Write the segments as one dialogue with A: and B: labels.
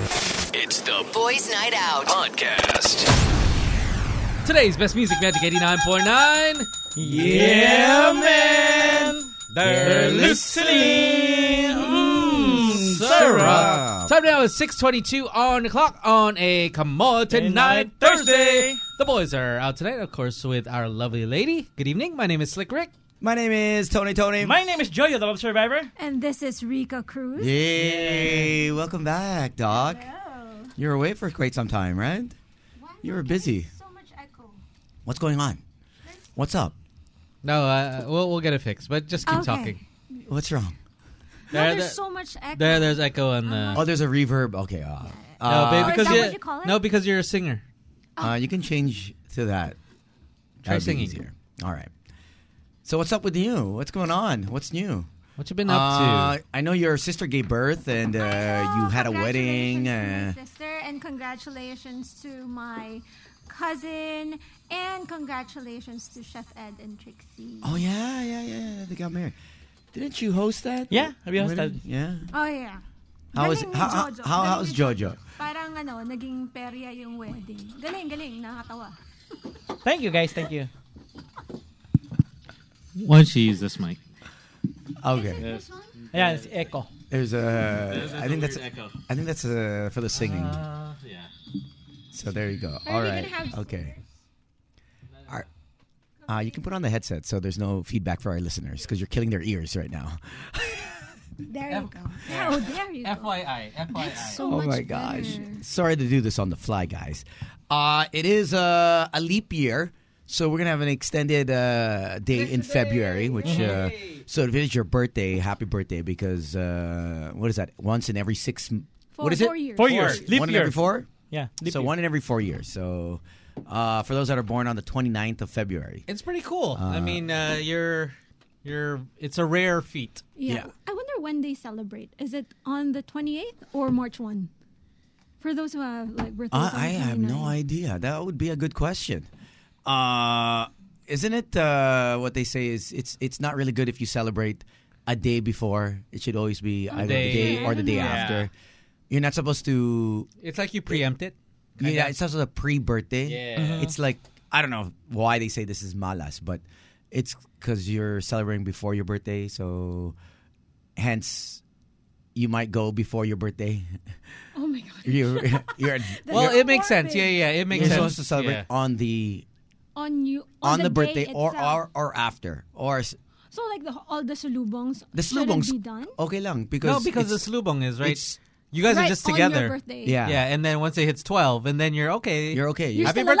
A: It's the
B: Boys Night Out.
A: podcast.
C: Today's Best Music Magic 89.9.
D: Yeah, man. They're listening. Mm, Sarah.
C: Time now is 6.22 on the clock on a Come On Tonight Thursday. The boys are out tonight, of course, with our lovely lady. Good evening. My name is Slick Rick.
D: My name is Tony Tony.
E: My name is Jojo, the Love Survivor.
F: And this is Rika Cruz.
D: Yay. Welcome back, Doc.
F: Hello.
D: You were away for quite some time, right? You were busy.
F: So much echo.
D: What's going on? What's up?
C: No, uh, we'll, we'll get it fixed, but just keep
F: Okay.
C: talking.
D: What's wrong?
F: No,
C: There-
F: there's
C: there-
F: so much echo.
C: There, there's echo on the...
D: Oh, there's a reverb. Okay. Uh,
C: no,
D: uh,
C: ba-
F: Or is
C: because
F: that
C: you-
F: what you call it?
C: No, because you're a singer.
D: uh, you can change to that.
C: Try
D: That'd be
C: singing.
D: easier. All right. So what's up with you? What's going on? What's new?
C: What you been up
D: Uh,
C: to?
D: I know your sister gave birth and uh,
F: Hello,
D: you had a
F: Oh, congratulations
D: wedding.
F: to
D: Uh,
F: my sister, and congratulations to my cousin, and congratulations to Chef Ed and Trixie.
D: oh yeah, yeah, yeah. They got married. Didn't you host that?
E: Yeah, we hosted.
D: Wedding? Yeah.
F: Oh, yeah.
D: How was
F: Galing ni
D: how, how,
F: Jojo.
D: how,
F: Galing
D: how's
F: ni
D: Jojo?
F: Parang ano, naging perya yung wedding. Galing, galing. Nakatawa.
E: Thank you, guys. Thank you.
C: Why don't you use this mic?
D: Okay.
F: This one?
E: Yeah, it's Echo.
D: There's a. Uh, I think that's. I think that's uh, for the singing.
C: yeah.
D: So there you go.
F: Are
D: All
F: we
D: right.
F: gonna have
D: Okay. Are- Uh, you can put on the headset so there's no feedback for our listeners because you're killing their ears right now.
F: There you go. Oh, there you go.
C: FYI, FYI.
F: So
D: oh
F: much
D: my gosh.
C: Mm.
F: better.
D: Sorry to do this on the fly, guys. Uh, it is uh, a leap year, so we're going to have an extended uh, day in February, which. Uh, so if it is your birthday, happy birthday because uh, what is that? Once in every six. m-
F: Four,
D: what is
F: four
D: it?
F: Years.
E: Four years. Leap
D: one in
E: year.
D: every four?
E: Yeah. leap
D: so
E: year.
D: one in every four years. So uh, for those that are born on the 29th of February.
C: It's pretty cool. I mean, uh, you're... You're, it's a rare feat.
F: Yeah.
D: Yeah.
F: I wonder when they celebrate. Is it on the 28th or March 1? For those who have like birthdays
D: Ah, I,
F: on
D: I have no
F: 29th.
D: idea. That would be a good question. Uh, isn't it uh, what they say is it's it's not really good if you celebrate a day before. It should always be either
C: day.
D: the day or the day
C: Yeah.
D: after. You're not supposed to.
C: It's like you preempt it.
D: Yeah, it's also a pre-birthday.
C: Yeah.
F: Mm-hmm.
C: Mhm.
D: It's like I don't know why they say this is malas, but it's because you're celebrating before your birthday, so hence you might go before your birthday.
F: Oh my god.
D: You're you're,
C: Well,
F: You're-
C: it makes sense. Yeah, yeah, it makes
D: you're
C: sense.
D: supposed to celebrate
C: Yeah.
D: on the
F: On you
D: on,
F: the,
D: the, birthday
F: day
D: or,
F: itself.
D: or or after or s-
F: So like the all the salubongs
D: the
F: shouldn't
D: slubongs
F: be done.
D: okay lang because
C: No, because the
D: it's-
C: slubong is right.
D: it's-
C: You guys
F: right
C: are just
F: on
C: together.
F: your birthday.
D: yeah,
C: Yeah. and then once it hits twelve, and then you're okay.
D: you're okay
F: You're
C: Happy
F: still alive.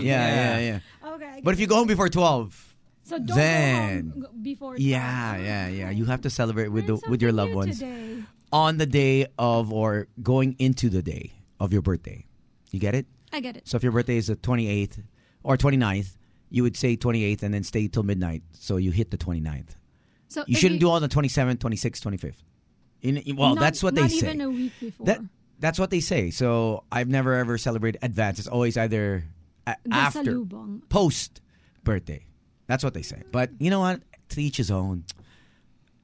D: yeah, yeah yeah
F: Okay.
D: but if you go home before 12
F: so don't
D: then-
F: go home g- before
D: yeah yeah yeah you have to celebrate with the, with your loved ones
F: Today.
D: on the day of or going into the day of your birthday you get it
F: I get it.
D: so if your birthday is the 28th or 29th you would say 28th and then stay till midnight so you hit the 29th
F: So
D: you shouldn't do all the 27th 26th 25th in, in- well that's what they say
F: Not even a week before.
D: That that's what they say. So I've never ever celebrated advance. It's always either a-
F: the
D: after
F: salubong.
D: post birthday. That's what they say. But you know what? To each his own.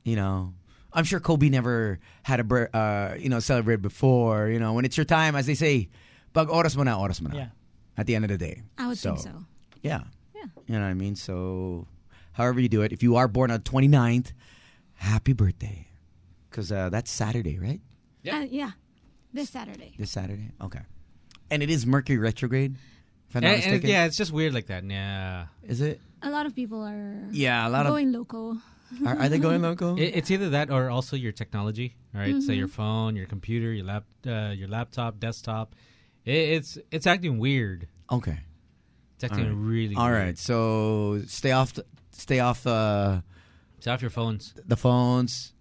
D: You know, I'm sure Kobe never had a bir- uh, you know celebrate before. You know, when it's your time, as they say, pag oras mo na, oras mo na.
E: Yeah.
D: At the end of the day,
F: I would think so.
D: Yeah,
F: Yeah.
D: you know what I mean. So, however you do it, if you are born on 29th, happy birthday, because uh, that's Saturday, right?
C: Yeah.
F: Uh, yeah. This Saturday.
D: This Saturday? Okay. And it is Mercury retrograde? If I'm
C: And-
D: not
C: and it-
D: mistaken.
C: yeah, it's just weird like that. Yeah,
D: Is it?
F: A lot of people are
D: Yeah, a lot of.
F: going loco.
D: Are, are they going local? Mm-hmm.
C: It- it's either that or also your technology. All right? so your phone, your computer, your lap, uh, your laptop, desktop. It, it's it's acting weird.
D: okay.
C: It's acting really.
D: All
C: weird.
D: right. So stay off, th- stay off uh,
C: It's off your phones.
D: the phones.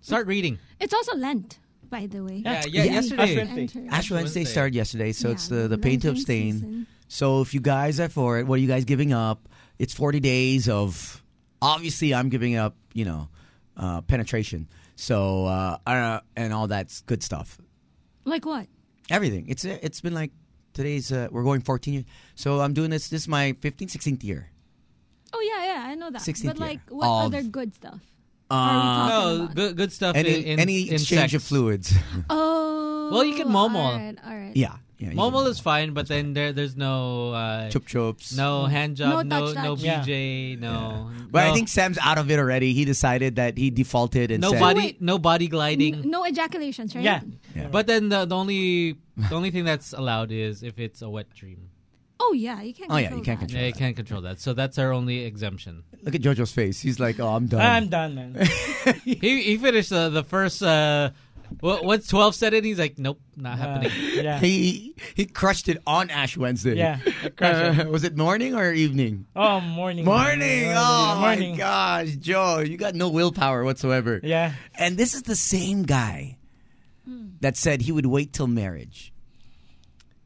C: Start reading.
F: It's also Lent, by the way.
C: Yeah,
E: Yeah.
C: yeah.
D: Yeah.
C: Yesterday.
E: Ashwin-
F: Enter.
D: Ash Wednesday,
C: Wednesday.
D: started yesterday, so
F: Yeah,
D: it's the, the
F: the
D: pain to
F: Lenten
D: abstain.
F: season.
D: So if you guys are for it, what are you guys giving up? It's 40 days of. Obviously, I'm giving up, you know, uh, penetration. So, uh, uh, and all that's good stuff.
F: Like what?
D: Everything. It's it's been like today's uh, we're going 14 years. So I'm doing this this is my 15th 16th year.
F: Oh yeah, yeah, I know that.
D: 16th
F: But
D: year
F: like, what
D: of-
F: other good stuff?
D: Uh,
F: Are we talking
C: No,
F: about?
C: good good stuff.
D: Any
C: in, in,
D: any
C: in
D: exchange
C: sex.
D: of fluids.
F: oh,
C: Well, you can momol.
F: All right, all right.
D: Yeah. yeah you
C: Momol
D: can-
C: is fine, but then there there's no uh,
D: chup chups.
C: no hand job,
F: No
C: no
F: touch,
C: no
F: touch.
E: Yeah.
C: BJ, no.
D: But
C: no,
D: I think Sam's out of it already. He decided that he defaulted and
C: no
D: said,
C: body no body gliding.
F: N- no ejaculations, right?
E: Yeah.
C: But then the, the only the only thing that's allowed is if it's a wet dream.
F: Oh yeah, you can't.
D: Oh, yeah,
F: control
D: you can't
F: that.
D: control
C: Yeah, you can't control that. So that's our only exemption.
D: Look at Jojo's face. He's like, oh, I'm done.
E: I'm done, man.
C: He he finished the the first. Uh, what what's twelve said it? He's like, nope, not
E: Uh,
C: happening.
E: yeah.
D: he he crushed it on Ash Wednesday.
E: Yeah, I crushed
D: Uh, was it morning or evening?
E: Oh, morning.
D: Morning. Oh my
E: morning.
D: gosh, Joe, you got no willpower whatsoever.
E: Yeah.
D: And this is the same guy
F: Hmm.
D: that said he would wait till marriage.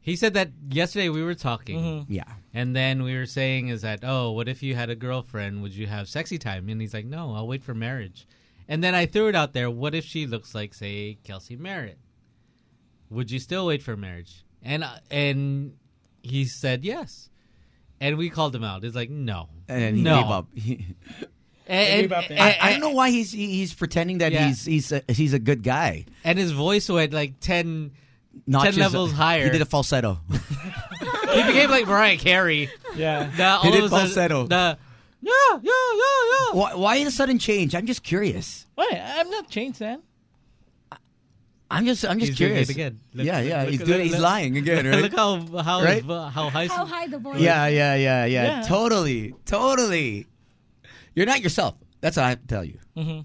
C: He said that yesterday we were talking,
E: Mhm.
D: Yeah.
C: and then we were saying is that oh, what if you had a girlfriend? Would you have sexy time? And he's like, no, I'll wait for marriage. And then I threw it out there. What if she looks like say Kelsey Merritt? Would you still wait for marriage? And uh, and he said yes. And we called him out. He's like, no,
D: And then he
C: no.
D: gave up.
E: He
C: And,
E: gave up,
C: and-
E: yeah.
D: I,
C: and-
D: I don't know why he's he- he's pretending that
C: Yeah.
D: he's he's a, he's a good guy.
C: and his voice went like ten.
D: Notches,
C: levels higher.
D: He did a falsetto.
C: He became like Mariah Carey.
E: Yeah.
C: The, all
D: did
C: of a sudden-
D: falsetto.
C: The yeah, yeah, yeah, yeah.
D: why, why the sudden change? I'm just curious.
E: Wait, I'm not changed, man.
D: I'm just I'm just
C: He's doing
D: curious
C: it again. Look-
D: yeah, yeah,
C: look-
D: he's
C: look-
D: doing.
C: look-
D: he's
C: look-
D: lying again, right?
C: Look how how
D: Right?
C: v- how high.
F: How high the voice?
D: Yeah, yeah, yeah, yeah,
E: Yeah.
D: Totally, totally. You're not yourself. That's what I have to tell you.
C: Mm-hmm.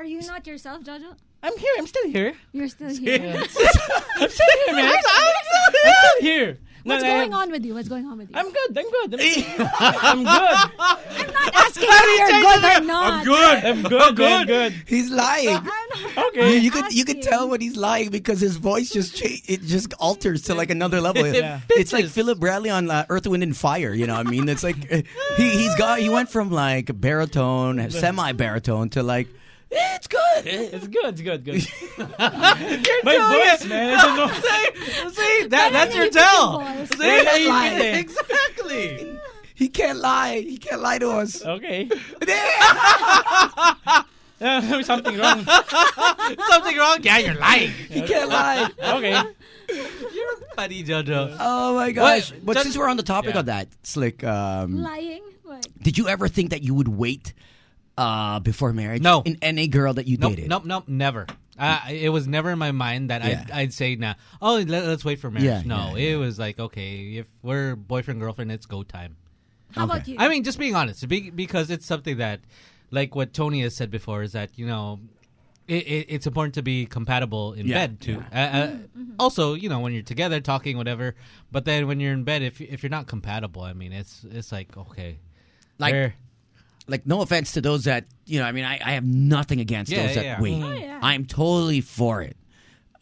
F: Are you not yourself, Jojo?
E: I'm here. I'm still here.
F: You're still here.
E: I'm still here, man. I'm, still here. No,
F: What's
E: no,
F: going
E: I'm-
F: on with you? What's going on with you?
E: I'm good. I'm good. I'm, I'm good.
F: I'm not asking if you're good or not.
C: I'm good.
E: I'm good. I'm good. good.
D: He's lying.
F: I'm not-
D: You,
E: Okay.
D: you could you could tell when he's lying because his voice just cha- it just alters to like another level.
C: Yeah.
D: It's like Philip Bradley on uh, Earth, Wind and Fire. You know, what I mean, it's like uh, he he's got he went from like baritone, semi baritone to like eh, it's good. Eh,
E: It's good. It's good. Good. My voice, man. I don't know.
C: See that that's your
F: you pick your
C: tell.
F: voice.
C: See?
D: We're not
C: You
D: lying.
C: get- exactly.
D: He can't lie. He can't lie to us.
E: Okay.
D: Eh,
E: Uh, something wrong.
C: Something wrong? Yeah, you're lying.
D: he can't lie.
E: Okay.
C: You're funny, Jojo.
D: Oh my gosh!
C: What?
D: But
C: Just-
D: since we're on the topic
C: Yeah.
D: of that, Slick, um,
F: lying. What?
D: did you ever think that you would wait uh, before marriage?
C: No.
D: In any girl that you
C: Nope,
D: dated?
C: nope, nope, never. Uh, it was never in my mind that I'd,
D: Yeah.
C: I'd say, nah, oh, let, us wait for marriage.
D: Yeah,
C: no,
D: yeah,
C: it was like, okay, if we're boyfriend, girlfriend, it's go time.
F: How about
D: Okay.
F: you?
C: I mean, just being honest, be- because it's something that, like what Tony has said before, is that you know, it, it, it's important to be compatible in
D: Yeah,
C: bed too. Uh, uh,
F: Mm-hmm,
C: Also, you know, when you're together talking, whatever. But then when you're in bed, if if you're not compatible, I mean, it's it's like okay,
D: Like-
C: where-
D: Like, no offense to those that you know. I mean, I, I have nothing against
C: Yeah,
D: those that
C: yeah.
D: wait.
F: Oh, yeah.
D: I'm totally for it.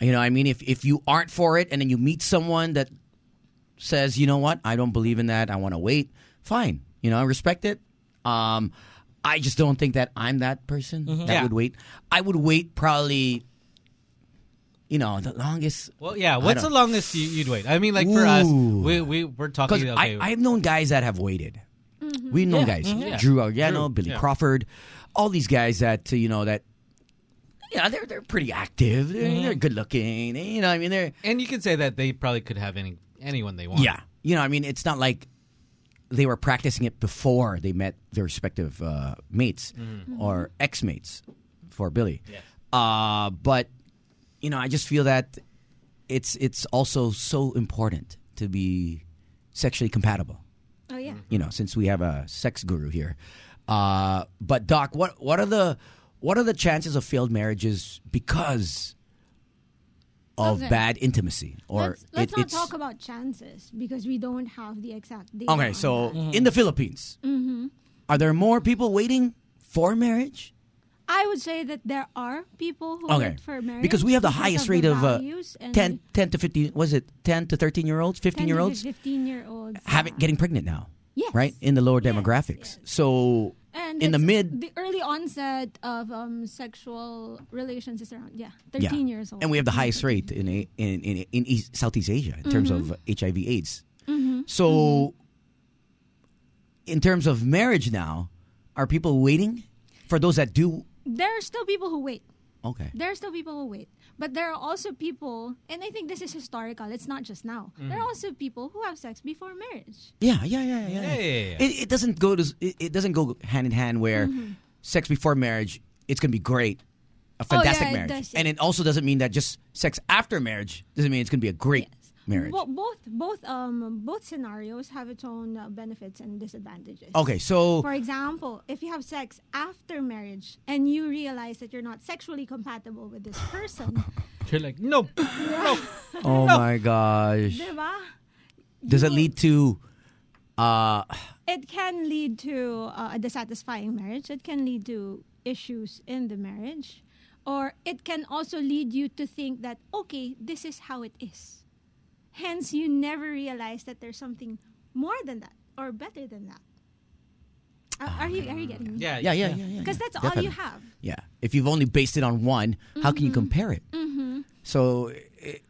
D: You know, I mean, if if you aren't for it, and then you meet someone that says, you know what, I don't believe in that. I want to wait. Fine. You know, I respect it. Um, I just don't think that I'm that person that
C: Mm-hmm. Yeah.
D: would wait. I would wait probably. You know, the longest
C: well, yeah. What's the
D: don't-
C: longest you, you'd wait? I mean, like for us,
D: Ooh.
C: we we we're talking.
D: Because
C: Okay,
D: I, I've known guys that have waited. We've known guys,
C: Mm-hmm. yeah.
D: Drew Argano,
C: Drew,
D: Billy
C: yeah.
D: Crawford, all these guys that uh, you know that, yeah, they're they're pretty active. They're,
C: Mm-hmm.
D: they're good looking. They- you know, I mean, they're
C: and you could say that they probably could have any anyone they want.
D: yeah. You know, I mean, it's not like they were practicing it before they met their respective uh, mates
C: Mm-hmm.
D: or ex mates for Billy. Uh, but you know, I just feel that it's it's also so important to be sexually compatible.
F: oh yeah.
D: you know, since we have a sex guru here. Uh, but Doc, what what are the what are the chances of failed marriages because of
F: Okay.
D: bad intimacy? Or
F: let's let's
D: it-
F: not
D: it's
F: talk about chances because we don't have the uh, exact data.
D: okay.
F: on
D: So
F: that. Mm-hmm.
D: in the Philippines, are there more people waiting for marriage?
F: I would say that there are people who
D: Okay,
F: wait for marriage
D: because we have the
F: because
D: highest
F: of
D: rate
F: the
D: of uh,
F: values and
D: 10, 10 to fifteen. Was it ten to thirteen year olds,
F: 10
D: fifteen year
F: to
D: olds
F: fifteen year olds
D: having
F: yeah.
D: getting pregnant now?
F: Yes.
D: right in the lower
F: Yes,
D: demographics.
F: yes.
D: So
F: and
D: in the
F: it's-
D: mid
F: the early onset of um, sexual relations is around yeah thirteen years old Mm-hmm.
D: And we have the highest rate in in in, in East, Southeast Asia in terms of
F: Mm-hmm.
D: HIV AIDS. So in terms of marriage now, are people waiting for those that do
F: there are still people who wait
D: Okay.
F: There's still people who wait. But there are also people, and I think this is historical, it's not just now. There
D: Mm-hmm.
F: are also people who have sex before marriage.
D: Yeah, yeah, yeah, yeah.
C: Yeah, yeah, yeah.
D: It, it doesn't go to it, it doesn't go hand in hand where
F: Mm-hmm.
D: sex before marriage it's gonna be great, a fantastic
F: it
D: marriage,
F: does, Oh, yeah.
D: and it also doesn't mean that just sex after marriage doesn't mean it's gonna be a great marriage.
F: Bo- both both um both scenarios have its own uh, benefits and disadvantages.
D: okay, so
F: For example, if you have sex after marriage and you realize that you're not sexually compatible with this person,
C: You're like, nope.
D: oh my gosh,
F: diba?
D: does it lead to? Uh,
F: It can lead to uh, a dissatisfying marriage. It can lead to issues in the marriage, or it can also lead you to think that okay, this is how it is. Hence, you never realize that there's something more than that or better than that. Uh, Are, are you are you getting me?
C: Yeah,
D: Ah. yeah, yeah, yeah, yeah.
F: Because that's all
D: definitely.
F: you have.
D: Yeah. If you've only based it on one, how can you compare it? Mm-hmm. So, it,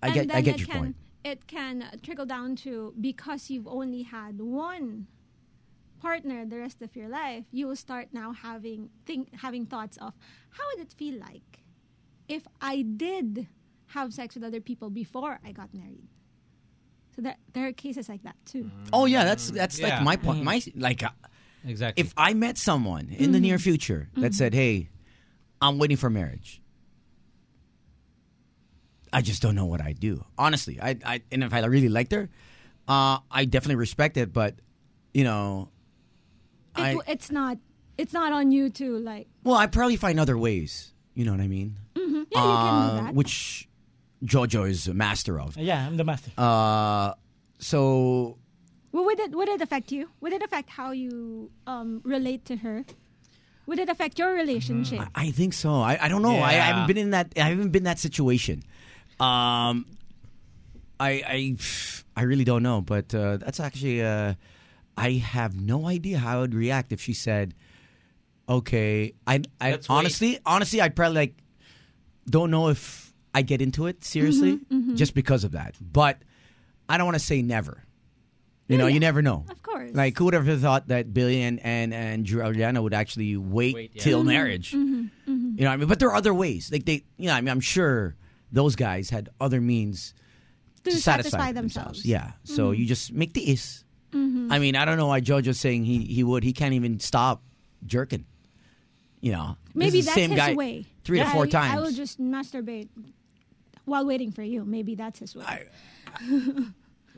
D: I
F: and
D: get
F: then
D: I get
F: it
D: your
F: can,
D: point.
F: It can uh, trickle down to because you've only had one partner the rest of your life, you will start now having think having thoughts of how would it feel like if I did have sex with other people before I got married. So there, there are cases like that too.
D: Oh yeah, that's that's
C: Yeah. Mm-hmm.
D: like my point. My like, uh,
C: exactly.
D: if I met someone in the
F: Mm-hmm.
D: near future that said, "Hey, I'm waiting for marriage," I just don't know what I do. Honestly, I, I and if I really liked her, uh, I definitely respect it. But you know,
F: It
D: I
F: w- it's not it's not on you to like mm-hmm,
D: well, I probably find other ways. You know what I mean?
F: yeah you can
D: Uh,
F: do that.
D: Which JoJo is a master of.
E: Yeah, I'm the master.
D: Uh, so
F: Well, would it would it affect you? Would it affect how you um, relate to her? Would it affect your relationship?
D: I think so. I, I don't know. I, I
C: Yeah.
D: haven't been in that. I haven't been in that situation. Um, I I I really don't know. But uh, that's actually. Uh, I have no idea how I would react if she said, "Okay." I I
C: Let's wait.
D: honestly, honestly, I probably like don't know if I get into it seriously
F: Mm-hmm,
D: just because of that. But I don't want to say never. You know, you never know.
F: Of course.
D: Like, who would have thought that Billy and and, and Drew Ariana would actually wait,
C: Wait, yeah.
D: till
F: Mm-hmm.
D: marriage? You know, what I mean, but there are other ways. Like they, you know, I mean, I'm sure those guys had other means to
F: to
D: satisfy,
F: satisfy, themselves. Mm-hmm.
D: Yeah. So you just make the is. I mean, I don't know why Jojo's saying he he would. He can't even stop jerking. You know, This
F: Maybe
D: is the
F: that's
D: same
F: his
D: guy
F: way.
D: three to
F: Yeah,
D: four
F: I-
D: times.
F: I will just masturbate while waiting for you. Maybe that's his way.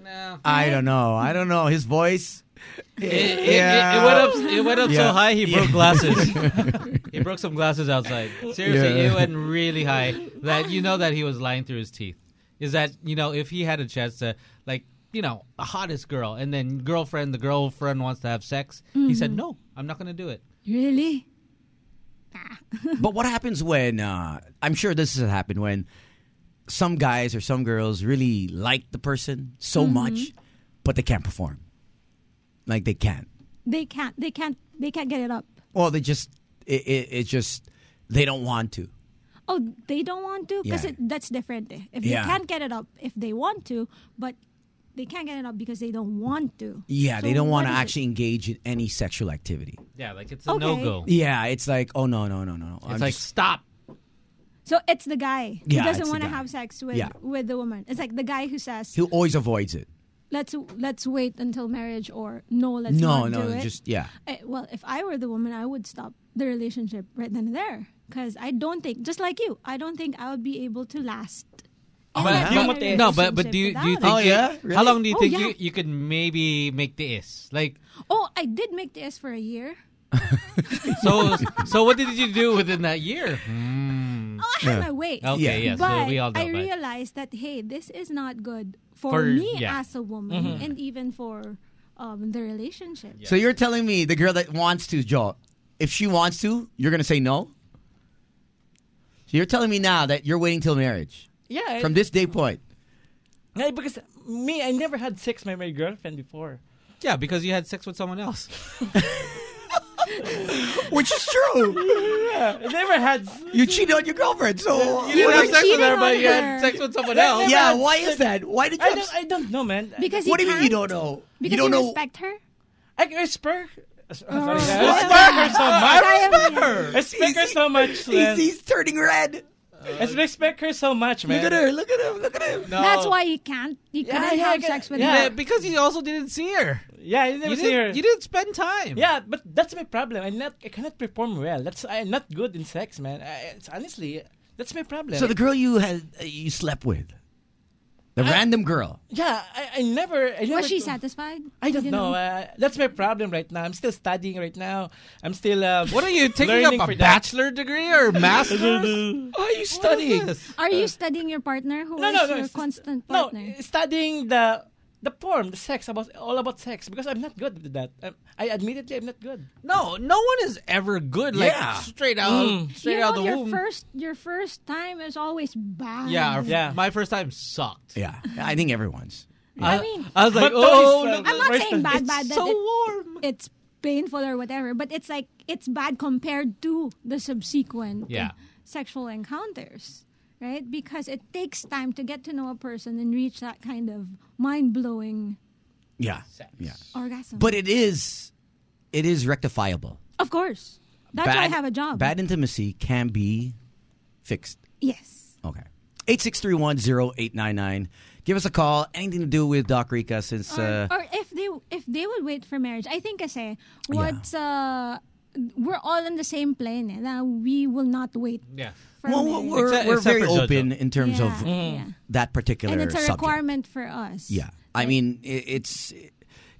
C: no.
D: I don't know. I don't know his voice.
C: Uh-huh. It, it-
D: Yeah.
C: it, went up. It went up
D: Yeah.
C: so high he
D: Yeah.
C: broke glasses. he broke some glasses outside. Seriously,
D: Yeah.
C: it went really high. That you know that he was lying through his teeth. Is that you know if he had a chance to like you know a hottest girl and then girlfriend the girlfriend wants to have sex he said
D: Mm-hmm.
C: no I'm not gonna do it.
F: Really?
D: But what happens when uh, I'm sure this has happened when some guys or some girls really like the person so
F: Mm-hmm.
D: much, but they can't perform. Like they can't.
F: They can't. They can't. They can't get it up.
D: Well, they just it, it, it's just they don't want to.
F: Oh, they don't want to because
D: Yeah.
F: that's different. eh. If they
D: Yeah.
F: can't get it up, if they want to, but they can't get it up because they don't want to.
D: Yeah,
F: So
D: they don't
F: what
D: want to
F: is it?
D: actually engage in any sexual activity.
C: Yeah, like it's a
F: Okay.
C: no go.
D: Yeah, it's like oh no no no no no.
C: It's like stop.
F: So it's the guy
D: Yeah,
F: who
D: it's
F: doesn't
D: the
F: want to
D: guy.
F: have sex with
D: Yeah.
F: with the woman. It's like the guy who says,
D: he always avoids it.
F: "Let's let's wait until marriage," or "No, let's
D: no
F: not
D: no
F: do it."
D: just yeah.
F: I, well, if I were the woman, I would stop the relationship right then and there because I don't think, just like you, I don't think I would be able to last. in
C: Oh, But
F: that
C: do you-
F: kind of
C: no,
F: relationship
C: but but do you, do you
F: without
C: think?
D: Oh,
C: you-
D: yeah? Really?
C: How long do you
F: Oh,
C: think
F: yeah.
C: you, you could maybe make the is like?
F: it. Oh, I did make this for a year.
C: So so what did you do within that year?
F: Oh, I had my way.
C: Okay, yeah.
D: Yeah.
C: so
F: but
C: we all know.
F: I
C: but-
F: realized that hey, this is not good for,
C: For-
F: me
C: yeah. Mm-hmm.
F: as a woman and even for um, the relationship.
D: So you're telling me the girl that wants to, Joel, if she wants to, you're gonna say no. So you're telling me now that you're waiting till marriage
E: Yeah,
D: from this day point.
E: yeah, because me, I never had sex with my girlfriend before.
C: Yeah, because you had sex with someone else.
D: Which is true.
E: I never had.
D: you cheated on your girlfriend, so
C: You didn't have sex with
F: cheating
C: her,
F: on
C: but you
F: her.
C: had sex with someone else.
D: yeah. Why is that? Why did you?
E: I
D: Have,
E: don't, I don't know, man.
F: Because
D: what do
F: you
D: you mean
F: can't?
D: you don't know?
F: Because
D: you don't know.
F: respect her.
E: I can respect Sorry,
F: Oh.
E: I respect her so much.
D: Respect
E: I respect her so much,
D: He's,
E: Len.
D: he's turning red.
E: I respect her so much, man.
D: Look at her. Look at him. Look at him.
C: No.
F: That's why you can't. You
E: Yeah,
F: couldn't
E: yeah,
F: have
E: yeah,
F: sex with
E: yeah.
F: her.
C: Yeah, because you also didn't see her.
E: Yeah, I never
C: You
E: see her.
C: didn't, you didn't spend time.
E: Yeah, but that's my problem. I'm not. I cannot perform well. That's I'm not good in sex, man. I, it's honestly, that's my problem.
D: So the girl you had uh, you slept with, the random girl.
E: yeah, I, I never. I never
F: Was she satisfied?
E: I don't
F: You
E: know. Uh, that's my problem right now. I'm still studying right now. I'm still. Uh,
C: What are you taking
E: learning
C: up a
E: for that.
C: bachelor degree or master's?
E: Are you
C: What is
E: studying?
C: this?
F: Are you studying your partner who
E: No,
F: was
E: no, no.
F: your
E: it's-
F: constant
E: no,
F: partner?
E: studying the the porn, the sex about all about sex because I'm not good at that. i I admittedly I'm not good.
C: No, no one is ever good. Like
D: Yeah.
C: straight out,
E: Mm.
C: straight
F: you know,
C: out the
F: your
C: womb.
F: first your first time is always bad.
C: yeah, our f-
E: Yeah.
C: my first time sucked.
D: Yeah, I think everyone's.
F: I mean,
C: I was like,
E: But
C: oh,
E: those, uh,
C: look
F: I'm not saying bad, bad. that
C: so
F: it-
C: warm.
F: it's painful or whatever, but it's like it's bad compared to the subsequent
C: Yeah.
F: sexual encounters, right? Because it takes time to get to know a person and reach that kind of mind blowing
D: Yeah,
C: Sex.
D: yeah.
F: orgasm.
D: But it is, it is rectifiable.
F: of course, that's why I
D: Bad-
F: have a job.
D: Bad intimacy can be fixed.
F: yes.
D: Okay. 86310899. Give us a call. Anything to do with Doc Rica since
F: Or,
D: uh,
F: or if they if they would wait for marriage, I think kasi what's uh, we're all on the same plane eh, that we will not wait
C: Yeah.
F: for
D: well,
F: marriage.
D: we're,
C: Except-
D: we're
C: except
D: very
C: for Jojo.
D: open in terms
F: yeah,
D: of
F: yeah.
D: that particular
F: and it's a
D: subject.
F: requirement for us.
D: Yeah. I mean, i- it's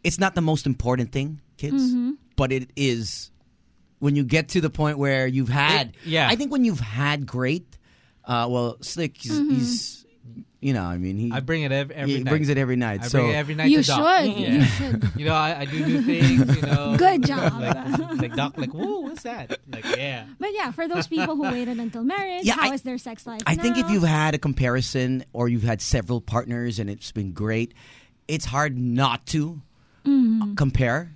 D: it's not the most important thing, kids,
F: Mm-hmm.
D: but it is when you get to the point where you've had.
C: It- yeah.
D: I think when you've had great, uh, well, Slick, he's,
F: Mm-hmm.
D: he's you know, I mean, he,
C: I bring it ev- every
D: he
C: night.
D: brings it every night.
C: I
D: so
C: bring it every night.
F: You
C: to Doc.
F: should.
C: Yeah.
F: You should.
C: You know, I, I do new things. You know,
F: Good job.
C: Like, like Doc, like, whoa, what's that? Like, yeah.
F: But yeah, for those people who waited until marriage,
D: Yeah,
F: how is
D: I-
F: their sex life?
D: I think if
F: now?
D: you've had a comparison or you've had several partners and it's been great, it's hard not to
F: Mm-hmm.
D: uh, compare.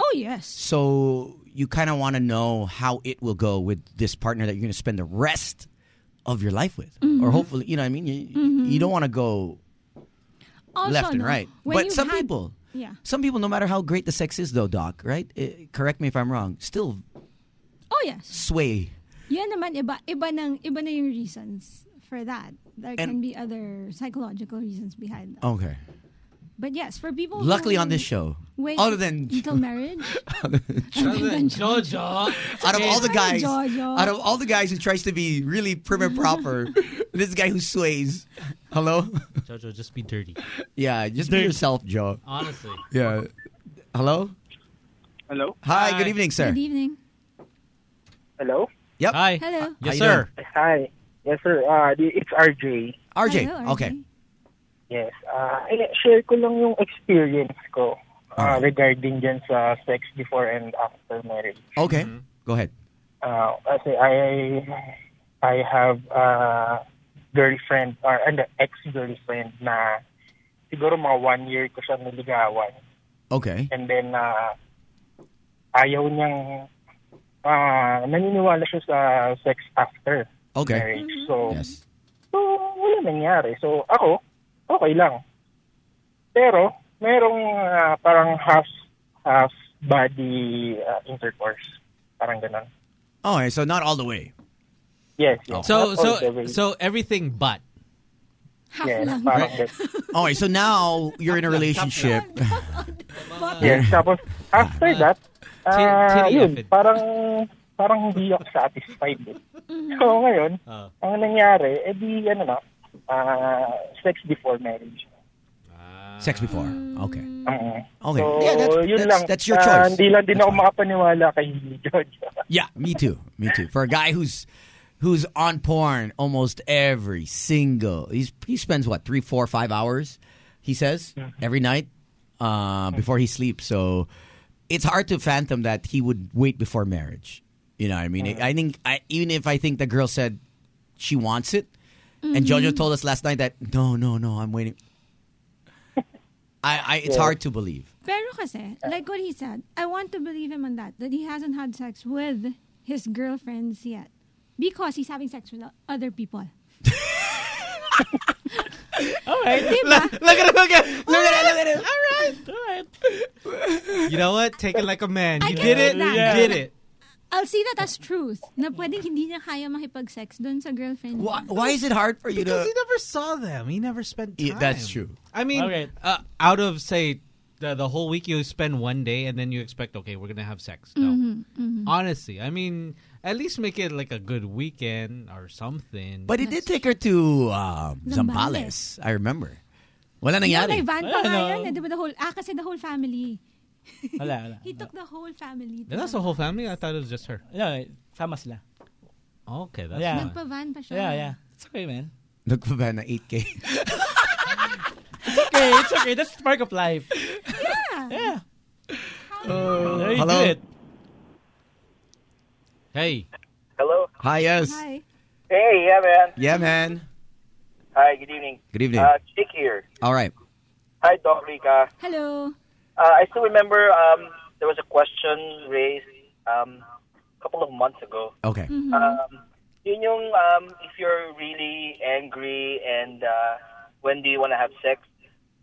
F: oh yes,
D: So you kind of want to know how it will go with this partner that you're going to spend the rest of your life with,
F: Mm-hmm.
D: or hopefully, you know, what I mean, you, you don't want to go
F: also
D: left and
F: no.
D: right.
F: When
D: but
F: you've
D: some
F: had-
D: people,
F: yeah.
D: some people, no matter how great the sex is, though, Doc, right? Eh, correct me if I'm wrong. Still
F: Oh yes,
D: sway.
F: yan naman iba iba ng iba na yung reasons for that. There
D: And-
F: can be other psychological reasons behind that.
D: Okay.
F: But yes, for people.
D: Luckily,
F: who
D: on this show,
F: wait
D: other than
F: until marriage,
C: Jojo.
D: out of all the guys,
F: Jojo.
D: out of all the guys who tries to be really prim and proper, this guy who sways. Hello.
C: Jojo, just be dirty.
D: Yeah, just be yourself, Joe.
C: Honestly.
D: Yeah. Hello.
G: Hello?
D: Hi.
C: Hi.
D: Good evening, sir.
F: good evening.
G: Hello?
D: Yep.
C: Hi.
F: Hello.
C: Yes,
D: How you
C: sir.
G: Hi. Yes, sir. Uh, di- it's RJ.
D: RJ.
F: Hello,
D: Okay.
G: Yes. Uh, eh, share ko lang yung experience ko uh,
D: Alright.
G: regarding dyan sa sex before and after marriage.
D: Okay.
C: Mm-hmm.
D: Go ahead.
G: Uh, kasi I I have a girlfriend or an ex-girlfriend na siguro mga one year ko siya niligawan.
D: Okay.
G: And then, uh, ayaw niyang, ah naniniwala siya sa sex after
D: Okay.
G: marriage. So,
D: Yes.
G: so, wala nangyari. So, ako, okay lang. Pero, merong ah, parang half, half body ah, intercourse. Parang ganun.
D: All right. So not all the way.
G: Yes, yes.
C: So,
G: Not all the
C: so,
G: way.
C: so everything but.
F: Half
G: yes,
F: lang.
G: parang ganun.
D: All right. So now you're in a relationship.
G: Yes,
C: Uh,
G: tapos after that, ah,
C: Tiri-
G: yun,
C: tiri effort.
G: parang parang hindi ako satisfied. Eh. So ngayon,
D: Ah.
C: Oh.
G: ang nangyari, eh di ano na, ah, sex before marriage.
C: Uh,
D: Sex before. Okay.
G: Mm.
D: Okay.
G: So,
D: yeah. That's,
G: yun
D: that's,
G: lang.
D: that's your
G: Ah,
D: choice.
G: hindi lang din
D: That's
G: ako
D: fine.
G: makapaniwala kay George.
D: Yeah, me too. Me too. For a guy who's who's on porn almost every single he's he spends what three, four, five hours, he says, every night uh, before he sleeps. So it's hard to phantom that he would wait before marriage. You know, what I mean, I think I, even if I think the girl said she wants it, and JoJo told us last night that no, no, no, I'm waiting. I, I it's
G: Yeah.
D: hard to believe.
F: Pero kasi, like what he said, I want to believe him on that, that he hasn't had sex with his girlfriends yet. Because he's having sex with o- other people.
E: All right,
F: Diba?
C: Look at him. Look at him.
E: all right.
C: You know what? Take it like a man.
F: I
C: You
F: can do
C: did it.
F: that.
C: You did it.
F: I'll see that as truth. Na pwedeng hindi niya kaya makipag-sex doon sa girlfriend.
D: Why, why is it hard for you to?
C: Because he never saw them. He never spent
D: Yeah,
C: time.
D: that's true.
C: I mean,
E: Okay.
C: uh, out of say the, the whole week, you spend one day, and then you expect, okay, we're gonna have sex. No, Mm-hmm.
F: Mm-hmm.
C: honestly, I mean, at least make it like a good weekend or something.
D: But it did take her to um, Zambales.
F: Zambales.
D: I remember. Wala
F: No, may
D: nangyari.
F: van pa nga
E: Ano?
F: yan. eh, Di ba the whole, ah, kasi the whole family.
E: oh. Wala, wala.
F: He took the whole family. to
C: Then that's the whole family. I thought it was just her.
E: No, sama sila.
C: Okay, that's
E: Yeah.
C: fine.
F: Nagpa-van pa siya.
E: Yeah, yeah. It's okay, man.
D: Nagpaba na 8K.
E: It's okay, it's okay. That's the part of life.
F: Yeah.
E: Yeah. there you
D: Uh, Hello?
E: do it.
C: Hey,
A: Hello?
D: Hi, yes.
F: Hi.
A: Hey, yeah, man.
D: Yeah, man.
A: Hi, good evening.
D: Good evening.
A: Uh, Chick here.
D: All right.
A: Hi, Doc Rica.
F: Hello.
A: Uh, I still remember um, there was a question raised um, a couple of months ago.
D: Okay.
F: Mm-hmm.
A: Um, yun yung um, if you're really angry and uh, when do you want to have sex?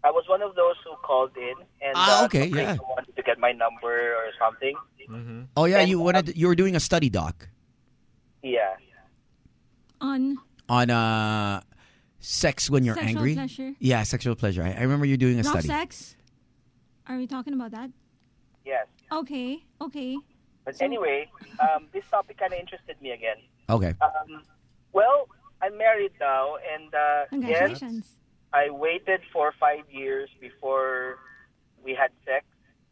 A: I was one of those who called in and
D: Ah,
A: uh,
D: okay,
A: somebody
D: yeah.
A: wanted to get my number or something.
D: Oh yeah, you wanted you were doing a study doc
A: Yeah.
F: On.
D: on uh sex when you're
F: Sexual
D: angry.
F: pleasure.
D: Yeah, sexual pleasure. I, I remember you doing a
F: Rough
D: study.
F: sex? Are we talking about that?
A: Yes.
F: Okay. Okay.
A: But anyway, um, this topic kind of interested me again.
D: Okay.
A: Um, well, I'm married now, and uh, yes,
F: Congratulations.
A: I waited for five years before we had sex.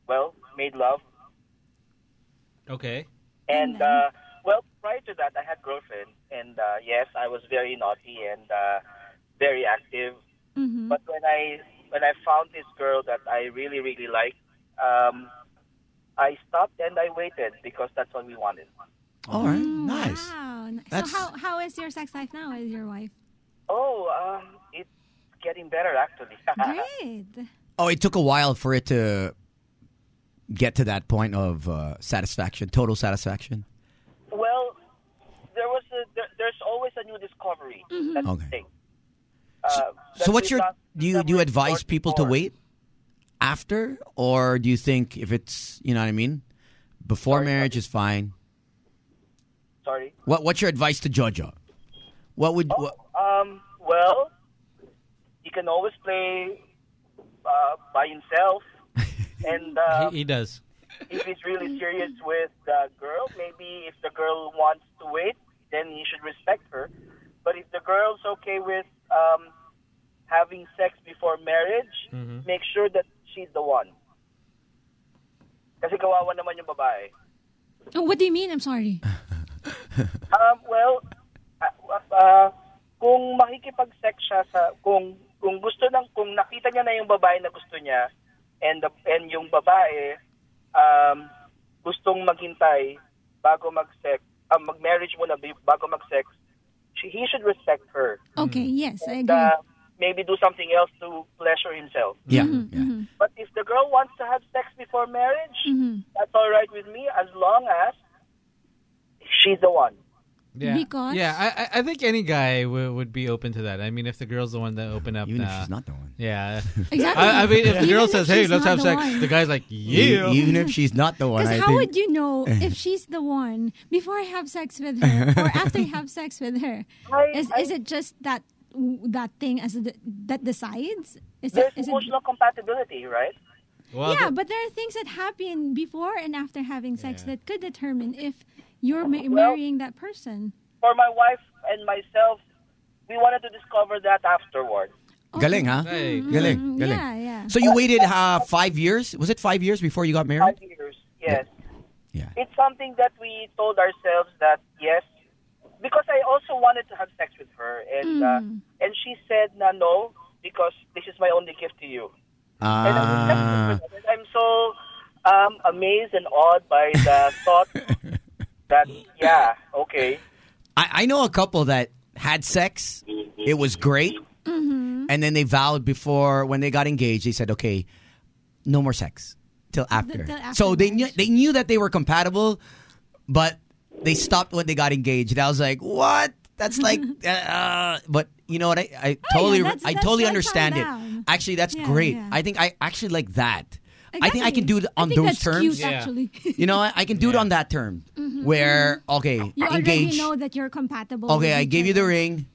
A: Well, made love.
C: okay.
A: And uh, well, prior to that, I had girlfriend, and uh, yes, I was very naughty and uh, very active.
F: Mm-hmm.
A: But when I when I found this girl that I really really liked, um, I stopped and I waited because that's what we wanted.
D: All right. Nice.
F: Wow.
D: That's-
F: So how how is your sex life now with your wife?
A: Oh, um, it's getting better actually.
F: Great.
D: Oh, it took a while for it to get to that point of uh, satisfaction, total satisfaction.
A: well, there was a, there, there's always a new discovery. That's
D: Okay.
A: the thing. Uh,
D: So
A: that
D: what's
A: we
D: your
A: not
D: do you do you
A: discovered
D: advise people to
A: before.
D: wait after or do you think if it's, you know what I mean, before marriage is fine?
A: Sorry.
D: What what's your advice to Jojo? What would what,
A: Um, well, he can always play uh, by himself. and uh,
C: he, he does.
A: if he's really serious with the girl, maybe if the girl wants to wait, then he should respect her. But if the girl's okay with um, having sex before marriage,
C: Mm-hmm.
A: make sure that she's the one. Kasi kawawa naman yung babae.
F: Oh, what do you mean? I'm sorry.
A: Um, well, uh, uh, kung makikipag-sex siya sa kung kung gusto ng kung nakita niya na yung babae na gusto niya and the, and yung babae um, gustong maghintay bago mag-sex, um, mag-marriage muna bi- bago mag-sex, she, he should respect her.
F: Okay. Yes, I
A: And,
F: agree.
A: uh, maybe do something else to pleasure himself.
D: yeah,
F: Mm-hmm,
D: yeah.
A: But if the girl wants to have sex before marriage, that's all right with me as long as she's the one.
C: Yeah.
F: Because-
C: yeah, I I- I think any guy w- would be open to that. I mean, if the girl's the one that opened up,
D: Even
C: uh,
D: if she's not the one.
C: Yeah.
F: Exactly.
C: I, I mean, if the
F: Even
C: girl
F: if
C: says, "Hey,
F: she's
C: let's
F: not
C: have
F: the
C: sex,"
F: one.
C: the guy's like,
D: E-
C: "Yeah."
D: Even if she's not the one,
F: Because
D: I
F: how
D: think
F: would you know if she's the one before I have sex with her or after I have sex with her?
A: I-
F: Is
A: I-
F: is it just that that thing as the, that decides? Is
A: There's
F: it, is it
A: emotional compatibility, right?
C: Well,
F: yeah,
C: the-
F: but there are things that happen before and after having sex that could determine if you're ma- marrying that person.
A: For my wife and myself, we wanted to discover that afterward.
D: Galing, huh?
C: Hey.
D: Galing, galing.
F: Mm-hmm. Yeah, yeah.
D: So you waited uh, five years? Was it five years before you got married?
A: Five years, yes.
D: Yeah.
A: It's something that we told ourselves that yes, because I also wanted to have sex with her, and uh, and she said na no because this is my only gift to you. And I'm,
D: Ah.
A: I'm so um, amazed and awed by the thought that yeah, okay.
D: I, I know a couple that had sex. It was great.
F: Mm-hmm.
D: And then they vowed before when they got engaged, they said, "Okay, no more sex till after."
F: till after
D: so they knew
F: marriage.
D: they knew that they were compatible, but they stopped when they got engaged. And I was like, "What? That's like," uh, uh, but you know what? I, I
F: Oh,
D: totally
F: yeah, that's-
D: I
F: that's
D: totally
F: what I found
D: understand it.
F: out.
D: Actually, that's
F: Yeah,
D: great.
F: yeah.
D: I think I actually like that. I think I can do it on
F: think
D: those
F: that's cute,
D: terms.
C: Yeah.
F: actually. Mm-hmm.
D: You know, I, I can do it on that term where okay,
F: you
D: I
F: already
D: engage.
F: know that you're compatible.
D: Okay,
F: with
D: I
F: each
D: gave you the
F: other.
D: ring.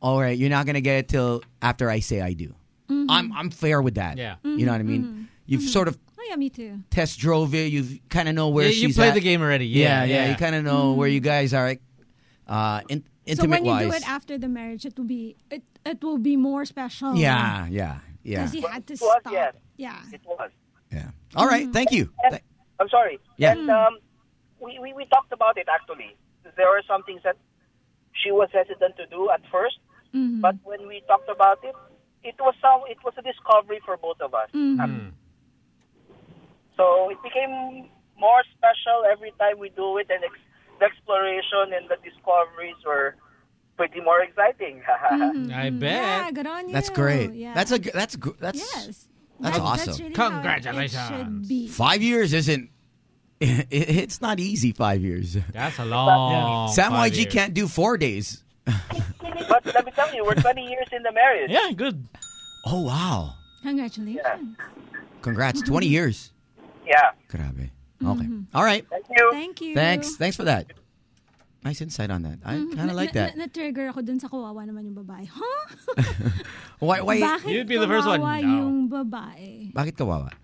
D: All right, you're not gonna get it till after I say I do.
F: Mm-hmm.
D: I'm I'm fair with that.
C: Yeah.
D: you know what I mean. You've sort of
F: Oh yeah, me too.
D: test drove it. You've kind of know where
C: Yeah,
D: she's
C: you played
D: at.
C: the game already.
D: Yeah,
C: Yeah,
D: yeah. You kind of know where you guys are, uh, in,
F: Mm-hmm. So
D: intimate
F: when you
D: wise.
F: do it after the marriage, it will be it it will be more special.
D: yeah, yeah, yeah,
F: because you had to
A: Well,
F: stop.
A: yes.
F: Yeah.
A: It was.
D: yeah. All right, thank you.
A: And, I'm sorry.
D: Yeah.
A: And um, we, we, we talked about it actually. There were some things that she was hesitant to do at 1st
F: Mm-hmm.
C: Mm-hmm.
A: but when we talked about it, it was some it was a discovery for both of us.
F: Mm-hmm.
C: Mm-hmm. Hmm,
A: Um, so it became more special every time we do it, and ex- the exploration and the discoveries were pretty more exciting.
D: Mm-hmm.
C: I
F: Mm-hmm. Yeah,
C: bet.
F: good on you.
D: That's great.
F: Yeah.
D: that's a g- that's g- that's
F: yes.
D: that's
F: That-
D: awesome.
F: really how it- It
C: Congratulations.
F: should be.
D: five years isn't. It, it's not easy. Five years.
C: That's a long.
D: Sam
C: Oh, five
D: YG
C: years.
D: can't do four days.
A: but let me tell you, we're 20 years in the marriage.
E: Yeah, good.
D: Oh wow!
F: Congratulations.
A: Yeah.
D: Congrats,
A: Mm-hmm.
D: twenty years.
A: Yeah.
D: Grabe. Okay.
F: Mm-hmm.
D: All right.
A: Thank you.
F: Thank you.
D: Thanks. Thanks for that. Nice insight on that. I kind of like
F: Mm-hmm. Na-
D: that.
F: Na, na-trigger ako dun sa kawawa naman yung babae. Huh?
D: Why? Why?
F: Bakit
C: You'd be the first one.
F: kawawa
C: No.
F: yung babae?
D: Bakit kawawa?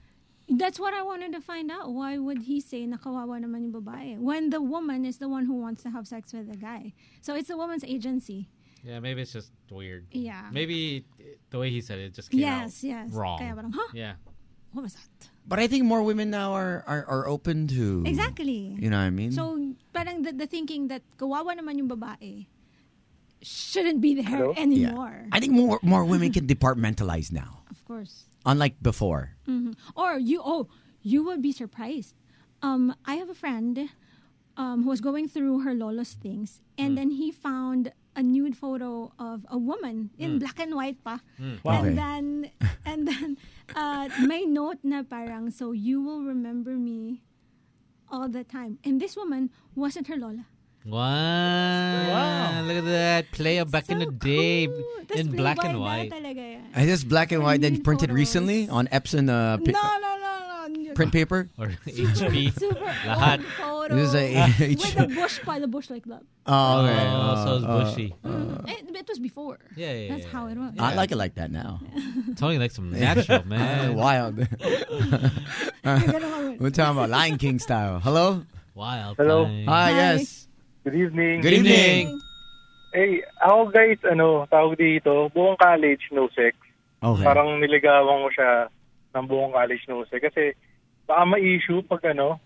F: That's what I wanted to find out. Why would he say na kawawa naman yung babae? When the woman is the one who wants to have sex with the guy. So it's the woman's agency.
C: Yeah, maybe it's just weird.
F: Yeah.
C: Maybe it- the way he said it just came
F: yes,
C: out
F: yes.
C: wrong.
F: Kaya parang, huh?
C: Yeah.
F: What was that?
D: But I think more women now are are, are open to
F: Exactly.
D: You know what I mean?
F: So parang the, the thinking that kawawa naman yung babae shouldn't be there
D: yeah.
F: anymore.
D: I think more more women can departmentalize now,
F: Of course.
D: unlike before.
F: Or you oh, you would be surprised. Um, I have a friend um, who was going through her lolo's things, and
D: Hmm.
F: then he found a nude photo of a woman in black and white pa. And
D: Hmm. Okay.
F: then and then uh, may note na parang so you will remember me all the time. And this woman wasn't her lola.
C: Wow. Look at that. Player back in
F: So
C: the day
F: cool. Tas
C: in black and
F: playboy na
C: white.
F: talaga yan.
D: Is this black and white that you
F: Nude
D: printed
F: photos.
D: recently on Epson uh, pa-
F: No, no, no, no.
D: print paper?
C: Or HP.
F: Super
C: Lahat.
F: old photo.
D: This is a
F: With the bush pa, the bush like that.
D: Oh,
C: Oh,
D: okay.
C: so it's
D: Uh, uh,
C: bushy.
F: It, it was before.
C: Yeah, yeah,
F: That's
C: yeah,
F: how it was.
D: I like it like that now.
C: Tony likes some natural,
D: Uh,
C: man.
D: Wild. We're talking about Lion King style. Hello?
C: Wild.
B: Hello.
C: thing.
D: Hi,
F: Hi.
D: Ah, yes.
B: Good evening.
D: Good evening.
B: Hey, ako guys, ano, tawag dito, buong college, no sex.
D: Okay.
B: Parang niligawan ko siya ng buong college, no sex. Kasi baka ma-issue pag ano,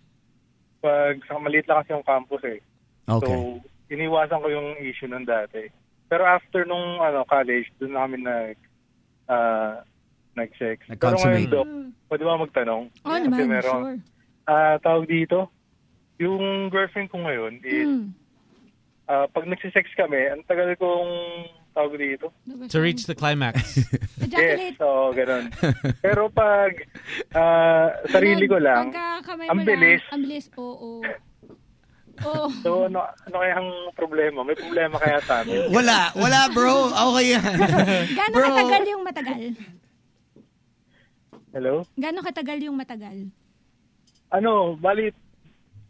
B: pag sa maliit lang kasi yung campus eh.
D: Okay.
B: So, iniwasan ko yung issue nun dati. Pero after nung ano college, doon namin nag ah, nag-sex. Pero
D: Nag-consummate.
B: ngayon, Doc, pwede ba magtanong?
F: Oh,
B: Kasi
F: naman,
B: meron-
F: sure.
B: Ah, tawag dito, yung girlfriend ko ngayon is,
F: Mm.
B: ah, pag nagsisex kami, ang tagal kong tawag dito.
C: To reach the climax.
B: Yes,
F: Ejaculate.
B: oo, ganun. Pero pag ah, sarili ko lang,
F: Pagkakamay
B: Ang
F: mo
B: bilis.
F: Lang, ang bilis, oo. Oo.
B: so ano, ano kaya ang problema? May problema kaya sa amin?
D: Wala. Wala, bro. Okay yan.
F: Gano'ng
D: Bro.
F: katagal yung matagal?
B: Hello?
F: Gano'ng katagal yung matagal?
B: Ano, balit,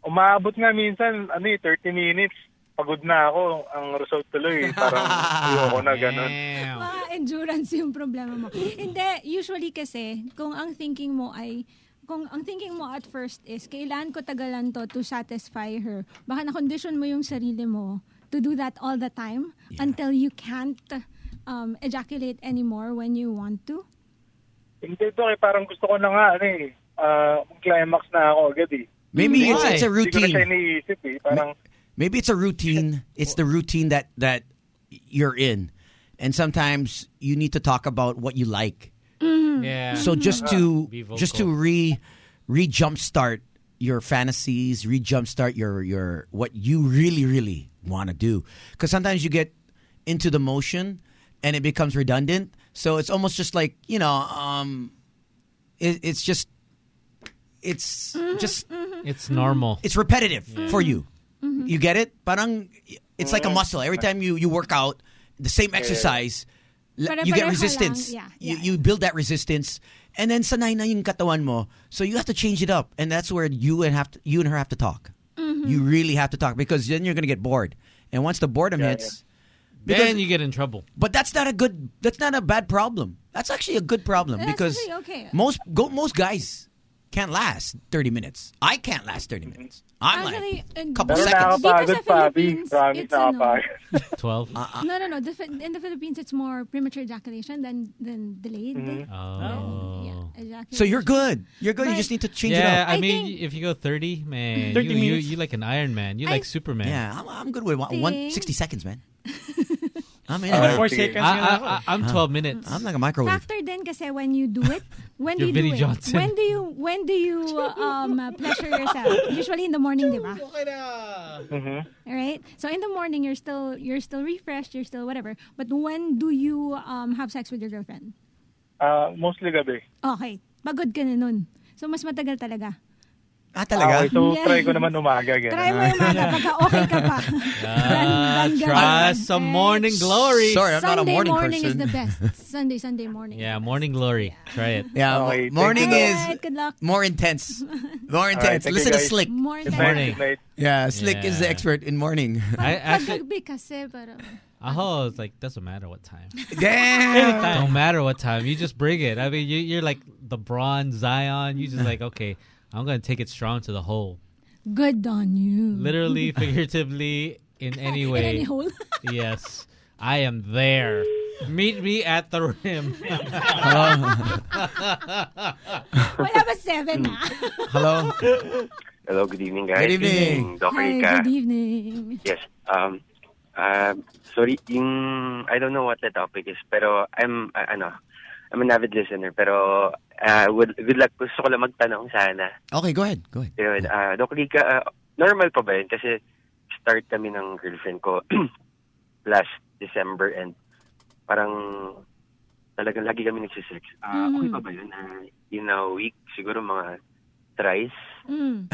B: umaabot nga minsan, ano eh, 30 minutes. Pagod na ako. Ang result tuloy, parang ayoko na, ganun.
C: Damn.
F: Ah, endurance yung problema mo. Hindi, usually kasi, kung ang thinking mo ay, kung ang thinking mo at first is, kailan ko tagalan to to satisfy her, baka na-condition mo yung sarili mo to do that all the time until you can't um, ejaculate anymore when you want to.
B: Hindi to, eh, parang gusto ko na nga, ano eh, ah, climax na ako agad eh.
D: Maybe it's,
C: Why?
D: it's
B: Hindi ko na siya
D: a routine.
B: iniisip eh. Parang,
D: Maybe it's a routine. It's the routine that that you're in. And sometimes you need to talk about what you like.
C: Mm-hmm. Yeah.
D: So just to
C: Be vocal.
D: just to re re jumpstart your fantasies, re jumpstart your your what you really really want to do. Because sometimes you get into the motion and it becomes redundant. So it's almost just like you know, um, it, it's just it's just
C: Mm-hmm. it's normal.
D: it's repetitive for you. You get it? Parang it's like a muscle. Every time you you work out the same exercise, l-
F: Pare-
D: you get
F: pareho
D: resistance.
F: lang. Yeah,
D: You
F: yeah.
D: you build that resistance and then sanay na yung katawan mo. So you have to change it up, and that's where you and have to, you and her have to talk.
F: Mm-hmm.
D: You really have to talk because then you're gonna get bored, and once the boredom hits, because-
C: then you get in trouble.
D: but that's not a good. That's not a bad problem. That's actually a good problem
F: That's
D: because
F: actually okay.
D: most go, most guys can't last thirty minutes. I can't last thirty minutes. I'm
F: Actually,
D: like
F: and-
D: couple
B: Pero
F: Pero
D: seconds.
B: nakakapagod,
F: Dito sa
B: Pabi.
F: Philippines,
B: Promise
F: it's ano.
B: nakakapagod.
C: Twelve.
F: No, no, no. The, Fi- in the Philippines, it's more premature ejaculation than than delayed.
C: oh.
F: Yeah, ejaculation.
D: Mm-hmm. So you're good. You're good. you
F: But-
D: just need to change it
C: Yeah,
D: up.
C: I,
F: I
C: mean,
F: think-
C: if you go thirty, man,
E: 30
C: you, you
E: minutes.
C: you like an Iron Man. You
F: I-
C: like Superman.
D: yeah, I'm, I'm good with one, one
F: Thing.
D: 60 seconds, man. I'm in.
E: Four
D: it.
B: Alright.
E: seconds
C: I,
E: nga lang ako.
C: I, I, am twelve minutes.
D: I'm like a microwave.
F: Factor din kasi when you do it, when do you
C: You're
F: do
C: Vinnie
F: it?
C: Johnson.
F: When do you when do you uh, um uh, pleasure yourself? Usually in the morning, di ba?
B: Mhm.
F: All right. So in the morning, you're still you're still refreshed, you're still whatever. But when do you um have sex with your girlfriend?
B: Ah, mostly gabi.
F: Okay. Pagod ka na nun. So mas matagal talaga.
D: Ah,
B: Ah, Okay,
D: talaga?
B: so
F: Yeah.
B: try ko naman umaga.
F: Try
B: Ganun.
F: mo yung mga pagka okay ka pa.
C: Ah,
F: Than- than
C: try
F: ganun.
C: some
F: Eh,
C: morning glory.
D: Sorry, I'm not a
F: Sunday
D: morning,
F: morning
D: person.
F: is the best. Sunday, Sunday morning.
C: Yeah, morning glory. Try it.
D: Yeah,
B: Okay, Oh, thank
D: morning
B: you.
D: is
F: Alright, good luck.
D: more intense. More intense.
B: thank you,
D: Listen to
B: guys.
D: Slick.
F: More
B: Good
F: than
B: night,
C: Morning.
B: good night.
D: Yeah, Slick is the
C: Yeah.
D: expert in morning.
C: I actually,
F: Pagkagabi kasi, pero...
C: aho, it's like doesn't matter what time.
D: Damn.
C: Don't matter what time. You just bring it. I mean, you, you're like the bronze Zion. You just like, okay, I'm gonna take it strong to the hole,
F: Good on you.
C: literally, figuratively, in any
F: In any
C: way.
F: hole.
C: yes, I am there. Meet me at the rim.
F: Wala ba seven ah? na?
D: Hello.
H: Hello, good evening, guys.
D: Good evening.
H: Doc
F: Hi,
H: Rica.
F: good evening.
H: Yes. Um, uh, sorry, yung, I don't know what the topic is, pero I'm, uh, ano, I'm an avid listener, pero uh, would, would like, gusto ko lang magtanong sana.
D: Okay, go ahead. Go ahead.
H: Yun, uh, Doc Rica, uh, normal pa ba yun? Kasi start kami ng girlfriend ko last December and parang talagang lagi kami nagsisex. Uh,
F: Mhm.
H: Okay pa ba yun? Uh, in a week, siguro mga thrice
F: Mm,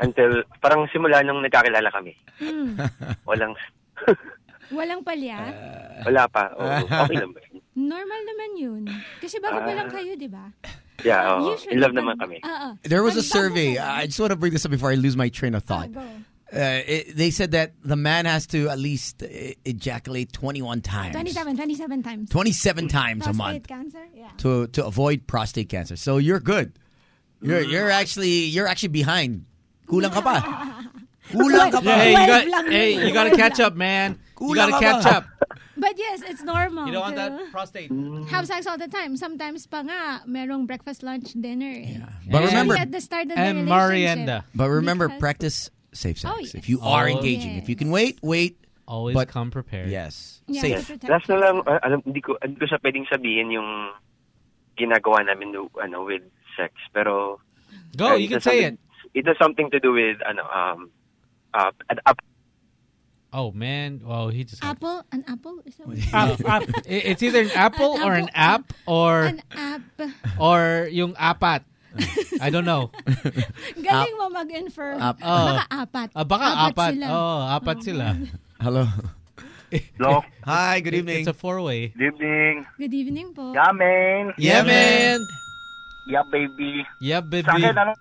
H: until parang simula nung nagkakilala kami.
F: mm.
H: Walang,
F: Walang
D: Uh,
F: palya.
H: wala pa. Oo, okay lang ba? yun?
F: Normal naman yun. Kasi bago pa
D: uh,
F: lang kayo, di ba? Uh,
H: Yeah, oo.
F: Usually,
H: in love
F: pag-
H: naman kami.
F: Oo.
D: There was
F: Pag
D: a
F: bago
D: survey.
F: pa lang-
D: I just want to bring this up before I lose my train of thought.
F: Go.
C: Oh.
D: Uh, it, they said that the man has to at least uh, ejaculate 21 times.
F: 27, 27 times.
D: 27 times a
F: Prostate
D: month
F: cancer? Yeah.
D: to to avoid prostate cancer. So you're good. You're you're actually you're actually behind. Kulang ka pa. Kulang ka pa.
C: hey, you
F: Twelve
C: got,
F: lang
C: hey,
F: yun.
C: you gotta
F: Twelve
C: catch
F: lang.
C: up, man. You
D: Kulang
C: gotta
D: ka
C: catch
D: ba?
C: up.
F: But yes, it's normal.
C: You don't want
F: to-
C: that prostate.
D: Mm.
F: have sex all the time. Sometimes pa nga, merong breakfast, lunch, dinner. eh.
D: But
C: And-
D: remember,
F: Especially at the start of the
C: and
F: relationship.
C: Marienda.
D: but remember,
F: Because-
D: practice safe sex.
F: Oh, yes.
D: If you are
C: Oh,
D: engaging,
F: yes.
D: if you can wait, wait.
C: Always
D: But-
C: come prepared.
D: Yes,
F: Yeah,
D: safe.
F: to protect
H: Last na lang,
F: yourself.
H: uh, alam, hindi ko, hindi ko siya pwedeng sabihin yung ginagawa namin do, ano, with sex. Pero,
C: Go,
H: uh,
C: you
H: it
C: can
H: has
C: say it.
H: something- It has something to do with, ano, um, uh, an up,
C: Oh man, oh he just.
F: Apple, an apple? Is that what-
E: Up, up.
C: Uh, I- It's either an apple
F: An
C: or an
F: apple.
C: app or
F: An app.
C: or yung apat. I don't know.
F: Galing mo mag-infer.
D: App.
F: Baka apat.
C: Ah, baka apat.
F: sila. Ah. Oh.
C: Oh, apat sila.
D: Hello.
B: Hello.
D: Hi. Good evening.
C: It's a four-way.
B: Good evening.
F: Good evening po.
B: Yeah, man.
D: yeah, man.
B: Yeah, baby.
C: Yeah, baby.
B: Sa akin, ano,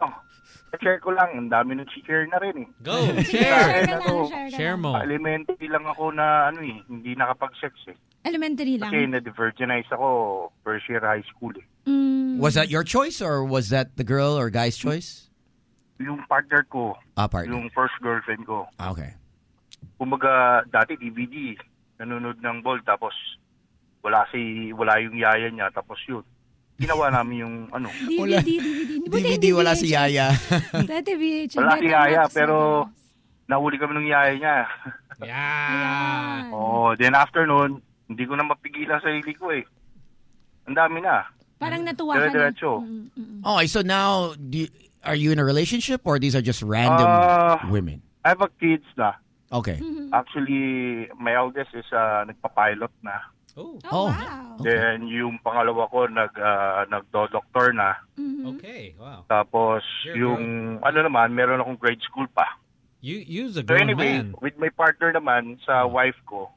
B: share ko lang. Ang dami nung share na rin eh.
C: Go,
F: Share
C: share.
F: ka lang,
B: Ano?
F: share ka
C: Share
F: lang.
C: mo.
B: Elementary lang ako na, ano eh, hindi nakapag-sex eh.
F: Elementary lang.
B: Kasi na-virginize ako first year high school eh.
F: Mm,
D: Was that your choice or was that the girl or guy's choice?
B: Yung partner ko,
D: Ah, partner.
B: yung first girlfriend ko,
D: Ah, Okay.
B: kumbaga dati DVD, nanonood ng ball, tapos wala si, wala yung yaya niya, tapos yun. Ginawa namin yung ano,
D: Wala.
F: DVD, DVD. Buti
D: DVD
F: hindi
D: wala si
F: VHS.
D: Yaya.
F: Dati VHS.
B: Wala
F: Dati
B: si Yaya,
F: Max na
B: pero-
F: ganun.
B: nahuli kami ng yaya niya.
C: Yeah.
F: Ayan.
B: oh, then after nun, hindi ko na mapigilan sa sarili ko eh. Ang dami na.
F: Parang natuwa ka na.
B: Dire-diretso.
F: Mm, mm, mm.
D: Oh, so now do you, are you in a relationship or these are just random
B: Ah.
D: women?
B: I have a kids na.
D: Okay.
F: Mm-hmm.
B: Actually, my eldest is ah, nagpa-pilot na.
C: Oh,
F: Oh,
D: Oh.
F: wow.
B: Then yung pangalawa ko nag ah, nagdo-doctor na.
F: Mhm.
C: okay. Wow.
B: Tapos
C: Sure,
B: yung ano naman, meron akong grade school pa.
C: You use
B: So
C: a grown
B: anyway,
C: man. Hmm.
B: with my partner naman sa wife ko,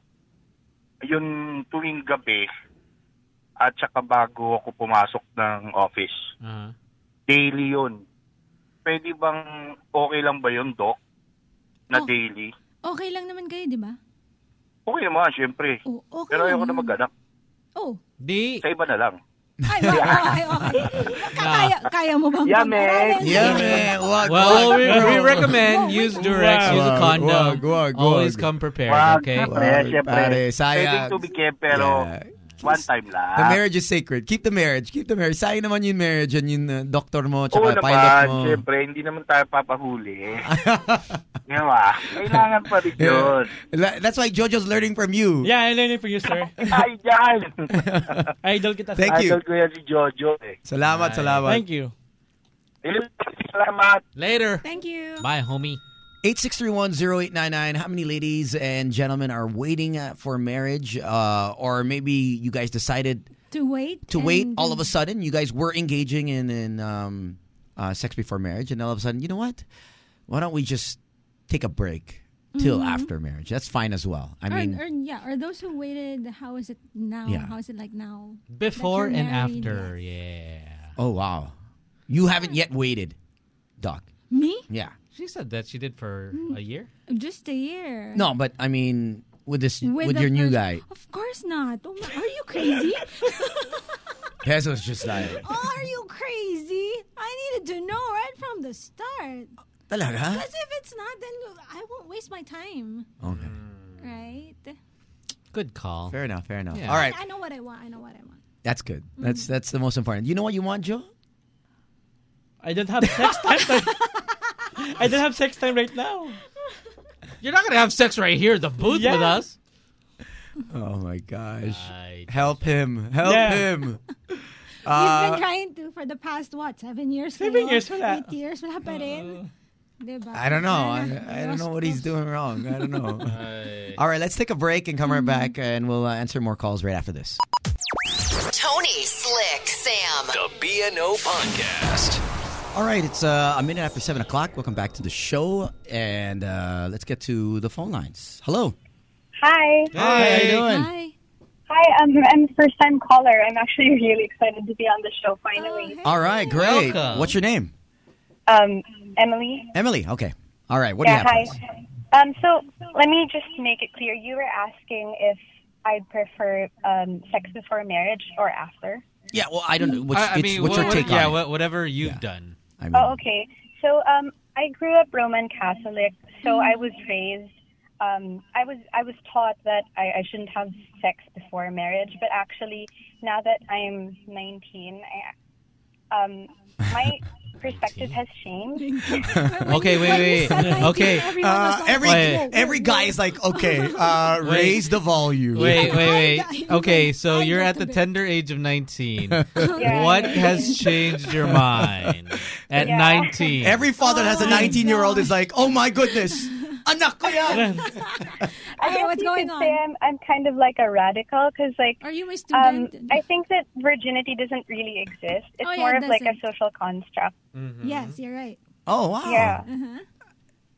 B: yun tuwing gabi,
I: at saka bago ako pumasok ng office.
C: Uh-huh.
I: Daily yun. Pwede bang okay lang ba yun, Doc? Na
F: Oh.
I: daily?
F: Okay lang naman kayo, di ba?
I: Okay naman, syempre.
F: Oh, okay
I: Pero
F: lang
I: ayoko na
F: naman.
I: mag-anak.
F: Oh.
C: Di, Ah.
I: Sa iba na lang.
F: Ay, wa- okay, okay. Kaya, kaya mo bang
A: Yeah, man.
F: pag-aralan?
D: Yeah, man. Wag,
C: well,
D: wag,
C: we,
D: bro.
C: we recommend use Durex, use
D: Wag,
C: a condom.
D: wag, wag,
C: Always
D: wag.
C: come prepared,
I: Wag,
C: okay?
I: syempre,
D: Wag,
I: syempre.
D: pare, sayang.
I: Pwedeng tumikip, pero
D: Yeah.
I: one time lang.
D: The marriage is sacred. Keep the marriage. Keep the marriage. Sayang naman yung marriage and yung uh, doctor mo
I: Oo
D: tsaka pilot
I: naman,
D: mo.
I: syempre, hindi naman tayo papahuli. Di ba? Kailangan pa rin yun.
D: Eh, La- That's why Jojo's learning from you.
E: Yeah, I learned it from you, sir.
I: Ay, dyan!
E: Idol kita, sir.
D: Thank you.
I: Idol ko yan si Jojo eh.
D: Salamat, salamat.
E: Thank you.
I: Ayun, Salamat.
C: Later.
F: Thank you.
C: Bye, homie.
D: 86310899. How many ladies and gentlemen are waiting uh, for marriage? Uh, or maybe you guys decided
F: To wait.
D: to wait all of a
F: us.
D: sudden. You guys were engaging in, in um, uh, sex before marriage, and all of a sudden, you know what? Why don't we just take a break till after marriage? That's fine as well. I mean,
F: Mm-hmm. or, or, yeah, or those who waited, how is it now?
D: Yeah.
F: How is it like now?
C: Before
F: That you're
C: and
F: married,
C: after,
F: yes.
C: yeah.
D: oh, wow. You haven't yet waited, Doc.
F: Me?
D: Yeah.
C: She said that she did for
F: Mm-hmm.
C: a year.
F: Just a year.
D: No, but I mean, with this, with,
F: the
D: your new
F: first-
D: guy,
F: Of course not. Oh my, are you crazy?
D: Peso's just like,
F: oh, are you crazy? I needed to know right from the start.
D: talaga?
F: Because if it's not, then I won't waste my time,
D: Okay.
F: right?
C: Good call.
D: Fair enough. Fair enough.
C: Yeah.
D: All right.
F: I know what I want. I know what I want.
D: That's good. That's
F: Mm-hmm.
D: that's the most important. You know what you want, Joe?
E: I don't have sex time. I don't have sex time right now.
C: You're not gonna have sex right here at the booth
E: Yeah.
C: with us.
D: Oh my gosh.
C: I-
D: Help him. Help
E: Yeah.
D: him.
F: We've
D: Uh,
F: been trying to for the past, what, seven years?
E: Seven
F: ngayon?
E: years, wala.
F: Eight years, wala pa rin. Diba?
D: Uh, I don't know. I,
F: Wala na.
D: I don't know what he's doing wrong. I don't know.
C: I-
D: All right, let's take a break and come right back, and we'll uh, answer more calls right after this.
J: Tony, Slick, Sam.
K: The BNO Podcast.
D: All right, it's uh, a minute after seven o'clock. Welcome back to the show, and uh, let's get to the phone lines. Hello.
L: Hi.
D: Hi. How you doing?
F: Hi.
L: Hi, um, I'm first time caller. I'm actually really excited to be on the show finally.
F: Oh,
D: All right, great.
C: Welcome.
D: What's your name?
L: Um, Emily.
D: Emily. Okay. All right. What
L: Yeah,
D: do you
L: hi.
D: have? for us?
L: Um, so let me just make it clear. You were asking if I prefer um, sex before marriage or after.
D: Yeah. Well, Oh, I don't know. What's,
C: I
D: it's-
C: mean,
D: what's
C: what-
D: your take
C: yeah,
D: on it?
C: what- whatever you've done.
D: I mean,
L: Oh, okay. So um, I grew up Roman Catholic, so I was raised. Um, I was I was taught that I, I shouldn't have sex before marriage, but actually now that I'm 19, I, um, my perspective has changed.
C: Okay, wait, wait, wait. Okay.
D: Uh, every
C: Wait.
D: every guy is like, okay, uh,
C: Wait.
D: raise the volume.
C: Wait, wait,
F: I-
C: wait.
F: I-
C: Okay, so
F: I
C: you're
F: got
C: at the
F: the bit.
C: tender age of 19.
L: Yeah.
C: What has changed your mind at
L: Yeah.
C: 19?
D: Every father that has a 19 year old is like, oh my goodness, anak ko yan.
L: I
F: Okay,
L: guess
F: what's
L: you
F: going
L: could
F: on?
L: say I'm I'm kind of like a radical because like
F: Are you a
L: um,
F: student?
L: I think that virginity doesn't really exist. It's
F: Oh, yeah,
L: more
F: it
L: of like a
F: doesn't.
L: social construct.
M: Mm-hmm.
F: yes, you're right.
D: Oh, wow.
L: Yeah.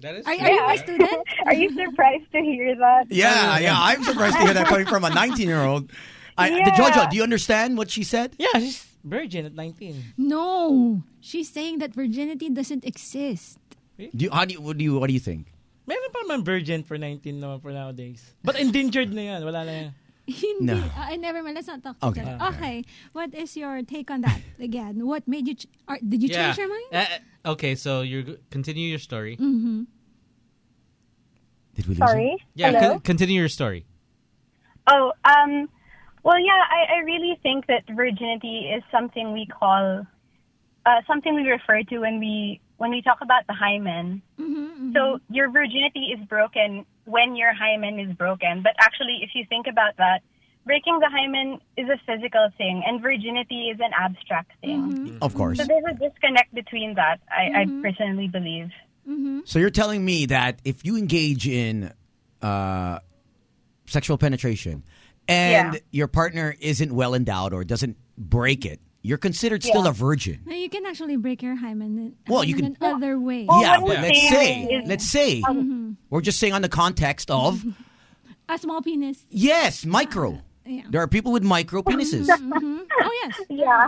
C: That is
F: Are, are you
L: Uh-huh. Yeah.
F: a student?
L: Are you surprised to hear that?
D: Yeah, yeah. I'm surprised to hear that coming from a 19 year old. I,
L: Yeah.
D: Jojo, do you understand what she said?
E: Yeah, she's virgin at 19.
F: No, she's saying that virginity doesn't exist.
D: Do you, how do you, what do you, what do you think?
E: Meron pa man virgin for 19 naman for nowadays. But endangered na yan. Wala na yan.
F: Hindi.
D: No.
F: I never mind. Let's not talk. to
D: Okay.
F: each
L: Ah,
F: other. Okay. What is your take on that again? What made you? Ch- are, did you change your mind? Mm. Mm-hmm.
C: Uh, okay, so you continue your story.
D: Did we lose
L: Sorry.
C: Yeah,
L: Hello?
C: con- continue your story.
L: Oh, um, well, yeah, I, I really think that virginity is something we call, uh, something we refer to when we when we talk about the hymen. So your virginity is broken when your hymen is broken. But actually, if you think about that, breaking the hymen is a physical thing, and virginity is an abstract thing.
D: him? Of course.
L: So there's a disconnect between that. I, I personally believe.
D: So you're telling me that if you engage in uh, sexual penetration and
L: Yeah.
D: your partner isn't well endowed or doesn't break it, you're considered still
L: Yeah.
D: a virgin.
F: No, you can actually break your hymen. In,
D: Well, you
F: in
D: can-
F: another way.
L: Well,
D: yeah,
L: what
D: but
L: we're
D: let's
L: saying
D: say,
L: is-
D: let's say, we're just saying on the context of
F: A Mm-hmm. small penis.
D: Yes, micro.
F: Yeah.
D: There are people with micro penises.
F: Mhm. Oh yes. Yeah.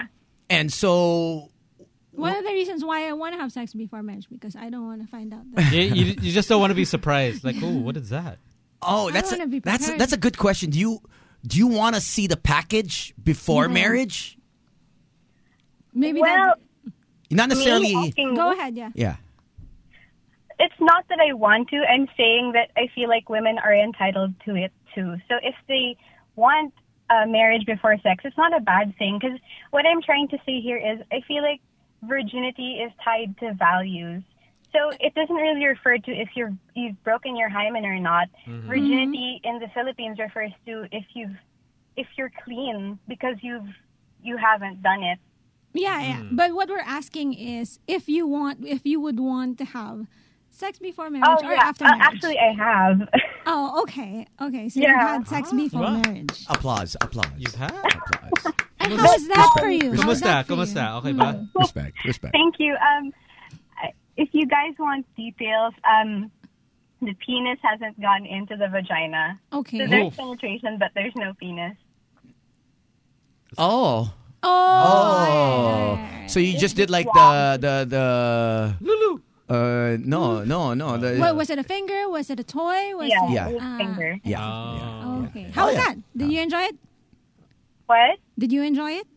D: and so
F: One of the reasons why I want to have sex before marriage because I don't want to find out. That
C: you, you, you just don't want to be surprised. Like, oh, what is that?
D: Oh,
F: I
D: that's a,
F: wanna be
D: that's a,
F: prepared.
D: that's a good question. Do you do you want to see the package before
F: No.
D: marriage?
F: maybe
L: well,
D: Not necessarily.
L: Go ahead,
F: yeah.
D: Yeah.
L: It's not that I want to. I'm saying that I feel like women are entitled to it too. So if they want a marriage before sex, it's not a bad thing. Because what I'm trying to say here is I feel like virginity is tied to values. So it doesn't really refer to if you're you've broken your hymen or not.
C: Mm-hmm.
M: Mhm.
L: Virginity in the Philippines refers to if you've if you're clean because you've you haven't done it.
F: Yeah, yeah.
L: Mm.
F: But what we're asking is if you want, if you would want to have sex before marriage
L: Oh
F: or
L: yeah,
F: after
L: Uh,
F: marriage.
L: actually I have.
F: oh, okay, okay. So you
L: Yeah.
F: had sex before marriage.
D: Applause, applause. You've
C: had
F: And how's that for you? How's
C: Kumusta?
F: that for you? Mm.
C: Kumusta? Okay ba?
D: Respect, respect.
L: Thank you. Um, I- if you guys want details, um, the penis hasn't gone into the vagina.
F: Okay.
L: So there's
D: Oof.
L: penetration, but there's no penis.
D: Oh.
F: Oh.
D: So you just did like the the the Lulu. Uh no, no, no. The,
F: What was it? A finger? Was it a toy? Was
L: Yeah,
F: it,
D: Yeah. it was
F: ah,
L: finger.
D: Yeah.
F: Okay. How was that? Did you enjoy it?
L: What?
F: Did you enjoy it?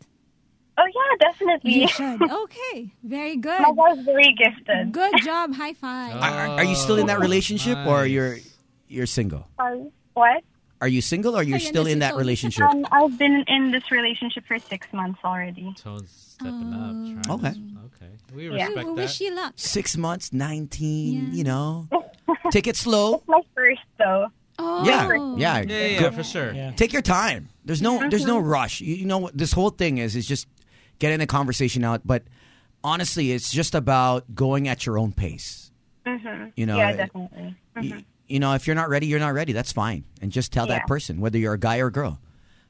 L: Oh yeah, definitely.
F: You should. Okay. Very good.
L: I was very gifted.
F: Good job. High five.
D: Are,
C: Ah.
D: are, are you still in that relationship or you're you're single?
L: Um, what?
D: Are you single or you're still in that relationship?
L: Um, I've been in this relationship for six months already.
C: Stepping
F: Oh.
C: up. trying
D: Okay.
C: to- Okay. We
L: Yeah.
C: respect
L: We
C: that.
L: wish you luck.
D: Six months, nineteen. You know, take it slow.
L: My first though.
F: Oh.
D: Yeah, yeah,
C: Yeah, yeah,
D: Good.
C: for sure.
D: Take your time. There's no, there's no rush. You, you know, what this whole thing is is just getting the conversation out. But honestly, it's just about going at your own pace.
L: Mm-hmm.
D: You know,
L: yeah,
D: it-
L: definitely. Mhm.
D: You know, if you're not ready, you're not ready. That's fine, and just tell
L: Yeah.
D: that person whether you're a guy or a girl.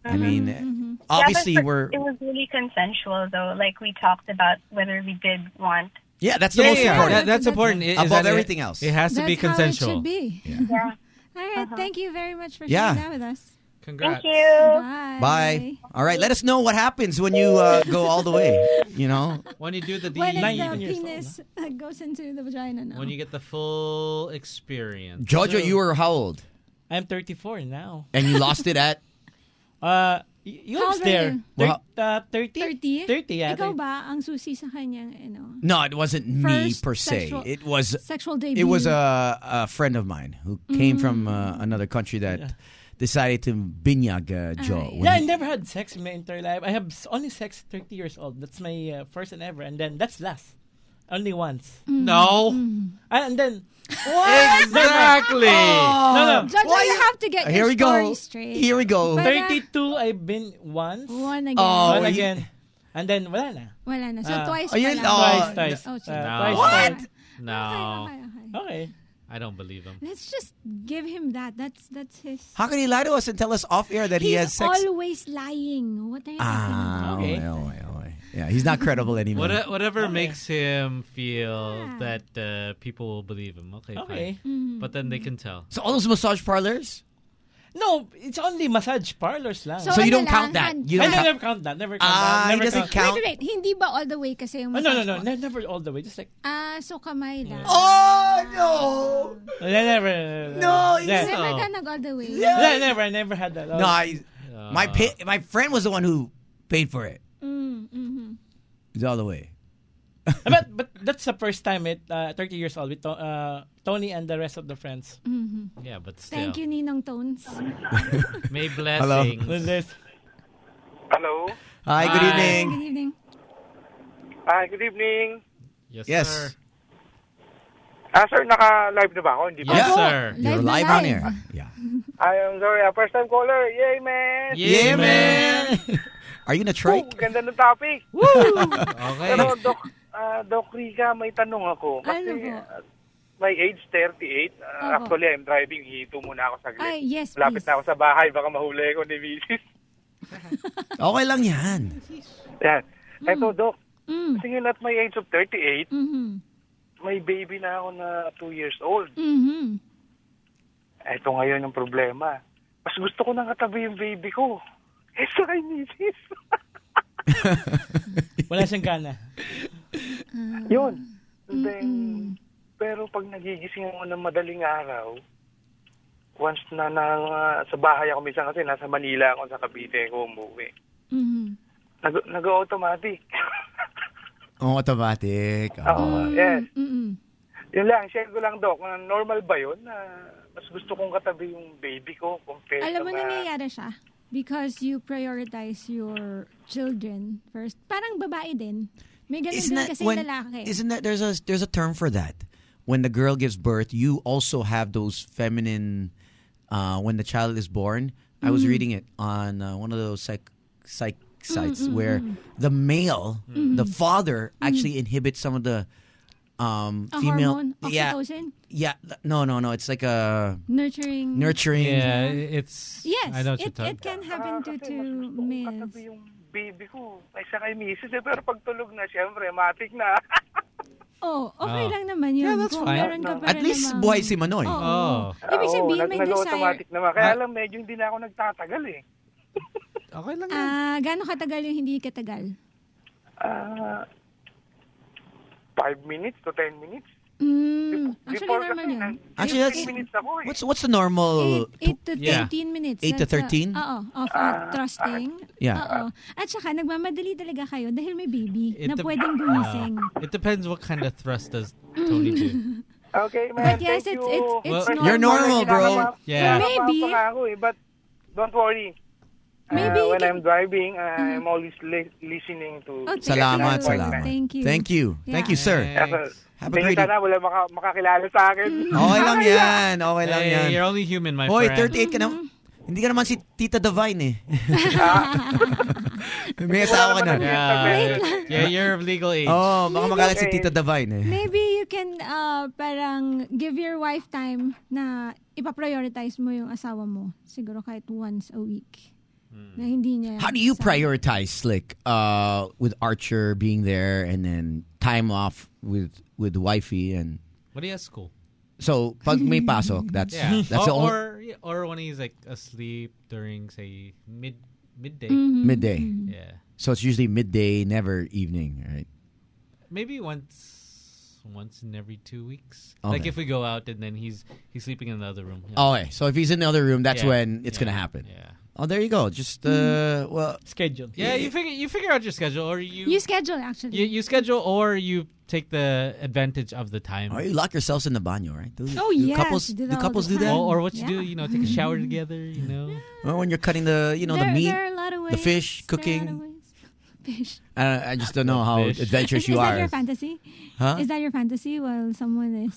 D: I
L: Mhm,
D: mean,
L: mhm.
D: obviously
L: yeah, but for-
D: we're
L: It was really consensual though. Like we talked about whether we did want.
D: yeah. That's the
C: Yeah,
D: most
C: yeah,
D: important.
C: that- that's important. Is
D: above
C: that it-
D: everything else.
C: it has to
F: That's how
C: be
F: it
C: consensual.
F: should be.
L: Yeah.
F: All
L: Uh-huh.
F: right, Thank you very much for
D: Yeah.
F: sharing that with us.
C: Congrats.
L: Thank you.
F: Bye.
D: Bye. All right, let us know what happens when you uh, go all the way. You know,
C: When you do the
F: When it's
C: deed,
F: the penis uh, goes into the vagina now.
C: when you get the full experience.
D: Jojo, you were how old?
E: I'm 34 now.
D: And you lost it at
E: Uh, y- you
F: How
E: was
F: old were
E: there.
F: you?
E: Thir-
D: Well-
E: uh,
F: 30?
E: 30? 30, yeah.
F: Ikaw
E: 30.
F: ba ang susi sa kanyang, ano?
D: no, it wasn't me
F: First
D: per se.
F: sexual-
D: it was
F: sexual
D: It
F: debut.
D: was uh, a, a friend of mine who came from
F: Mm.
D: uh, another country that decided to binyag uh, Joe.
E: Yeah, I never had sex in my entire life. I have s- only sex 30 years old. That's my uh, first and ever. And then that's last. Only once.
F: Mm.
C: No.
E: And then.
C: Exactly.
E: No, no.
F: Jojo,
D: Why
F: you
D: you-
F: have to get
D: Oh. Uh, Here
F: your
D: we go.
F: story straight.
D: Here we go.
F: But, uh,
E: 32, I've been once.
F: One again.
E: One
D: Oh, you-
E: again. And then wala na.
F: Wala na. So,
E: Ah.
F: twice
D: Ayun,
F: pala.
D: oh.
E: Twice, twice.
F: Oh, so
E: Uh,
C: No.
E: twice.
C: What?
E: twice.
C: Ah. No.
E: Okay.
C: I don't believe him.
F: Let's just give him that. That's that's his.
D: How can he lie to us and tell us off air that he has
F: He's
D: sex?
F: always lying. What are you
D: Ah,
F: talking about?
D: oy, oy, oy. yeah, he's not credible anymore.
C: What, uh, whatever makes him feel that uh, people will believe him. Okay,
E: Okay.
F: Mm-hmm.
C: fine. But then they can tell.
D: so all those massage parlors?
E: No, it's only massage parlors lang.
F: So So you ano don't count lang, that? hand- You don't
E: I
F: count-
E: never count that. Never count
D: Ah, he
E: that. Never
D: doesn't
E: count.
F: Wait, wait, wait. Hindi ba all the way kasi yung
E: Oh, no, no,
F: massage
E: no,
F: mo?
E: ne- never all the way. Just like
F: Ah, so kamay lang.
D: Oh
E: ne- never, never,
D: No,
E: never.
D: it's
E: Yeah. Oh.
F: Never ka nag all the way.
D: Yeah.
E: Ne- never, I never had that.
D: no! No, I,
E: Oh.
D: my pay, my friend was the one who paid for it.
F: Mm, mhm.
D: It's all the way.
E: but but that's the first time at uh, 30 years old with to, uh, Tony and the rest of the friends.
F: Mhm.
C: Yeah, but still.
F: Thank you, Ninong Tones.
C: May blessings.
E: With this.
B: Hello?
D: Hi, good
C: Hi.
D: evening.
F: Good evening.
B: Hi, good evening.
C: Yes,
D: Yes.
C: sir.
B: Ah, sir, naka-live na ba ako? Hindi
C: Yes,
B: ba?
C: sir.
D: You're
F: na
D: live, on air. Yeah.
B: I am sorry. ah, First time caller. Yay, man!
C: Yeah, man.
D: Are you gonna
B: Woo,
D: try?
B: ganda ng topic.
C: Okay.
B: Pero, Doc, ah, Doc Rica, may tanong ako.
F: Ano
B: Kasi,
F: po?
B: ah, my age 38.
F: Opo.
B: Ah, actually, I'm driving. Hito muna ako saglit.
F: Ay, yes,
B: Lapit
F: please.
B: na ako sa bahay. Baka mahuli ko ni Mrs.
D: Okay lang yan.
B: Yan. Eto, Doc.
F: Mm.
B: Kasi yun at my age of 38,
F: Mm-hmm.
B: may baby na ako na 2 years old.
F: Mm-hmm.
B: Eto ngayon yung problema. Mas gusto ko nang katabi yung baby ko.
N: Chinese.
E: Wala siyang gana.
M: Yun.
F: Mm-hmm.
M: Then, pero pag nagigising ako ng madaling araw, once na, na sa bahay ako minsan kasi nasa Manila ako sa Cavite ako umuwi.
F: Mm-hmm.
M: Nag, nag-automatic.
D: Oh, automatic.
M: Oo,
F: Mm,
D: Oh.
M: yes. Yun lang, share ko lang, Doc. na Normal ba yun? Na mas gusto kong katabi yung baby ko compared
F: Alam mo,
M: sa mga-
F: nangyayari siya. Because you prioritize your children first. Parang babae din. May ganun
D: Isn't
F: din
D: that
F: kasi
D: when-
F: lalaki.
D: Isn't that there's a there's a term for that? When the girl gives birth, you also have those feminine. Uh, when the child is born, I was
O: Mhm.
F: Mm-hmm.
D: reading it on uh, one of those psych psych sites
O: Mm,
F: mm-hmm,
O: mm,
D: where
O: mm.
D: the male,
F: Mhm.
D: the father,
F: Mhm.
D: actually inhibits some of the um,
F: A
D: female.
F: hormone,
D: yeah,
F: oxytocin,
D: yeah. No, no, no. It's like a
F: nurturing.
D: nurturing.
C: Yeah, it's.
F: Mm. Yes,
D: I know what you're
F: it,
D: talking
F: it can
M: Ah,
F: happen due to males.
M: baby ko. Kaysa kay misis eh. Pero pag tulog na, syempre, matik na.
F: Oh, okay
D: Oh.
F: lang naman yun.
D: Yeah, that's
F: Kung
D: fine.
F: meron ka pa
D: At
F: rin
D: least
F: namang-
D: buhay si Manoy. Oh.
F: Oo. Ibig sabihin, may desire.
M: automatic naman. Kaya alam, medyo hindi na ako nagtatagal eh.
C: Okay lang
F: Ah, gano'ng katagal yung hindi katagal?
M: Ah, five minutes to ten minutes.
F: Mm, actually,
M: Before
F: normal yun.
D: Actually, that's what's what's the normal?
F: 8 to
D: Yeah.
F: 13 minutes.
D: Eight to
F: That's a-
D: 13?
F: Oo, of uh,
M: Ah,
F: thrusting.
D: Yeah.
F: Oo. At saka, nagmamadali talaga kayo dahil may baby na
C: dep-
F: pwedeng gumising.
M: Ah.
C: Uh, it depends what kind of thrust does Tony do.
M: Okay, man.
F: But yes,
M: thank
F: it's-
M: you.
F: it's- it's
C: Well, you're normal, bro.
M: Kinakabahan-
C: Yeah.
M: kinakabahan
F: Maybe.
M: pa nga ako eh, but don't worry. Uh,
F: Maybe you
M: when
F: can- Mm-hmm.
M: I'm driving, uh, I'm always li- listening to...
F: Okay.
D: Salamat,
F: Thank you.
D: salamat.
F: Thank you.
D: Thank you, Thank you, sir. Have a
M: Tingin
D: great day.
M: sana wala maka- makakilala sa akin.
D: Okay lang yan. Okay lang
C: Hey,
D: yan.
C: you're only human, my
D: Hoy,
C: friend.
D: 38 ka na.
F: Mm-hmm.
D: Hindi ka naman si Tita Divine eh. May
C: Wala
D: asawa ka na.
C: naman ang Wait lang. Yeah, you're of legal age.
D: Oh, baka magalit si
F: Okay.
D: Tita Divine eh.
F: Maybe you can uh, parang give your wife time na ipaprioritize mo yung asawa mo. Siguro kahit once a week.
C: Hmm.
F: Na hindi niya.
D: How do you prioritize Slick uh, with Archer being there and then time off with with wifey and
C: What do you have school?
D: so pag may pasok that's
C: Yeah.
D: that's
C: or,
D: the only
C: or yeah, or when he's like asleep during say mid midday.
F: Mm-hmm.
D: midday.
C: Yeah.
D: So it's usually midday, never evening, right?
C: Maybe once once in every two weeks. Like
D: Okay. Oh,
C: if we go out and then he's he's sleeping in the other room. Yeah.
D: Okay, so if he's in the other room, that's
C: Yeah.
D: when it's gonna
C: Yeah.
D: happen. Yeah. Oh, there you go. Just uh,
F: Mm-hmm.
D: well,
E: schedule.
C: Yeah, you figure you figure out your schedule or you
F: You schedule actually.
C: you, you schedule or you take the advantage of the time.
D: Or Oh, you lock yourselves in the baño, right? Do,
F: Oh,
D: do
F: yes,
D: Couples,
F: we
D: do
F: do that all
D: couples
F: the
D: do that?
F: time.
C: Or what you do, you know, take a shower together, you know.
D: Well, when you're cutting the, you know,
F: there,
D: the meat,
F: there are a lot of
D: the
F: ways.
D: fish,
F: There are a lot of
D: cooking.
F: ways. Fish.
D: I, don't, I just don't know how
C: fish.
D: adventurous
F: Is,
D: you
F: is
D: are.
F: that your fantasy?
D: Huh?
F: Is that your fantasy while someone is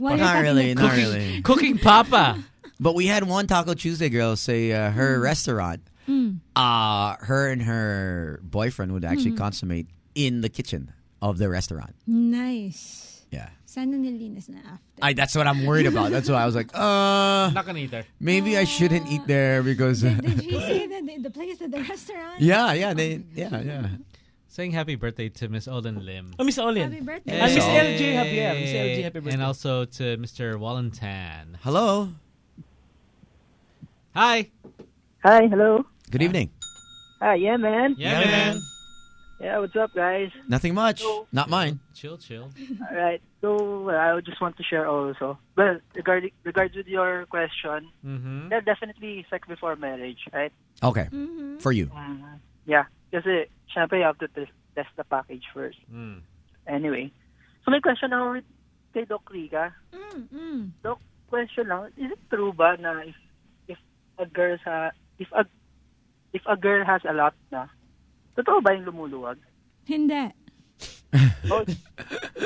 F: while you're
D: not
F: cutting
D: really,
F: the
D: not
F: fish?
D: really.
C: Cooking Papa.
D: But we had one Taco Tuesday girl say uh,
F: Mm-hmm.
D: her restaurant,
F: Mm.
D: uh, her and her boyfriend would actually
F: Mm.
D: consummate in the kitchen of the restaurant.
F: Nice.
D: Yeah.
F: Sana nilinis na after.
D: I, that's what I'm worried about. That's why I was like, uh,
C: Not gonna eat there.
D: Maybe I shouldn't eat there because.
F: Did she say that the, the place at the restaurant? Oh
D: yeah, yeah, they, yeah, yeah.
C: Saying happy birthday to Miss Olin Lim.
E: Oh, Miss Olin.
F: Happy birthday.
E: And Miss LJ Javier. Miss LJ, happy birthday.
C: And also to Mr. Wallentan.
D: Hello.
C: Hi.
A: Hi, hello.
D: Good evening.
A: Hi, yeah, man.
C: Yeah, man.
A: Yeah, what's up, guys?
D: Nothing much. Not mine.
C: Chill, chill.
A: All right. So well, I just want to share also. Well, regarding regards with your question,
C: Mm-hmm.
A: yeah, definitely sex before marriage, right?
D: Okay.
F: Mm-hmm.
D: For you.
A: Uh, yeah, kasi syempre you have to test, test the package first. Anyway, so may question ako with- kay Doc Rica.
F: Mm,
A: Doc, question lang, is it true ba na if, if a girl sa if a if a girl has a lot na, totoo ba yung lumuluwag?
F: Hindi.
A: Oh,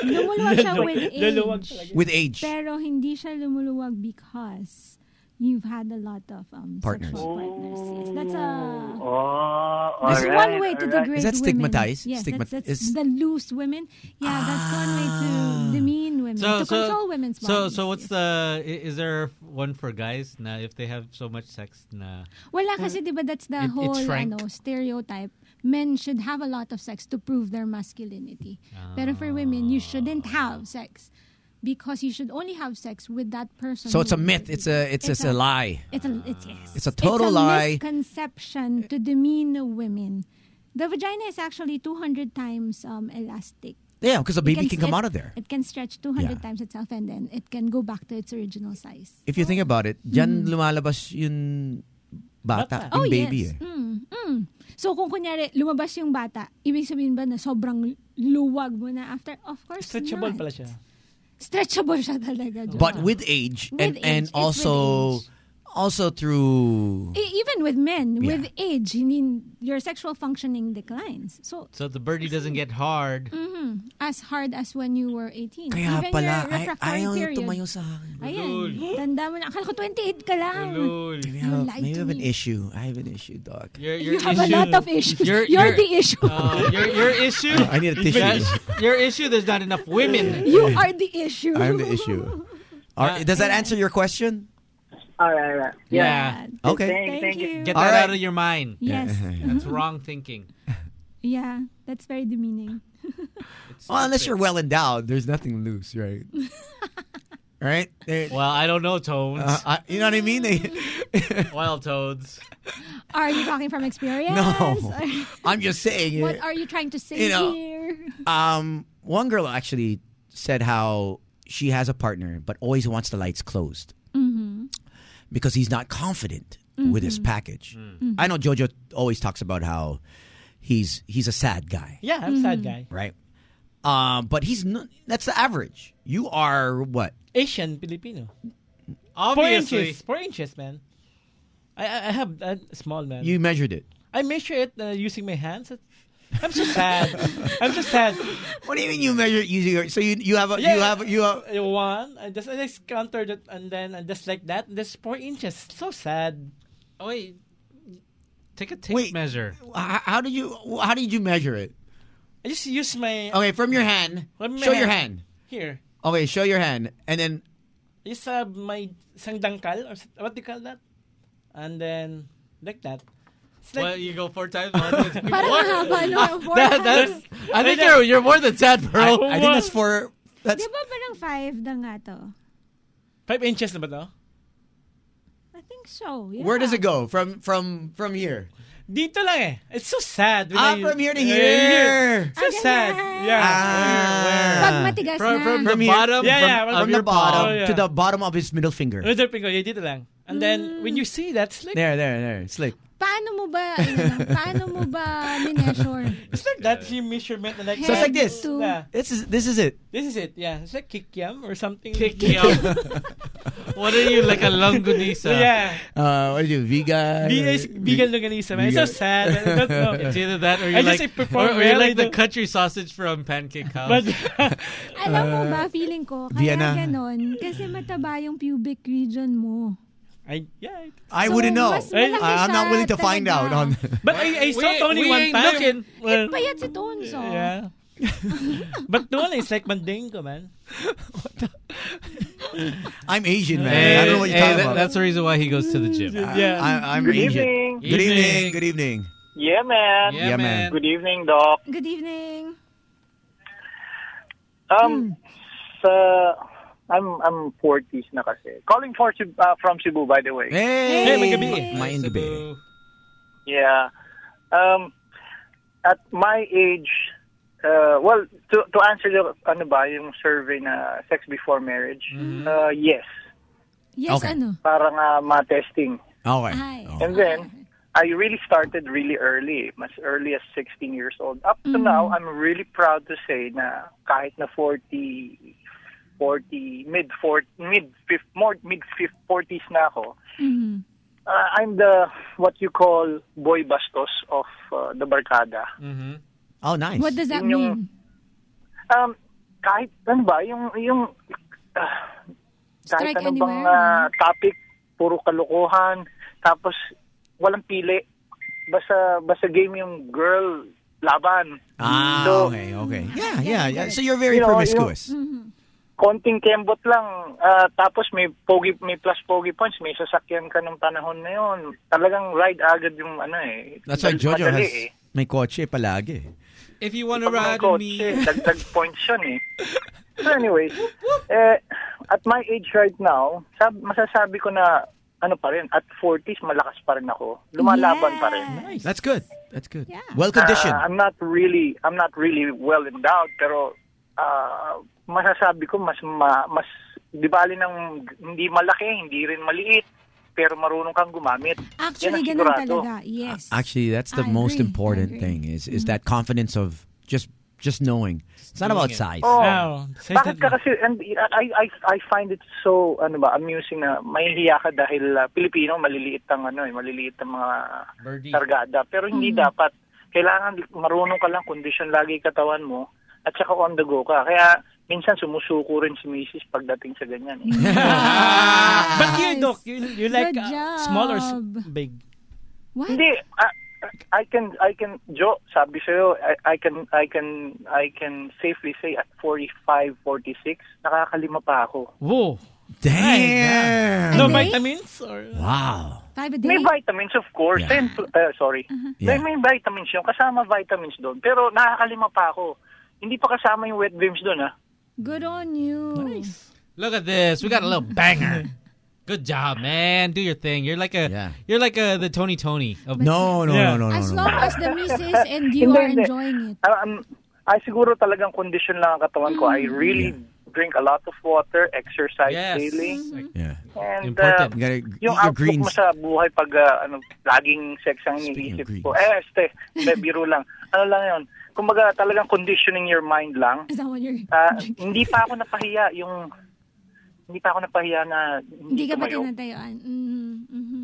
F: Lumuluwag siya with age.
A: Luluwag talaga.
D: With age.
F: Pero hindi siya lumuluwag because you've had a lot of um,
D: Partners.
F: sexual partners. Yes, that's a...
I: Ah,
A: Oh,
F: That's
A: alright,
F: one way to
A: alright.
F: degrade
D: Is that stigmatized?
F: Women. Yes,
D: Stigmat-
F: that's, that's
D: is- Ah.
F: the loose women. Yeah, that's one way to demean women, to control women's
C: so
F: bodies.
C: so what's the i- is there one for guys na if they have so much sex na
F: Wala
D: Hmm.
F: kasi 'di ba that's the
C: It- it's
F: whole
C: frank.
F: ano stereotype. Men should have a
D: Ah.
F: lot of sex to prove their masculinity. Pero for women, you shouldn't have sex because you should only have sex with that person.
D: So it's a
F: who-
D: myth. It's a it's it's, a, lie.
F: It's a, it's, yes.
D: It's a total lie.
F: misconception to demean women. The vagina is actually 200 times um, elastic.
D: Yeah, 'cause a
F: It
D: baby can come
F: stretch-
D: out of there.
F: It can stretch 200 times itself and then it can go back to its original size.
D: If you think about it, dyan lumalabas yung bata, yung baby
F: Mm-hmm.
D: eh.
F: yes. Mm, mm. So kung kunyari, lumabas yung bata, ibig sabihin ba na sobrang luwag mo na after? Of course
E: Stretchable
F: not.
E: pala siya.
F: Stretchable siya talaga. Jowa.
D: But with age
F: Mm. With
D: and
F: age,
D: and
F: it's with
D: also also through
F: E- even with men,
D: Yeah.
F: with age, you need, your sexual functioning declines. So,
C: So the birdie doesn't get hard.
F: mhm, as hard as when you were 18.
C: Kaya
F: even
C: pala,
F: your refractory
D: ay- ayaw niya
F: period.
D: tumayo sa akin.
F: Ayan,
D: Lol.
F: tanda mo na. Akala ko 28 ka lang.
D: Maybe I
F: You
D: have,
F: lied
D: maybe I
F: to
D: have an
F: me.
D: issue. I have an issue, dog.
C: Your,
F: You have a lot of issues. You're, the issue.
C: Uh, your, your issue.
D: I need a tissue.
C: That's- Your issue. There's not enough women.
F: you
D: Eh.
F: are the issue.
D: I am the issue. All right, does that answer your question?
M: All right, all right.
C: Yeah.
D: Okay.
M: Thank, thank you.
C: Get that
D: All right.
C: out of your mind.
D: Yes. Yeah.
C: That's
F: Mm-hmm.
C: wrong thinking.
F: Yeah, that's very demeaning.
D: Well, Oh, unless you're well endowed, there's nothing loose, right? right? Well,
C: I don't know, Tones.
D: I, you know what I mean? They-
C: Wild toads.
F: Are you talking from experience?
D: No. I'm just saying.
F: what
D: eh,
F: are you trying to say
D: you know,
F: here?
D: um, one girl actually said how she has a partner but always wants the lights closed
F: Mm-hmm.
D: because he's not confident with his
F: Mhm.
D: package.
F: Mm.
D: I know Jojo always talks about how he's he's a sad guy,
E: Yeah, I'm sad guy.
D: right? Um, but he's not, that's the average. You are what?
E: Asian Filipino. Four
C: Obviously.
E: inches. Four inches, man. I I I have that small man.
D: You measured it.
E: I measure it uh, using my hands. I'm so sad. I'm so sad.
D: What do you mean you measure it using your? So you you have a, you have you have.
E: Uh, one. I just I just countered it and then and just like that. There's four inches. So sad.
C: Oh, wait. Take a tape measure.
D: How, how did you how did you measure it?
E: I just use my
D: Okay, from your hand.
E: From my
D: Show your hand.
E: Here.
D: Okay, show your hand, and then
E: I just have my isang dangkal or s- what do you call that? And then like that. It's like,
C: Well, you go four times. one, two, three,
E: Parang
C: four.
E: mahaba, no? Four
C: That- that's-
E: times.
C: I think you're, you're more than sad, bro.
D: I, I think that's for that's
F: Di ba parang five na nga to?
E: five inches na ba to?
F: I think so, yeah.
D: where does it go from from from here?
E: Dito lang eh. It's so sad. when
D: Ah,
E: I-
D: from here to
F: Ah,
E: Yeah,
D: here.
E: So sad. Yeah.
D: Ah.
F: Pag matigas na.
E: From- from
D: From here-
E: Yeah, yeah.
D: from,
E: of
D: the
E: your palm.
D: bottom
E: Oh, yeah.
D: to the bottom of his middle finger.
E: Another finger, yeah, dito lang.
F: Mm.
E: And then, when you see that, it's like,
D: There, there, there. Slick.
F: Paano mo ba, ano lang, paano mo ba minesure?
E: it's like that's your measurement. And like,
D: So it's like this.
F: to-
E: Yeah.
D: This is this is it.
E: This is it, yeah. It's like kikiam or something.
C: Kikiam. What are you, like a
E: So,
C: longanisa?
E: yeah.
D: Uh, what do you, vegan?
E: Vegan, vegan Longanisa, man. It's so
D: Vegan.
E: sad. I don't know.
C: It's either that or
E: I
C: you're
E: just
C: like,
E: say perform
C: or, or you're
E: well, I
C: like the
E: don't-
C: country sausage from Pancake House.
E: But,
F: Alam
D: Uh,
F: mo ba, feeling ko, kaya
D: Vienna.
F: ganon, kasi mataba yung pubic region mo.
E: I, yeah.
D: I
F: So,
D: wouldn't know.
F: mas malaki
D: I- I'm not
F: siya
D: willing to find out
F: talaga.
D: on.
E: But I, I saw
C: We-
E: it only
C: we
E: one
C: ain't
E: time.
C: looking.
E: Well,
F: Payat si Tones, oh.
E: yeah. but no, it's like mandingo, man.
D: I'm Asian, man.
C: Hey,
D: I don't know what you're
C: hey,
D: talking
C: that-
D: about.
C: That's the reason why he goes to the gym.
D: I-
E: Yeah.
D: I, am
M: Good
D: Asian.
M: evening.
D: Good
C: Evening.
D: evening. Good evening.
M: Yeah, man.
D: Yeah, man.
M: Good evening, Doc.
F: Good evening. Hmm.
M: Um, sa, I'm I'm 40s na kasi. Calling for Cebu- uh, from Cebu, by the way.
D: Hey,
E: maggabi.
D: Mayan gabi.
M: Yeah. Um, at my age, uh, well, to to answer the ano ba yung survey na sex before marriage, uh, yes,
D: Mm-hmm.
F: Yes,
D: Okay.
F: ano?
M: para nga ma-testing.
D: Okay.
F: Hi.
M: And then I really started really early, as early as 16 years old. Up to
F: Mm.
M: now, I'm really proud to say na kahit na 40 40 mid 40 mid fif- more mid 50, 40s na ako.
F: Mhm.
M: Uh, I'm the what you call boy bastos of uh, the barkada.
C: Mm-hmm.
D: Oh, nice.
F: What does that
M: Yun yung-
F: mean?
M: Um, kahit ano ba, yung, yung ah, kahit
F: Strike
M: ano bang
F: anywhere.
M: ah, topic, puro kalokohan, tapos walang pili. Basta, basta game yung girl, laban.
D: Ah,
M: So-
D: okay, okay. Yeah, yeah, yeah. So you're
M: You
D: very
M: know,
D: promiscuous.
F: Mm-hmm.
M: Konting kembot lang, ah, tapos may pogi, may plus pogi punch, may sasakyan ka ng panahon na yun. Talagang ride agad yung ano eh.
D: That's why
M: Madali
D: Jojo has
M: eh.
D: may kotse palagi.
C: If you want to
M: Pag may
C: ride
M: kotse,
C: me,
M: dagdag points yun eh. So anyway, eh, at my age right now, sab- masasabi ko na ano pa rin, at 40s malakas pa rin ako. Lumalaban pa rin.
D: That's good. That's good. Well conditioned.
M: Ah, I'm not really I'm not really well endowed pero ah, masasabi ko mas ma, mas di bali ng hindi malaki, hindi rin maliit pero marunong kang gumamit.
F: Actually,
M: Yan ang
F: ganun
M: sigurado.
F: talaga. Yes.
D: Actually, that's the
F: I
D: most
F: agree. I
D: important
F: agree. Mm-hmm.
D: thing is is that confidence of just just knowing. It's not
M: doing
D: about
M: it.
D: size.
M: Oh. Bakit ka kasi, and I, I, I find it so, ano ba, amusing na mahihiya ka dahil ah, Pilipino, maliliit ang, ano, eh, maliliit ang mga
C: Birdie.
M: targada. Pero hindi
D: Hmm.
C: Mm.
M: dapat. Kailangan marunong ka lang, kondisyon lagi katawan mo, at saka on the go ka. Kaya, minsan sumusuko rin si misis pagdating sa ganyan. Eh.
D: Hmm.
E: But you, Doc, you, you like
M: Good
E: uh, smaller, s-
M: job.
E: big.
M: Hindi, I, I can, I can, Joe, sabi sa'yo, I, I can, I can, I can safely say at 45, 46, nakakalima pa ako.
E: Whoa.
D: Damn.
E: No
F: Ano?
M: Are they?
E: vitamins or
D: Wow.
M: Ano? May vitamins, of course. And, uh, sorry.
F: Uh-huh.
M: May, may vitamins yun. Kasama vitamins doon. Pero nakakalima pa ako. Hindi pa kasama yung wet dreams ah. doon, ha?
F: Good on you. Nice.
C: Look at this. We got a little banger. Good job, man. Do your thing. You're like a you're like a the Tony Tony of
D: No, no, no, no, no,
F: As long as the misis and you
M: Hindi,
F: are
M: hindi.
F: enjoying it.
M: Ah, um, ay, siguro talagang condition lang ang katawan ko.
F: Mm.
M: I really drink a lot of water, exercise daily.
F: Mm-hmm.
D: Yeah.
M: And
D: Important.
M: uh,
D: You gotta eat
M: yung
D: your
M: outlook
D: greens.
M: mo sa buhay pag ah, ano, laging sex ang iniisip ko. Eh, este, hindi, biro lang. Ano lang yun. Kumbaga talagang conditioning your mind lang.
F: Is that what you're...
M: Ah, hindi pa ako napahiya yung hindi pa ako napahiya na hindi,
F: Hindi ka ba
M: tumayo.
F: tinatayuan? Mhm, mhm.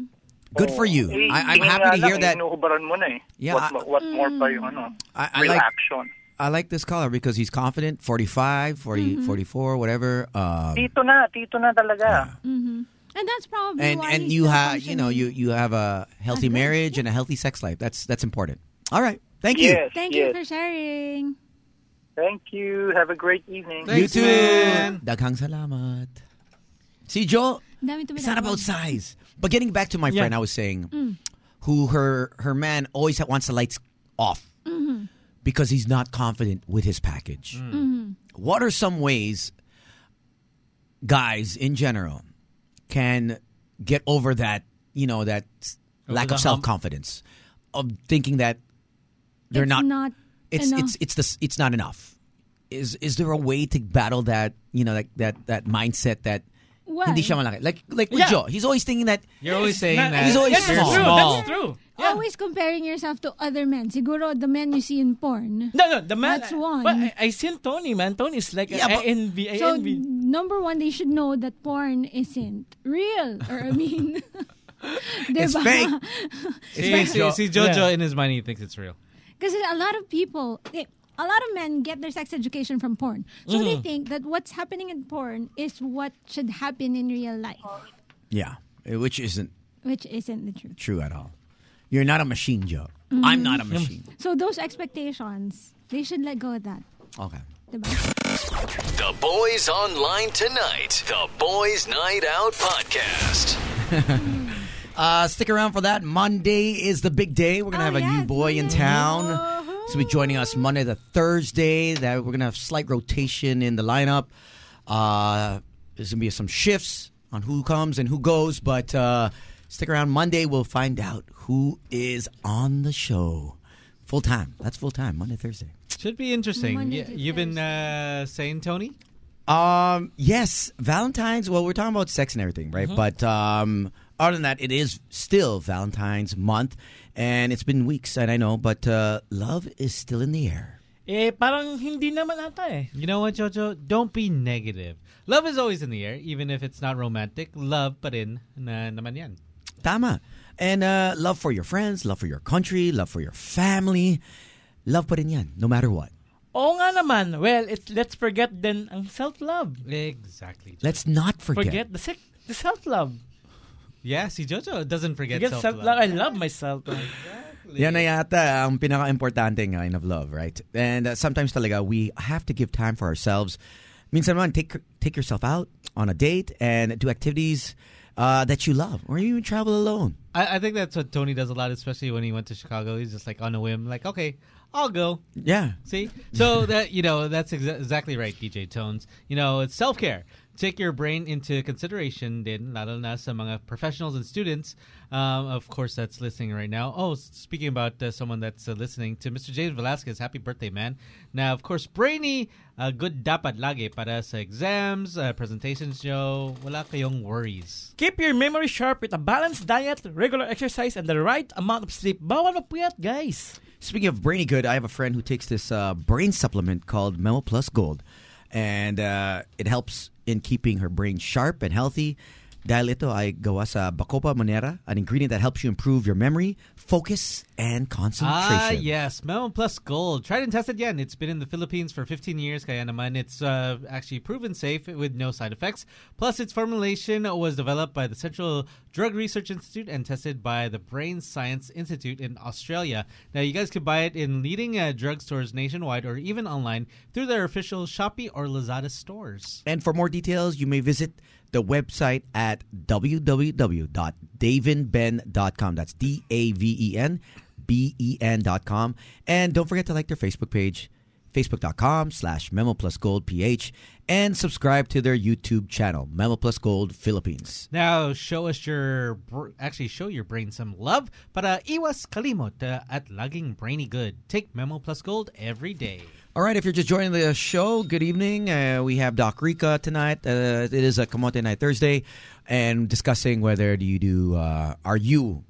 D: Good for you.
M: Eh,
D: I, I'm
M: tingin nga
D: happy to hear
M: lang,
D: that.
M: Inuhubaran mo na eh.
D: Yeah,
M: what
D: I-
M: mo- what more pa yung ano,
D: I- I like-
M: reaction.
D: I like this caller because he's confident. 45, 40,
F: Mm-hmm.
D: 44, whatever. Um,
M: Tito na, tito na talaga.
F: Mm-hmm. And that's probably
D: and
F: why
D: and
F: he's
D: you
F: still
D: have you know you you have a healthy marriage and a healthy sex life. That's that's important. All right. Thank you.
M: Yes,
F: Thank you for sharing.
M: Thank you. Have a great evening.
D: you too. Daghang salamat. See, Joe,
F: Dami
D: it's not about size. But getting back to my
F: Yeah.
D: friend, I was saying,
F: Mm.
D: who her her man always wants the lights off
P: Mm.
F: Mhm.
D: because he's not confident with his package.
L: Mm.
F: Mhm.
D: What are some ways guys in general can get over that, you know, that lack
C: the
D: of self confidence of thinking that they're
F: It's
D: not,
F: not
D: it's
F: enough.
D: it's it's the, it's not enough. Is is there a way to battle that, you know, like that that mindset that
F: Well-
D: hindi siya malaki. Like like with
F: Yeah.
D: Joe, he's always thinking that
C: You're always saying
D: Not-
C: that
D: he's always
C: you're
D: small.
F: Oh,
C: small.
E: true.
F: Always comparing yourself to other men. Siguro the men you see in porn.
E: No, no, the man.
F: That's one.
E: But I, I seen Tony, man. Tony is like
F: Yeah,
E: I,
F: but-
E: I envy. I
F: so
E: envy.
F: number one, they should know that porn isn't real. Or I mean,
C: It's
F: diba?
C: fake. See,
F: It's
C: see,
F: fake.
C: see Jojo
F: Yeah.
C: in his mind, he thinks it's real.
F: Because a lot of people, they, a lot of men get their sex education from porn. So they
D: Mhm.
F: think that what's happening in porn is what should happen in real life,
D: Yeah, which isn't
F: which isn't the truth.
D: true at all. You're not a machine, Joe.
F: Mm-hmm.
D: I'm not a machine.
F: So those expectations, they should let go of that.
D: Okay.
K: The Boys Online Tonight, the Boys Night Out Podcast.
D: uh, stick around for that. Monday is the big day. We're gonna have a new boy in town. So be joining us Monday to Thursday. That we're gonna have slight rotation in the lineup. Uh, there's gonna be some shifts on who comes and who goes, but uh, stick around Monday. We'll find out who is on the show full time. That's full time Monday Thursday.
C: Should be interesting. Yeah, you've been uh, saying Tony.
D: Um, yes, Valentine's. Well, we're talking about sex and everything, right?
C: Mhm.
D: But um, other than that, it is still Valentine's month, and it's been weeks, and I know, but uh, love is still in the air.
E: Eh, parang hindi naman ata eh.
C: You know what, Jojo? Don't be negative. Love is always in the air, even if it's not romantic. Love, but in na naman yan.
D: Tama. And uh, love for your friends, love for your country, love for your family, love pa rin yan, no matter what.
E: Oo nga naman. Well, it, let's forget then ang self-love.
C: Exactly.
D: Let's not forget.
E: Forget the, sec- the self-love.
C: Yeah, see, Jojo doesn't forget
E: Forget
C: self-love.
E: self-love. I love myself. Oh
D: Yan na yata ang pinaka-importante kind of love, right? And uh, sometimes talaga we have to give time for ourselves. Minsan man, take, take yourself out on a date and do activities uh, that you love or even travel alone.
C: I, I think that's what Tony does a lot, especially when he went to Chicago. He's just like on a whim, like, okay, I'll go.
D: Yeah.
C: See? So that you know, that's exa- exactly right, DJ Tones. You know, it's self-care. Take your brain into consideration din lalo na sa mga professionals and students. Um, of course, that's listening right now. Oh, s- speaking about uh, someone that's uh, listening to Mr. James Velasquez, happy birthday, man. Now, of course, brainy uh, good dapat lagi para sa exams, uh, presentations nyo, wala kayong worries.
E: Keep your memory sharp with a balanced diet, regular exercise, and the right amount of sleep. Bawal mapuyat, guys.
D: Speaking of brainy good, I have a friend who takes this uh, brain supplement called Memo Plus Gold, and uh, it helps in keeping her brain sharp and healthy. Dahil ito ay gawa sa Bacopa Monera, an ingredient that helps you improve your memory, focus, and
C: Ah,
D: concentration.
C: yes. Melon Plus Gold. Tried and tested yan. It's been in the Philippines for 15 years, kaya naman. It's uh, actually proven safe with no side effects. Plus, its formulation was developed by the Central Drug Research Institute and tested by the Brain Science Institute in Australia. Now, you guys could buy it in leading uh, drugstores nationwide or even online through their official Shopee or Lazada stores.
D: And for more details, you may visit the website at www.davinben.com. That's D A V E N B E N.com. And don't forget to like their Facebook page, facebook.com slash memo plus gold ph, and subscribe to their YouTube channel, Memo plus gold Philippines.
C: Now, show us your, br- actually show your brain some love para iwas kalimot uh, at laging brainy good. Take Memo Plus Gold every day.
D: All right, if you're just joining the show, good evening. Uh, we have Doc Rica tonight. Uh, it is a Kamote Night Thursday, and discussing whether do you do, uh, are you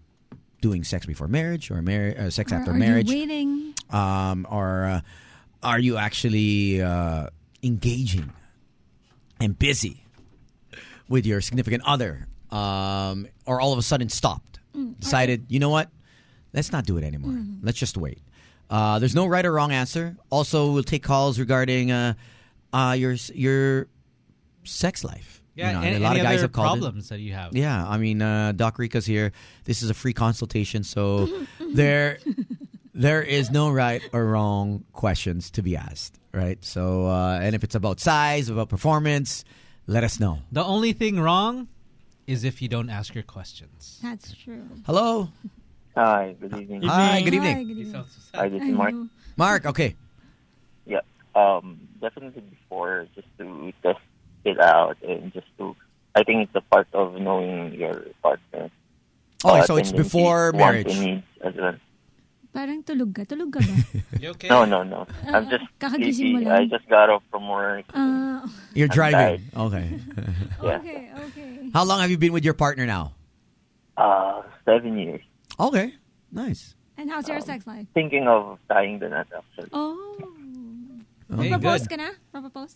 D: doing sex before marriage or mar- uh, sex
F: Or
D: after
F: are you
D: marriage?
F: waiting?
D: Um, or uh, are you actually uh, engaging and busy with your significant other? Um, or all of a sudden stopped,
F: Mm,
D: decided, you know what? Let's not do it anymore.
F: Mhm.
D: Let's just wait. Uh, there's no right or wrong answer. Also, we'll take calls regarding uh, uh, your your sex life.
C: Yeah, and
D: a lot
C: any
D: of guys
C: other
D: have called in.
C: problems that you have.
D: Yeah, I mean, uh, Doc Rica's here. This is a free consultation, so there there is no right or wrong questions to be asked, right? So, uh, and if it's about size, about performance, let us know.
C: The only thing wrong is if you don't ask your questions.
F: That's true.
D: Hello.
Q: Hi, good evening.
D: Hi, good evening.
Q: Hi, this is Mark.
D: Mark, okay.
Q: Yeah, um, definitely before just to test it out and just to, I think it's a part of knowing your partner.
D: Oh, so it's
Q: tendencies,
D: before
Q: wants
D: marriage.
Q: and needs as well.
F: Parang tulog ka. Tulog ka ba?
Q: No, no, no.
F: Ah,
Q: I'm just
F: kakagising mo
Q: sleepy.
F: lang.
Q: I just got off from work.
F: Ah,
D: You're
Q: I'm
D: driving. Okay.
Q: Yeah.
F: okay, okay.
D: How long have you been with your partner now?
Q: Uh, seven years.
D: Okay. Nice.
F: And how's your sex life?
Q: Thinking of tying the knot actually.
F: Oh.
D: Okay,
F: Propose
Q: good.
F: ka na? Propose?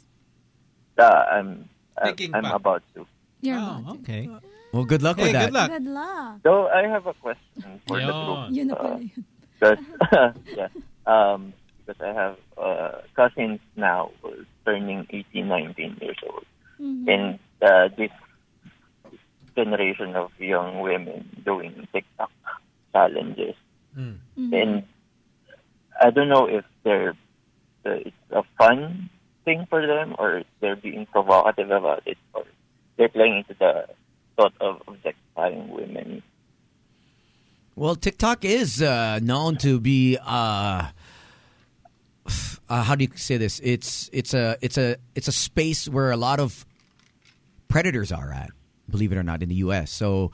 Q: Uh, I'm, I'm,
C: Thinking
Q: I'm
C: pa.
Q: about to.
F: You're
C: Oh,
F: about to.
C: Okay.
D: Uh, Well, good luck with
Q: Hey,
D: that.
Q: good luck.
F: Good luck.
Q: Though I have a question for the
D: Yun.
Q: group.
C: oh.
F: Yun na
Q: Uh,
F: pala yun.
Q: Because yeah, um, because I have uh, cousins now who's turning 18, 19 years old,
F: Mhm.
Q: and uh, this generation of young women doing TikTok challenges,
A: Mm-hmm.
F: Mhm.
Q: and I don't know if they're uh, it's a fun thing for them or if they're being provocative about it or they're playing into the thought of objectifying women.
D: Well, TikTok is uh, known to be uh, uh, how do you say this? It's it's a it's a it's a space where a lot of predators are at, believe it or not, in the U.S. So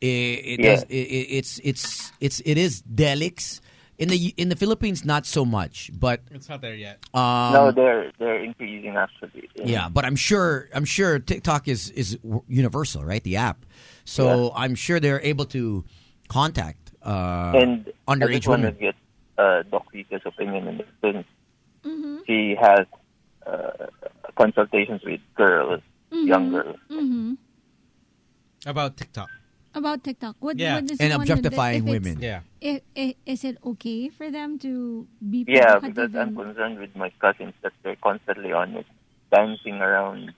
D: it, it
Q: Yeah.
D: does, it, it, it's it's it's it is delix in the in the Philippines not so much, but
C: It's not there yet.
D: um,
Q: no, they're they're increasing actually.
D: yeah, but I'm sure I'm sure TikTok is is w- universal, right? The app. So I'm sure they're able to contact uh,
Q: and I
D: underage
Q: just want to
D: women.
Q: get uh, Doc Rita's opinion on this since she has uh, consultations with girls,
F: Mm-hmm.
Q: young girls.
F: Mhm.
C: About TikTok.
F: About TikTok. What,
C: Yeah.
F: what does
D: And
F: one with it-
D: objectifying
F: if it's-
D: women.
C: Yeah.
F: i- i- Is it okay for them to be
Q: Yeah,
F: provocative
Q: because I'm
F: and
Q: concerned with my cousins that they're constantly on it, dancing around.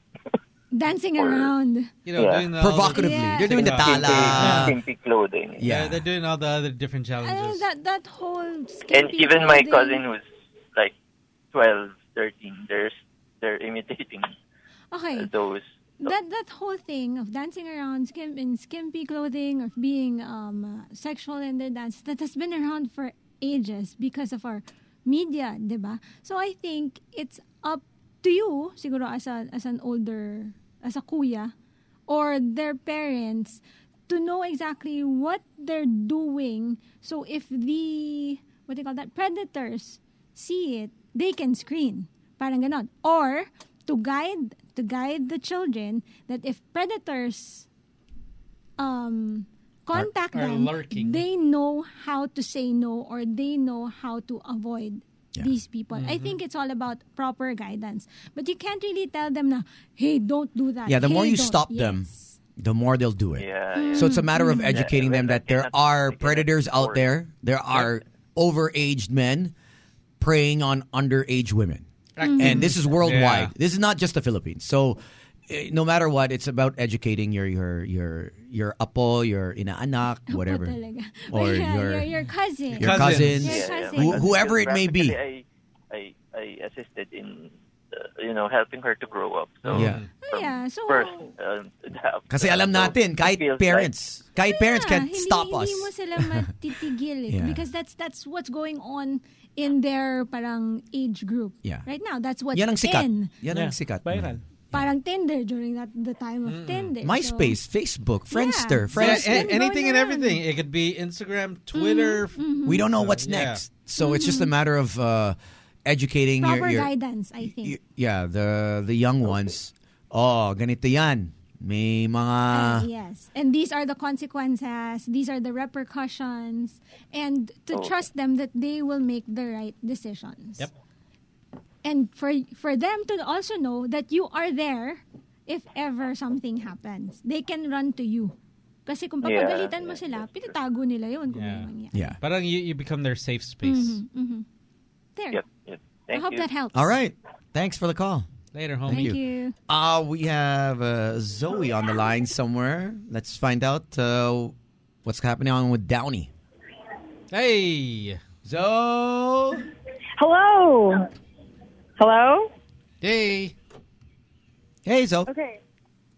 F: dancing
Q: or-
F: around?
C: You know,
Q: Yeah.
C: doing the,
D: Provocatively.
F: Yeah.
D: They're doing the
Q: Skimpy-
D: tala.
Q: skimpy clothing.
C: They're, they're doing all the other different
D: Uh,
F: I know
C: challenges.
F: that that whole
Q: And
F: skimpy
Q: even my cousin
F: clothing.
Q: who's like 12, 13, they're, they're imitating
F: Okay.
Q: those.
F: That that whole thing of dancing around skim in skimpy clothing, of being um, uh, sexual in their dance, that has been around for ages because of our media, 'di ba? So I think it's up to you siguro as a, as an older as a kuya or their parents to know exactly what they're doing so if the what do you call that predators see it they can screen parang ganon or to guide to guide the children that if predators um contact
C: Are- are
F: them
C: lurking.
F: they know how to say no or they know how to avoid these people i
D: Mhm.
C: Mm-hmm.
F: think it's all about proper guidance but you can't really tell them now hey don't do that
D: Yeah, the
F: Hey,
D: more you
F: don't."
D: stop
F: Yeah.
D: them, the more they'll do it.
F: yeah.
D: So it's a matter of
F: Mm.
D: educating them that there are predators out there. There are overaged men preying on underage women.
C: Mm.
D: And this is worldwide.
C: Yeah.
D: This is not just the Philippines. So eh, no matter what, it's about educating your your your your apo, your inaanak, whatever.
F: Talaga.
D: Or
F: yeah,
D: your-
F: your, your cousin.
D: Your cousins.
F: Your
D: Yeah, yeah,
F: cousin.
D: my Who- whoever it may be.
Q: Practically, eh, I, I, I assisted in, uh, you know, helping her to grow up. So
D: Yeah.
F: Oh, yeah, so
Q: first, um,
D: Kasi alam natin, kahit parents, kahit parents can't
F: hindi,
D: stop us.
F: Hindi mo sila matitigil eh.
D: Yeah.
F: Because that's that's what's going on in their parang age group.
D: Yeah.
F: Right now, that's what's
D: Yan ang sikat.
F: in.
D: Yan ang sikat.
F: Parang Tinder during that the time of Tinder.
D: MySpace, Facebook, Friendster,
F: Yeah.
D: Friends.
F: So, and-
C: Anything and everything. It could be Instagram, Twitter.
D: Mm-hmm. we don't know
C: So,
D: what's
C: yeah.
D: next. So it's
F: Mm.
D: just a matter of uh, educating
F: So, proper
D: your, your
F: guidance, I think.
D: y- yeah, the the young ones. Oh, ganito 'yan. May mga
C: Ah.
F: Uh, yes. And these are the consequences, these are the repercussions, and to
D: Oh.
F: trust them that they will make the right decisions.
C: Yep.
F: And for for them to also know that you are there if ever something happens. They can run to you. Kasi kung
C: Yeah,
F: papagalitan mo sila, pinatago nila yun kung ano mangyari.
D: Yeah.
C: Parang uh, you, you become their safe space.
F: Mhm, mhm. There. I hope that helps.
D: All right. Thanks for the call.
C: Later,
F: Thank,
C: homie.
F: you.
D: Uh, we have uh, Zoe on the line somewhere. Let's find out uh, what's happening on with Downey.
C: Hey, Zoe.
R: Hello. Hello.
C: Hey. Mm-hmm.
D: Hey, Zoe.
R: Okay.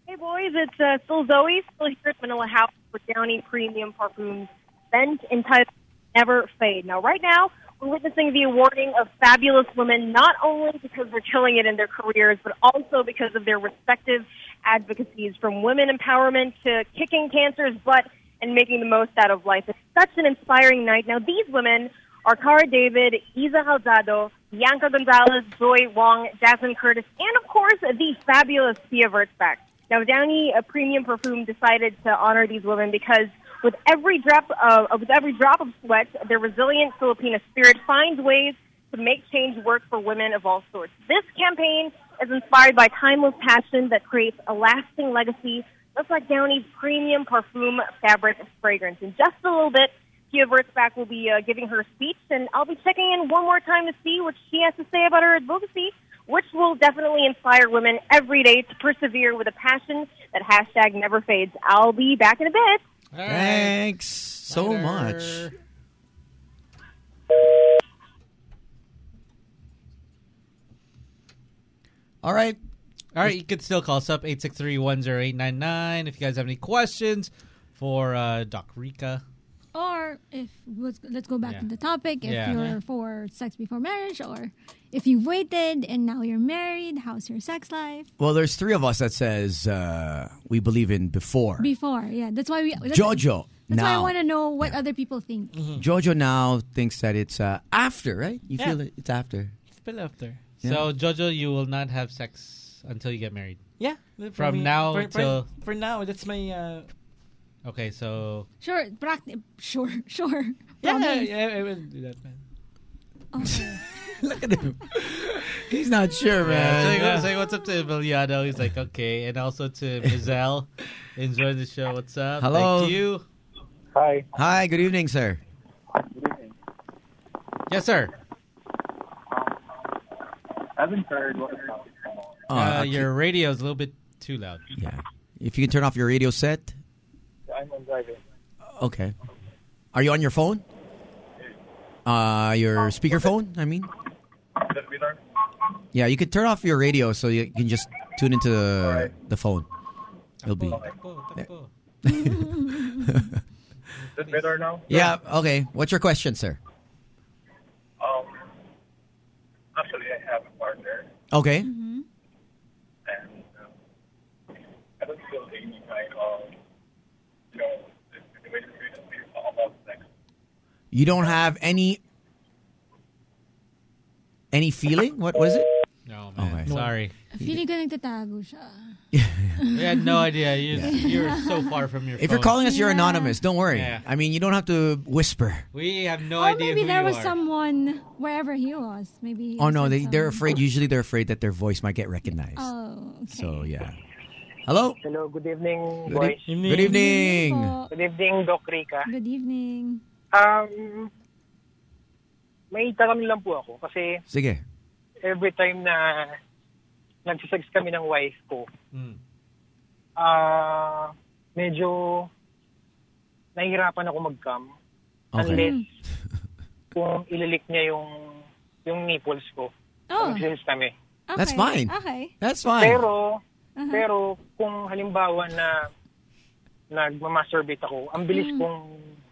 R: Hey, boys. It's uh, still Zoe, still here at Manila House with Downey Premium Parfums Scent entitled Never Fade. Now, right now, we're witnessing the awarding of fabulous women, not only because they're killing it in their careers, but also because of their respective advocacies from women empowerment to kicking cancer's butt and making the most out of life. It's such an inspiring night. Now, these women are Cara David, Isa Halzado, Bianca Gonzalez, Joy Wong, Jasmine Curtis, and of course, the fabulous Pia Wurtzbach. Now, Downy uh, Premium Perfume decided to honor these women because with every drop of, with every drop of sweat, their resilient Filipina spirit finds ways to make change work for women of all sorts. This campaign is inspired by timeless passion that creates a lasting legacy, just like Downey's premium perfume fabric fragrance. In just a little bit, Kia Wurtzbach will be uh, giving her speech, and I'll be checking in one more time to see what she has to say about her advocacy, which will definitely inspire women every day to persevere with a passion that hashtag never fades. I'll be back in a bit.
D: Thanks so much. All right.
C: All right, you can still call us up 863-10899 if you guys have any questions for uh, Doc Rica.
F: Or if let's, let's go back to the topic. If
C: Yeah.
F: you're for sex before marriage, or if you've waited and now you're married, how's your sex life?
D: Well, there's three of us that says uh, we believe in before.
F: Before, yeah, that's why we. That's,
D: Jojo
F: That's why I
D: now. Mm-hmm.
F: want to know what other people think.
D: Jojo now thinks that it's uh, after, right? You
F: Yeah.
D: feel it, it's after.
E: Spill after.
C: So Jojo, you will not have sex until you get married.
E: Yeah.
C: From
E: me-
C: now
E: for, for-
C: till
E: for now, that's my. Uh,
C: Okay, so
F: Sure, practi- sure, sure.
E: yeah, yeah,
F: Promise.
E: yeah, I will Eh, do that, man.
D: Look at him. He's not sure,
C: Yeah, so, he
D: man.
C: goes, like, what's up to Emiliano? He's like, okay. And also to Mizelle. Enjoy the show. What's up?
D: Hello.
C: Oh, Thank you.
D: Hi. Hi. Good evening, sir.
C: Yes, sir.
I: I haven't heard what it's about.
D: Oh,
C: uh,
D: okay.
C: Your radio is a little bit too loud.
D: Yeah. If you can turn off your radio set.
I: I'm on driving.
D: Okay. Are you on your phone? Uh, your speakerphone. I mean. Yeah, you could turn off your radio so you can just tune into the, the phone. It'll be.
I: Is it better now?
D: Yeah. Okay. What's your question, sir?
I: Um,
D: Okay.
F: Mm-hmm.
S: um, I don't feel any kind of, you know, the way we talk about sex.
D: You don't have any any feeling? What was it?
C: No, man. Sorry.
F: Feeling ko nagtatago siya.
C: We had no idea. You, you were so far from your
D: If you're calling
C: phone.
D: us, you're anonymous. Don't worry.
C: Yeah.
D: I mean, you don't have to whisper.
C: We have no
F: or
C: idea
F: maybe
C: who
F: there
C: you
F: was
C: are.
F: someone wherever he was. Maybe. he
D: Oh
F: was
D: no,
F: with
D: they they're
F: someone.
D: afraid. Usually, they're afraid that their voice might get recognized.
F: Oh, okay.
D: So yeah. Hello.
P: Hello, good evening,
D: Oh. Good
P: boys.
D: evening. Good evening.
P: Good evening, Doc Rica.
F: Good evening.
P: Um, may itaram lang po ako kasi
D: Sige.
P: every time na nagsisex kami ng wife ko, ah medyo nahihirapan ako mag-cam.
D: Okay.
P: Unless kung ililik niya yung yung nipples ko.
F: Oh.
P: Kung since kami.
D: That's fine.
F: Okay.
D: That's fine. Uh-huh.
P: Pero, pero kung halimbawa na nagmamasturbate ako, ang bilis
F: Mm.
P: kong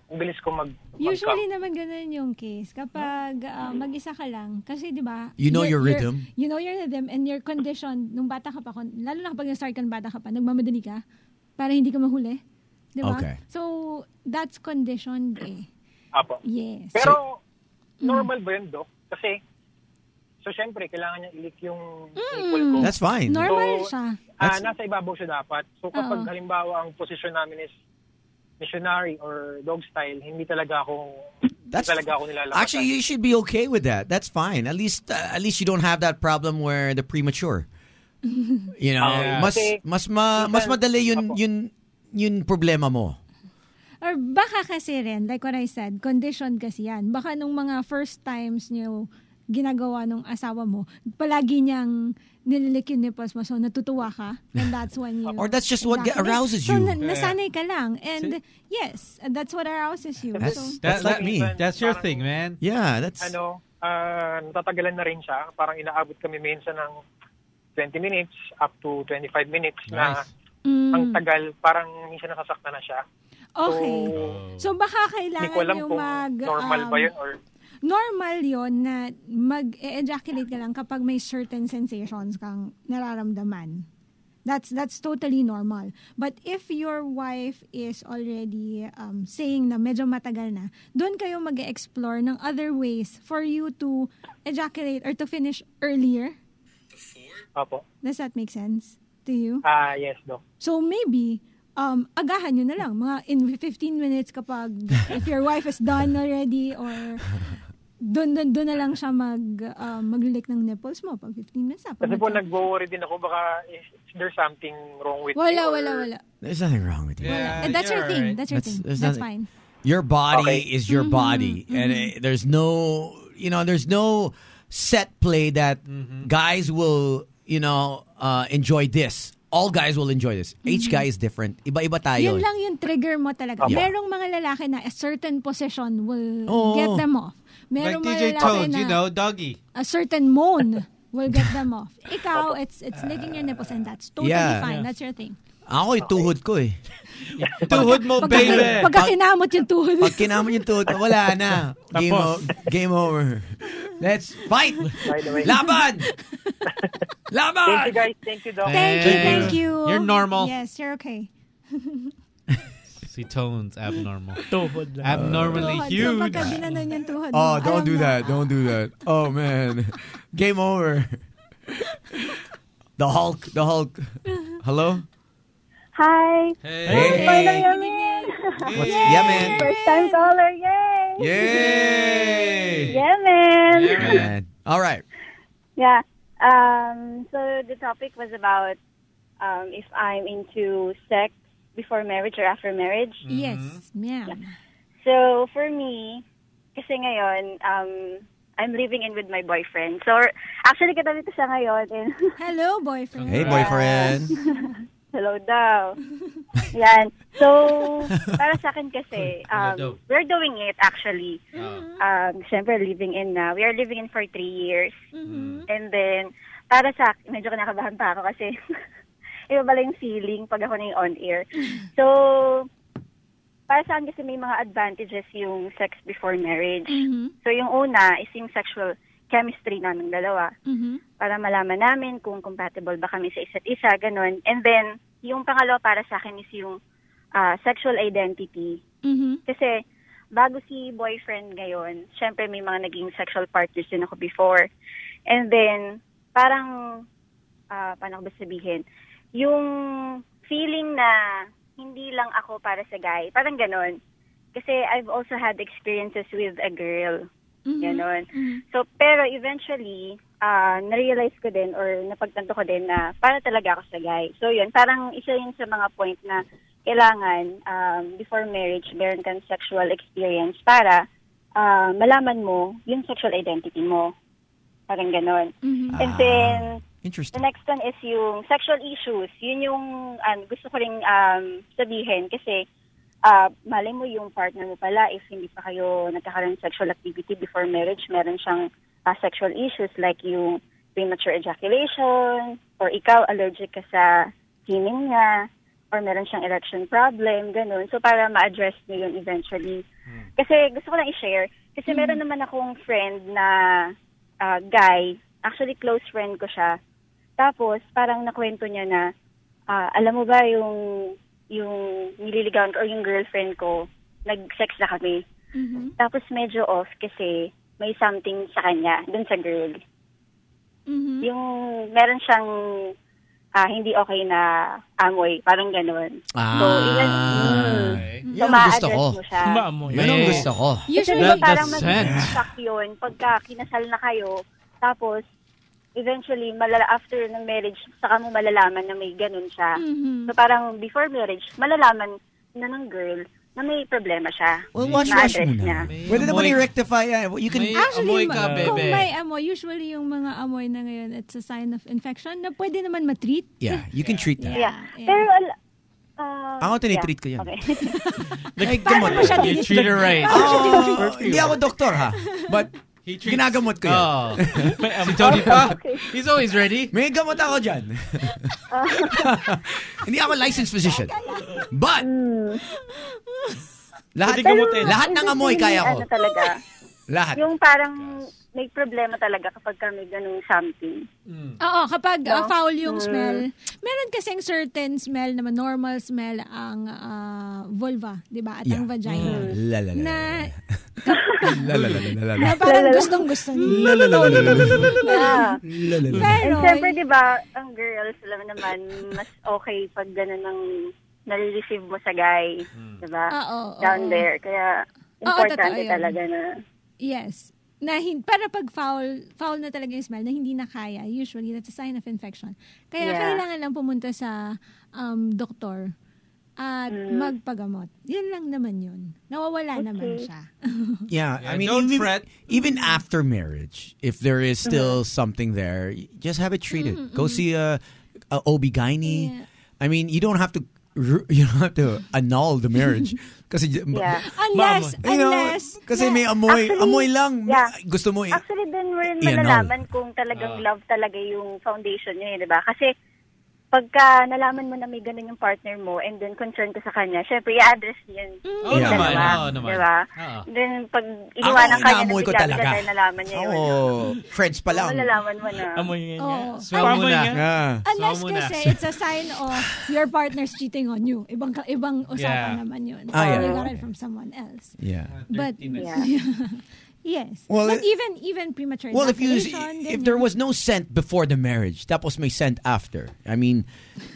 P: ang bilis kong mag
F: Usually naman ganun yung case kapag ah, mag-isa ka lang kasi 'di ba?
D: You know
F: you're-
D: your
F: you're-
D: rhythm.
F: You know your rhythm and your condition nung bata ka pa kun- lalo na kapag nag-start ka nung bata ka pa, nagmamadali ka para hindi ka mahuli. 'Di ba?
P: Okay.
F: So that's conditioned eh.
P: Apo.
F: Yes. Mm.
P: Pero normal ba yun, Doc? Kasi so syempre kailangan niya ilik yung nipple ko.
D: That's fine.
F: Mm. Normal
P: So,
F: siya.
P: Ah, nasa ibabaw siya dapat. So kapag
F: Oo.
P: halimbawa ang posisyon namin is missionary or dog style, hindi talaga ako
D: That's
P: hindi talaga ako nilalabasan.
D: Actually, you should be okay with that. That's fine. At least, uh, at least you don't have that problem where the premature. You know,
P: Yeah.
D: mas
P: Kasi
D: mas ma, mas madali yun yun yun problema mo.
F: Or baka kasi rin, like what I said, conditioned kasi yan. Baka nung mga first times niyo ginagawa nung asawa mo, palagi niyang nililik yung nipples mo. So, natutuwa ka. And that's when you...
D: Or that's just what get- arouses
F: So,
D: you.
F: na- nasanay ka lang. And yes, that's what arouses you.
D: That's-
F: so,
D: that's like
C: that-
D: me.
C: That's your thing, man.
D: Yeah, that's
P: ano, ah, natatagalan na rin siya. Parang inaabot kami minsan ng 20 minutes up to 25 minutes na ang
F: Hmm.
P: tagal. Parang minsan nasasaktan na siya.
F: mm, okay. So, baka
P: Oh. Hindi
F: kailangan
P: ko alam
F: yung
P: kung
F: mag...
P: normal
F: um,
P: ba yun or
F: normal yon na mag-ejaculate ka lang kapag may certain sensations kang nararamdaman. That's that's totally normal. But if your wife is already um, saying na medyo matagal na, doon kayo mag-explore ng other ways for you to ejaculate or to finish earlier.
P: Opo.
F: Does that make sense to you?
P: Ah, yes, Doc.
F: So maybe um agahan nyo na lang mga in 15 minutes kapag if your wife is done already or doon doon doon na lang siya mag um, maglilik ng nipples mo pag 15 minutes na. Pag
P: Kasi po
F: nagka-
P: nag-worry din ako baka is, is there something wrong with
F: wala
P: me or-
F: wala wala.
D: There's nothing wrong with you.
F: Wala. And Eh, that's your thing. That's your
D: That's-
F: thing.
D: there's
F: That's
D: nothing-
F: fine.
D: Your body is
F: Mm-hmm.
D: your body, and
F: mhm.
D: uh, there's no, you know, there's no set play that
P: Mm-hmm.
D: guys will, you know, uh, enjoy this. All guys will enjoy this. Each
F: Mhm.
D: guy is different. Iba-iba tayo. eh.
F: Yun lang yung trigger mo talaga.
D: Tama.
F: Merong mga lalaki na a certain position will
D: Oo.
F: get them off.
C: Like
F: Merong mga
C: DJ
F: lalaki
C: Toad,
F: na
C: you know, doggy.
F: a certain moan will get them off. Ikaw, it's it's licking your nipples and that's totally
D: yeah.
F: fine.
D: Yeah.
F: That's your thing.
D: Ako, yung tuhod ko eh.
C: tuhod mo,
F: Pagka- Pagka kinamot yung tuhod.
D: Pag kinamon yung tuhod, wala na. Game, o-
F: Tapos.
D: game over. Let's fight!
P: the way.
D: Laban! Laban!
P: Thank you guys. Thank you, Doc.
F: Thank you, thank you.
C: You're normal.
F: Yes, you're okay.
C: See, tone's abnormal.
E: Tuhod.
C: Abnormally
F: Tuhod. So,
C: huge.
F: pagka binanan yung tuhod mo,
D: Oh, don't
F: alam
D: do
F: na.
D: that. Don't do that. Oh man. Game over. The Hulk, the Hulk. Hello?
T: Hi.
D: Hey.
T: Hey. Finally, I'm in.
D: What's- yeah, man.
T: First time caller. Yay.
D: Yay!
T: Yeah, man.
D: Man. All right.
T: Yeah. Um, so the topic was about um, if I'm into sex before marriage or after marriage.
D: Mm-hmm.
C: Mm-hmm.
F: Yes, ma'am.
T: So for me, kasi ngayon, um, I'm living in with my boyfriend. So actually, katabi ko siya ngayon. eh. And
F: Hello, boyfriend.
D: Hey, boyfriend.
T: Hello daw. Yan. So, para sa akin kasi,
D: Hello daw.
T: um, we're doing it actually. Um, Siyempre, living in na. We are living in for three years. And then, para sa akin, medyo kinakabahan pa ako kasi iba pala yung feeling pag ako na yung on-air. So, para sa akin kasi may mga advantages yung sex before marriage. So, yung una is yung sexual chemistry namin dalawa
F: Mm-hmm.
T: para malaman namin kung compatible ba kami sa isa't isa, ganun. And then, yung pangalawa para sa akin is yung ah, sexual identity. Kasi bago si boyfriend ngayon, syempre may mga naging sexual partners din ako before. And then, parang, ah paano ko ba sabihin, yung feeling na hindi lang ako para sa guy, parang ganon. Kasi I've also had experiences with a girl. Ganon. So, pero eventually, ah na-realize ko din or napagtanto ko din na para talaga ako sa guy. So, yun, parang isa yun sa mga point na kailangan um, before marriage, meron kang sexual experience para ah, malaman mo yung sexual identity mo. Parang ganon. And
D: Ah.
T: then,
D: Interesting.
T: the next one is yung sexual issues. Yun yung um, gusto ko rin um, sabihin kasi ah, malay mo yung partner mo pala if hindi pa kayo nagkakaroon ng sexual activity before marriage, meron siyang ah, sexual issues like yung premature ejaculation or ikaw allergic ka sa semen niya or meron siyang erection problem, ganun. So, para ma-address niyo yun eventually. Kasi gusto ko lang i-share. Kasi meron naman akong friend na ah, guy. Actually, close friend ko siya. Tapos, parang nakwento niya na, ah, alam mo ba yung, yung nililigawan ko or yung girlfriend ko, nag-sex na kami.
F: Mm-hmm,
T: Tapos medyo off kasi may something sa kanya, dun sa girl.
F: mm-hmm.
T: Yung meron siyang ah, hindi okay na amoy, parang ganun.
D: Ah.
T: So, ilan,
D: Yun ang gusto ko.
T: Mo siya.
D: Maamoy. Yun ang gusto ko.
T: Usually,
D: That-
T: parang
D: that's sense.
T: mag-shock yun pagka kinasal na kayo, tapos eventually, malala after ng marriage, saka mo malalaman na may ganun siya. So parang before marriage, malalaman na ng girl na may problema siya.
D: Well, wash,
T: Na
D: wash
T: address
D: muna.
T: niya.
D: Pwede naman i-rectify yan. You can,
F: Actually, ma- kung may amoy, usually yung mga amoy na ngayon, it's a sign of infection na pwede naman matreat.
D: Yeah, you can treat that.
F: Yeah.
T: Pero, al- uh,
D: Ako, tinitreat ko yan. Like,
T: Paano mo siya
C: You treat her right.
D: Oh, hindi ako doktor ha. But, ginagamot ko yan.
C: Oh. Si Tony pa? He's always ready.
D: May gamot ako dyan. hindi ako licensed physician. But,
T: Hmm.
D: lahat,
T: Pero,
D: lahat ng amoy kaya ko.
T: Ano talaga,
D: Lahat.
T: yung parang may problema talaga kapag ka may ganun something.
F: Oo, kapag
T: No?
F: uh, foul yung
T: Mm.
F: smell. Meron kasing certain smell naman, normal smell ang ah, vulva, di ba? At
D: Yeah.
F: ang vagina.
D: Mm. La, la, la,
F: na,
D: La, la, la, la, la, la.
F: na parang gustong-gusto niya.
T: Yeah.
D: Lalalala.
T: And
F: Pero-
T: syempre, di ba, ang girls lang naman, mas okay pag ganun ang nare-receive mo sa guy.
D: Hmm.
T: Di ba?
F: Oo, Ah, oo.
T: Down there. Kaya,
F: Oo,
T: importante
F: totoo yun.
T: talaga na.
F: Yes. Na, hin- para pag foul, foul na talaga yung smell na hindi na kaya. Usually, that's a sign of infection. Kaya
T: Yeah.
F: kailangan lang pumunta sa um, doktor at
T: Mm.
F: magpagamot. Yun lang naman yun. Nawawala naman siya.
D: Yeah, I
C: Yeah,
D: mean,
C: don't
D: even,
C: fret.
D: even after marriage, if there is
T: Uh-huh.
D: still something there, y- just have it treated.
T: Mm-hmm,
D: Go see a, a OB-GYN. I mean, you don't have to r- you don't have to annul the marriage kasi
T: Yeah.
F: Unless-
D: you know,
F: unless-
D: kasi may amoy
T: Actually,
D: amoy lang
T: yeah.
D: gusto mo i-
T: Actually, dun mo rin
D: I-annul.
T: malalaman kung
D: Ah.
T: talagang love talaga yung foundation nyo, eh, di ba? Kasi, pagka nalaman mo na may ganun yung partner mo and then concern ka sa kanya, syempre, i-address niya
F: Mm.
T: yun.
C: Oo
T: Yung
C: naman,
T: dalawa,
C: oo naman.
T: Di ba?
C: Oo.
T: Then, pag iniwanan
D: Ah. Ako,
T: ka niya,
D: inaamoy ko
T: nabigla-bigla
D: talaga.
T: dahil nalaman niya yun.
D: Oh, friends pa lang. Ah.
T: Malalaman mo na. Oh.
F: Oo.
D: Swell muna. Yeah.
F: Unless
D: Swell muna.
F: kasi it's a sign of your partner's cheating on you. Ibang ka- ibang usapan
D: Yeah.
F: naman yun.
D: Ah, yeah.
F: You got it from someone else.
D: Yeah.
F: But
T: Yeah.
F: yes.
D: Well,
F: but
D: it-
F: even even premature
D: Well, if you
F: ejaculation,
D: if
F: ganyan.
D: there was no scent before the marriage, that was my scent after. I mean,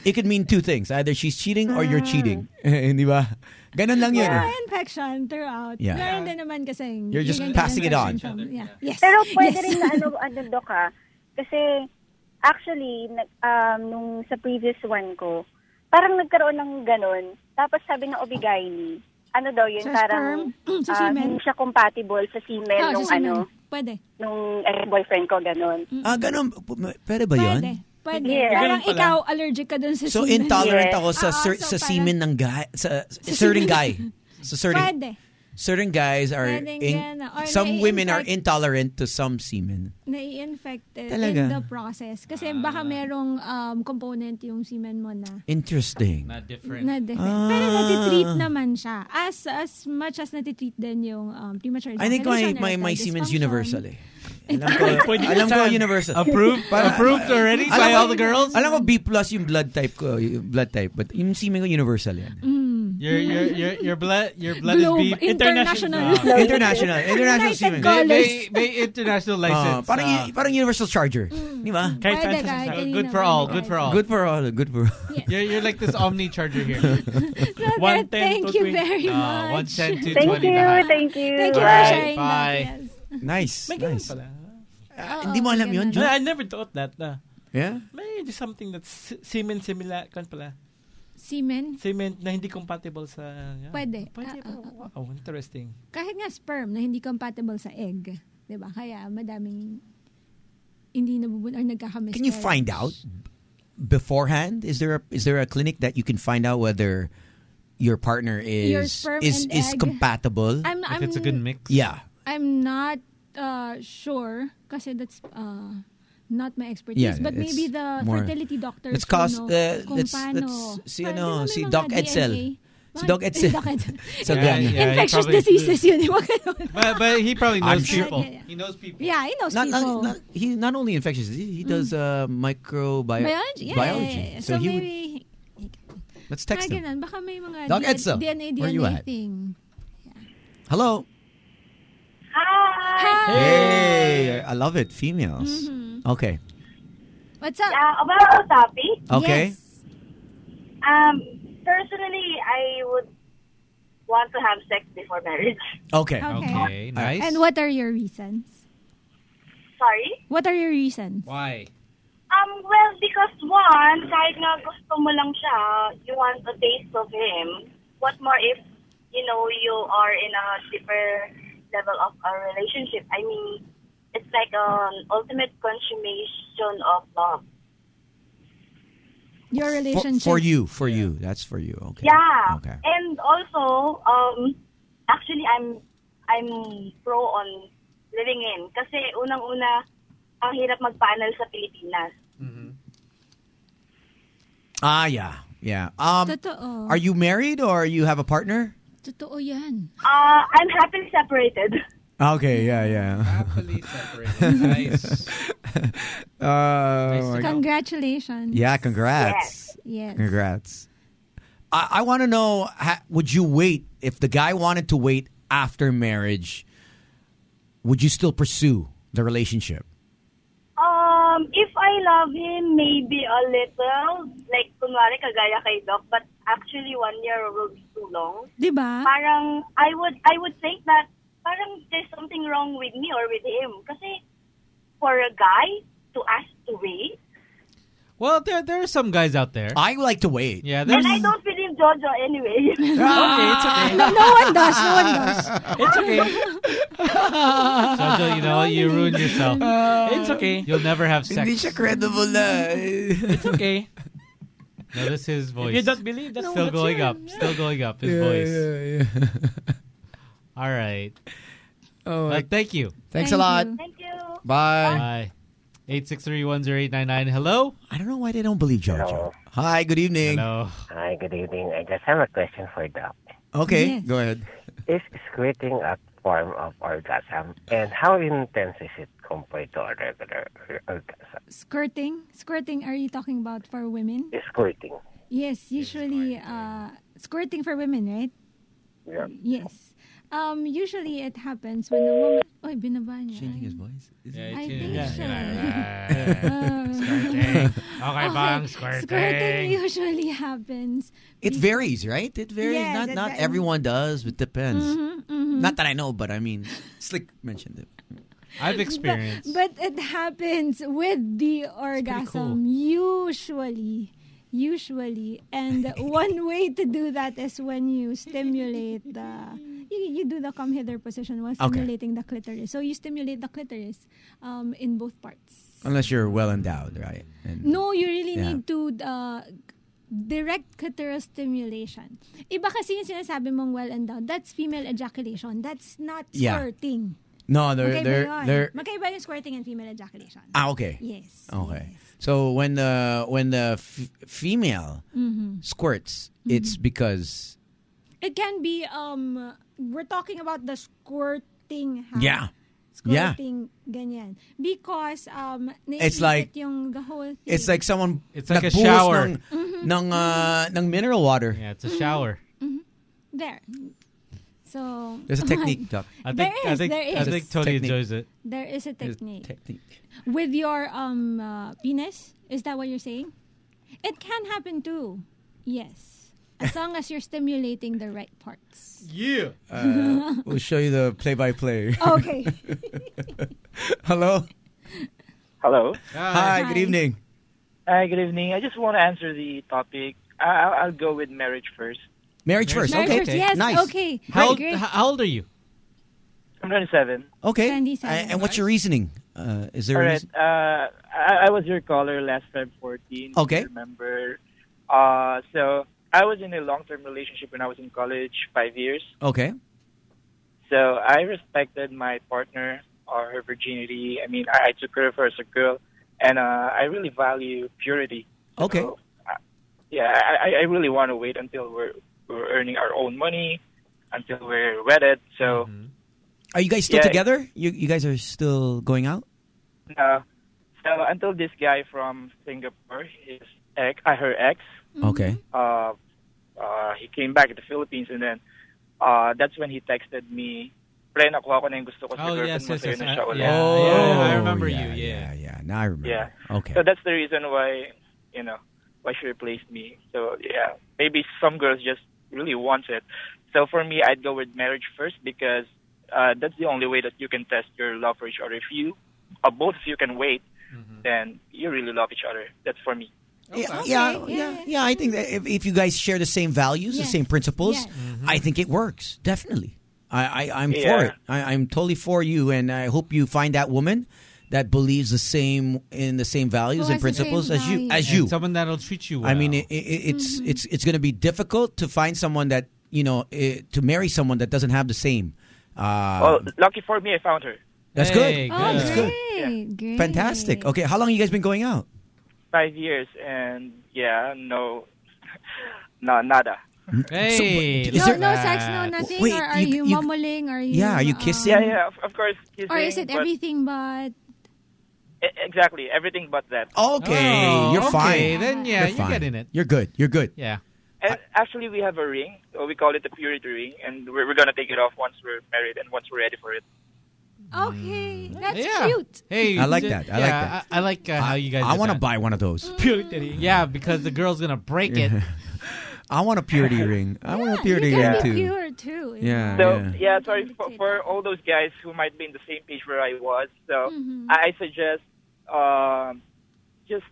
D: it could mean two things: either she's cheating or
F: Ah.
D: you're cheating. Hindi ba? Ganun lang yun.
F: Wala
D: eh.
F: infection throughout.
D: Yeah.
F: Meron din naman kasing
D: You're just
F: ganyan
D: passing it on.
F: infection from- yeah. Yes.
T: Pero pwede
F: Yes. Oh,
T: rin na ano, ano doc ha. Kasi actually, nag- um, nung sa previous one ko, parang nagkaroon ng ganun. Tapos sabi ng obigaini, ano daw yun,
F: Sa
T: parang
F: sperm? Mm, Sa
T: ah,
F: semen?
T: hindi siya compatible sa semen
F: Ah,
T: nung
F: sa semen.
T: ano,
F: Pwede.
T: nung ex-boyfriend ko, ganun.
D: Ah, ganun. P- p- Pwede ba yun?
F: Pwede. Pwede.
T: Yeah.
D: Ganun
F: Parang
D: pala.
F: ikaw allergic ka dun sa
D: So
F: semen.
D: intolerant ako sa
F: Oo,
D: cer-
F: Ah,
D: sa
F: so parang-
D: semen ng guy sa, certain
F: semen.
D: guy. So certain
F: Pwede.
D: certain guys are
F: Pwedeng
D: in-
F: yan, or
D: some women are
F: nai-infect.
D: intolerant to some semen.
F: nai-infected
D: Talaga? Ah.
F: in the process. Kasi baka merong um, component yung semen mo na
D: Interesting.
C: Not different.
F: na different.
D: Ah.
F: Pero natitreat naman siya. As as much as natitreat din yung um, premature
D: I think my
F: ejaculation,
D: my my
F: erectile
D: semen's
F: dysfunction.
D: universal. Eh. Alam ko, alam ko universal.
C: Approved? Approved already
D: Alam
C: by
D: ko-
C: all the girls?
D: Alam ko B plus yung blood type ko, yung blood type. But yung semen ko universal yan.
F: Mm.
C: Your your your your blood your blood
F: Globe.
C: is beef.
F: International.
C: International.
F: Globe.
D: International. International semen.
F: United
C: May, may, may international
D: Ah,
C: license.
D: parang,
C: Ah.
D: parang universal charger.
F: Mm,
D: Di ba?
C: Kahit Pwede saan, saan, kahit saan. ganyan Good for naman. all, good for all.
D: Good for all. Good for all.
C: You're, you're like this omni charger here.
F: One ten thank to you twenty. very
C: Ah, one
F: much.
C: ten to
F: Thank
C: twenty
F: you,
C: lahat.
F: thank you. Thank you for
C: Alright,
F: sharing that,
C: Bye.
D: Nice. nice.
F: Oo,
E: Hindi mo
F: may
E: alam yun,
F: Ah, ganun.
E: Jun? I never thought that.
C: uh,
E: Na.
D: Yeah?
E: May just something that's semen similar kan pala.
F: Semen?
E: Semen na hindi compatible sa... yeah.
F: Pwede. Ah, ah, ah.
E: Wow, interesting.
F: Kahit nga sperm na hindi compatible sa egg. 'di ba? Kaya madaming hindi nabubun or nagkakamis.
D: Can you find out beforehand? Is there a is there a clinic that you can find out whether your partner is
F: Your sperm
D: is
F: and
D: is
F: egg.
D: compatible?
F: I'm- If it's a good I'm- mix.
D: Yeah.
F: I'm not uh, sure kasi that's uh, not my expertise.
D: Yeah,
F: but
D: it's
F: maybe the
D: more-
F: fertility doctors
D: Let's
F: who
D: cause
F: know
D: uh,
F: kung
D: let's
F: paano.
D: let's si
F: Parang
D: ano
F: may
D: si
F: mga
D: Doc
F: DNA.
D: Edsel. Si
F: Bakit-
D: Doc Edsel.
F: Doc Edsel.
D: Sa
C: Yeah,
D: Ghana.
C: yeah,
F: Infectious
C: probably-
F: diseases yun. Yung mga ganun.
C: But, but he probably
D: I'm
C: knows
D: sure-
C: people.
F: Yeah, yeah.
C: He knows people.
F: Yeah, he knows
D: Not,
F: people.
D: not, not- he not only infectious he, he does uh, microbiology.
F: Mm. biology? Yeah, yeah, yeah. So,
D: he would-
F: maybe...
D: let's text
F: mga
D: him.
F: ganun. Baka may mga
D: Doc
F: DNA,
D: Edsel,
F: DNA,
D: where you at?
F: thing.
D: Hello.
F: Hi!
D: Hey, I love it. Females.
F: Mhm.
D: Okay.
F: What's up?
U: about our topic,
D: Okay.
U: um, personally, I would want to have sex before marriage.
D: Okay.
C: Okay, nice.
F: And what are your reasons?
U: Sorry?
F: What are your reasons?
C: Why?
U: Um, well, because one, kahit nga gusto mo lang siya, you want a taste of him. What more if, you know, you are in a deeper level of a relationship? I mean, it's like an ultimate consummation of love.
F: Your
D: For,
F: relationship.
D: for you, for you. That's for you. Okay.
U: Yeah.
D: Okay.
U: And also, um, actually, I'm I'm pro on living in. Kasi unang-una, ang hirap magpanel sa Pilipinas.
D: Ah, yeah, yeah. Um,
F: Totoo.
D: are you married or you have a partner?
F: Totoo yan.
U: Uh, I'm happily separated.
D: Okay, yeah, yeah. Happily
C: separated. Nice.
D: Oh uh,
F: Congratulations.
D: yeah, congrats.
F: Yes.
D: Congrats. I, I want to know: ha, Would you wait if the guy wanted to wait after marriage? Would you still pursue the relationship?
U: Um, if I love him, maybe a little. Like, kunwari, kagaya kay Doc. But actually, one year will be too long.
F: Diba?
U: Parang, I would, I would think that parang there's something wrong with me or with him. Kasi, for a guy to ask to wait,
C: Well, there there are some guys out there.
D: I like to wait.
C: Yeah,
U: and
C: there's
U: I don't believe Jojo anyway.
C: Okay, it's okay.
F: No, no one does. No one does.
E: It's okay.
C: Jojo, you know, you ruined yourself.
F: Uh,
E: it's okay.
C: You'll never have sex.
D: credible ah.
E: It's okay.
C: Notice his voice.
E: If you don't believe, that's
C: still
E: that's
C: going up.
E: your-
C: Still going up. His
D: Yeah,
C: voice.
D: yeah, yeah.
C: All right.
D: Oh,
C: But thank you.
D: Thanks a lot.
U: Thank you.
C: Bye. Eight six three one zero eight nine nine. Hello.
D: I don't know why they don't believe JoJo.
G: Hello.
D: Hi, good evening.
C: Hello.
G: Hi, good evening. I just have a question for Doc.
D: Okay,
G: Yes.
D: go ahead.
G: Is squirting a form of orgasm? And how intense is it compared to a regular or- orgasm?
F: Squirting? Squirting, are you talking about for women?
G: Squirting.
F: Yes, usually uh, squirting for women, right?
G: Yeah.
F: Yes. Um, usually it happens when a woman... Oy, binaba niya. Changing his
D: voice? Uh,
C: Yeah,
F: I
C: it's-
F: think
C: yeah,
F: so. Uh, Oh.
C: yeah. Squirting. Okay ba ang squirting?
F: Squirting usually happens.
D: It varies, right? It varies.
F: Yeah,
D: not
F: that-
D: not
F: that-
D: everyone does. It depends.
F: Mhm, mhm.
D: Not that I know, but I mean, Slick mentioned it.
C: I've experienced.
F: But it happens with the orgasm usually. Usually, and one way to do that is when you stimulate the you, you do the come hither position while
D: Okay.
F: stimulating the clitoris. So you stimulate the clitoris um, in both parts.
D: Unless you're well endowed, right? And
F: No, you really
D: Yeah.
F: need to uh, direct clitoral stimulation. Iba kasi yung sinasabi mong well endowed. That's female ejaculation. That's not
D: Yeah.
F: squirting.
D: no, they're
F: Magkaiba
D: they're
F: yun.
D: they're
F: Magkaiba yung squirting and female ejaculation.
D: ah okay.
F: Yes.
D: Okay. So when the when the f- female
F: Mhm.
D: squirts, it's because
F: It can be um we're talking about the squirting ha?
D: yeah, Yeah.
F: squirting, ganyan. Because, um,
D: It's
F: naiipit
D: like-
F: yung the whole thing. Mm-hmm.
D: It's like someone
C: It's like a
D: nagbuhos
C: shower.
D: ng ng, uh, ng mineral water.
C: Yeah, it's a shower.
F: Mm-hmm. There. So,
D: There's a technique, Doc.
C: I
F: There
C: think I
F: is,
C: think
F: there
C: I
F: is.
C: think Tony
D: Technique.
C: enjoys it.
F: there is a technique.
D: technique.
F: With your um uh, penis? Is that what you're saying? It can happen too. Yes. As long as you're stimulating the right parts.
C: Yeah.
D: Uh, we'll show you the play-by-play.
F: Okay.
D: Hello.
V: Hello.
D: Hi. Good evening.
V: Hi, good evening. I just want to answer the topic. I, I'll, I'll go with marriage first.
D: Marriage first.
V: Marriage
D: okay.
V: first, yes,
D: Nice.
V: okay.
D: How old,
V: Great.
D: h- how old are you?
V: I'm 27.
D: Okay. A- And what's your reasoning? Uh, is there
V: All
D: a
V: right.
D: reason?
V: Uh, I, I was your caller last Feb 14.
D: Okay.
V: I remember. Uh, so I was in a long-term relationship when I was in college, five years.
D: Okay.
V: So I respected my partner or her virginity. I mean, I, I took her for as a girl, and uh, I really value purity. Uh,
D: Okay.
V: Yeah, I, I- I really want to wait until we're we're earning our own money, until we're wedded. So
D: Mm-hmm. Are you guys still
V: Yeah.
D: together? You you guys are still going out?
V: uh, so until this guy from Singapore, his ex, uh, her ex,
D: Okay.
V: uh, uh, he came back to the Philippines, and then uh, that's when he texted me. Pre, nakuha ko na yung gusto ko sa
C: Oh,
V: girlfriend
C: yes,
V: mo,
C: yes,
V: sa'yo
C: yes.
V: na
C: I-
V: siya ulit."
C: yeah,
D: Oh,
C: yeah, I remember
D: yeah,
C: you.
D: yeah,
C: Yeah.
D: yeah. Now I remember.
V: Yeah.
D: Okay.
V: So that's the reason why, you know, why she replaced me. So yeah, maybe some girls just really want it. So for me, I'd go with marriage first because uh, that's the only way that you can test your love for each other. If you, or both of you can wait,
D: Mm-hmm.
V: then you really love each other. That's for me.
D: Yeah, yeah, yeah, yeah. I think that if, if you guys share the same values, the
V: Yes.
D: same principles, Mm-hmm.
V: Yes.
D: I think it works definitely. I, I I'm for
V: Yeah.
D: it. I, I'm totally for you, and I hope you find that woman that believes the same in the same Mm-hmm. values and principles as you as you.
C: And someone that'll treat you well.
D: I mean, it, it, it's it's it's going to be difficult to find someone that you know eh, to marry someone that doesn't have the same. Uh,
V: Well, Oh, lucky for me, I found her.
D: that's
V: Hey,
D: good.
V: good.
D: That's
V: Oh,
D: good.
F: Great, great.
D: Fantastic. Okay, how long you guys been going out?
V: Five years, and yeah, no, no, nada.
C: Hey,
D: So, but
F: No,
D: is there- Uh,
F: no sex, no nothing,
D: Wait,
F: or are
D: you-
F: you,
D: you-
F: mumbling? Are you?
D: Yeah, are you kissing?
F: um,
D: Yeah, yeah,
V: Of, of course, kissing,
F: Or is it
V: but-
F: everything but?
V: e- exactly everything but that.
D: Okay,
F: Oh.
D: you're fine.
C: Oh, okay, then, yeah,
D: You're
C: you
D: fine.
C: get in it.
D: You're good. You're good.
C: Yeah.
V: And actually, we have a ring. Uh, We call it the purity ring, and we're, we're gonna take it off once we're married and once we're ready for it.
F: Okay, that's
C: Mm. Yeah.
F: cute.
C: Hey,
D: I like
C: j-
D: that. I
C: yeah,
D: like that.
C: I, I like uh, how you guys.
D: I
C: did
D: want to
C: that.
D: buy one of those.
C: Yeah, because the girl's gonna break it.
D: I want a purity ring. I want a purity
C: gotta
D: ring
C: be
D: too.
F: pure too.
D: Yeah,
V: So
D: yeah.
V: yeah, sorry for, for all those guys who might be in the same page where I was. So I I suggest um just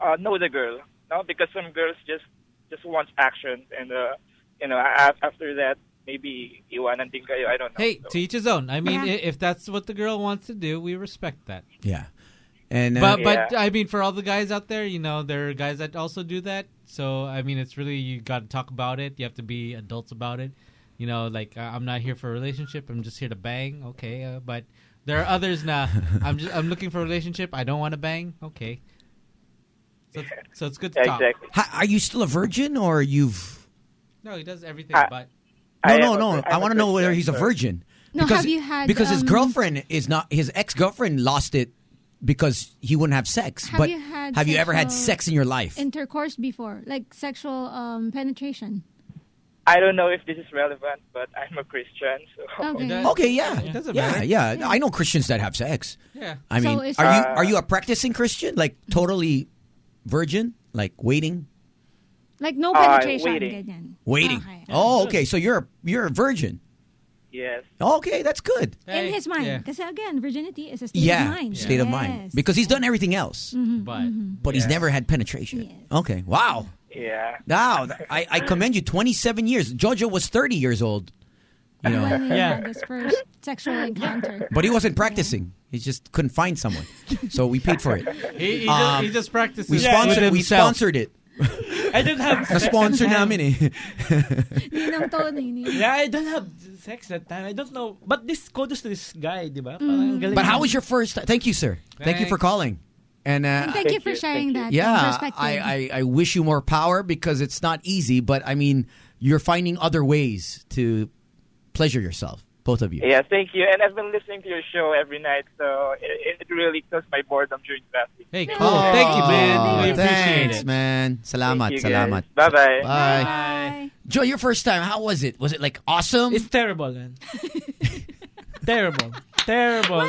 V: uh, know the girl, no? Because some girls just just want action, and uh, you know a- a- after that maybe iwanan din kayo. I don't know.
C: Hey, to each his own. I mean,
V: Yeah.
C: i if that's what the girl wants to do, we respect that.
D: Yeah. And uh,
C: but but I mean, for all the guys out there, you know, there are guys that also do that. So I mean, it's really you got to talk about it. You have to be adults about it. You know, like I- I'm not here for a relationship. I'm just here to bang. Okay, uh, but there are others now. I'm just I'm looking for a relationship. I don't want to bang. Okay. So, so it's good to talk.
D: Ha- are you still a virgin or you've?
C: No, he does everything, but
D: No,
C: I
D: no,
C: am a-
D: no.
C: I'm
D: I
C: a
D: want to know whether
C: Christian,
D: he's a
C: so-
D: virgin.
F: No, have you had,
D: Because his
F: um,
D: girlfriend is not his ex girlfriend lost it because he wouldn't have sex.
F: Have
D: but
F: you had?
D: have you ever had
F: sexual
D: sex in your life?
F: Intercourse before, like sexual um, penetration.
V: I don't know if this is relevant, but I'm a Christian, so
F: Okay.
D: Okay, yeah,
F: It doesn't
D: yeah,
F: matter.
D: yeah, I know Christians that have sex.
V: Yeah.
D: I
F: So
D: mean,
F: is-
D: are you
F: Uh,
D: are you a practicing Christian, like totally virgin, like waiting,
F: Like no
V: Uh,
F: penetration.
V: waiting.
F: ganyan.
D: waiting?
F: Okay.
D: Oh, okay. So you're a, you're a virgin.
V: yes.
D: Okay, that's good.
F: In his mind,
D: yeah.
F: because again, virginity is a state
D: Yeah,
F: of mind. Mm-hmm.
D: state of mind. Because he's done everything else,
C: but
D: but he's never had penetration. Okay, wow.
V: yeah.
D: Wow, th- I, I commend you. Twenty-seven years. Jojo was thirty years old. You know,
F: When he had his first sexual encounter.
D: but he wasn't practicing. He just couldn't find someone, so we paid for it. Um,
C: He- he just- he just practices
D: We
C: with
D: sponsored. we
C: himself.
D: sponsored it.
E: I don't have sex
D: sponsor
E: that time.
D: namin eh.
F: Ninang Tony. ninang.
E: Yeah, I don't have sex that time. I don't know. But this kudos to this guy, di ba?
F: Mm.
D: But how was your first? Thank you, sir. Thank you for
E: Thanks.
D: calling. And, uh,
E: And thank you Thank for you, sharing thank you. that
D: Yeah,
E: perspective.
D: I, I I wish you more power because it's not easy. But I mean, you're finding other ways to pleasure yourself, both of you.
V: Yeah, thank you. And I've been listening to your show every night, so it, it really kills my boredom during fasting.
C: Hey, cool. Thank you, man. We
D: Aw,
C: appreciate
D: thanks,
C: it.
D: man. Salamat,
C: you, guys.
D: salamat.
V: Bye-bye.
D: Bye. Joy, your first time, how was it? Was it like awesome? It's
E: terrible, man. terrible. Terrible.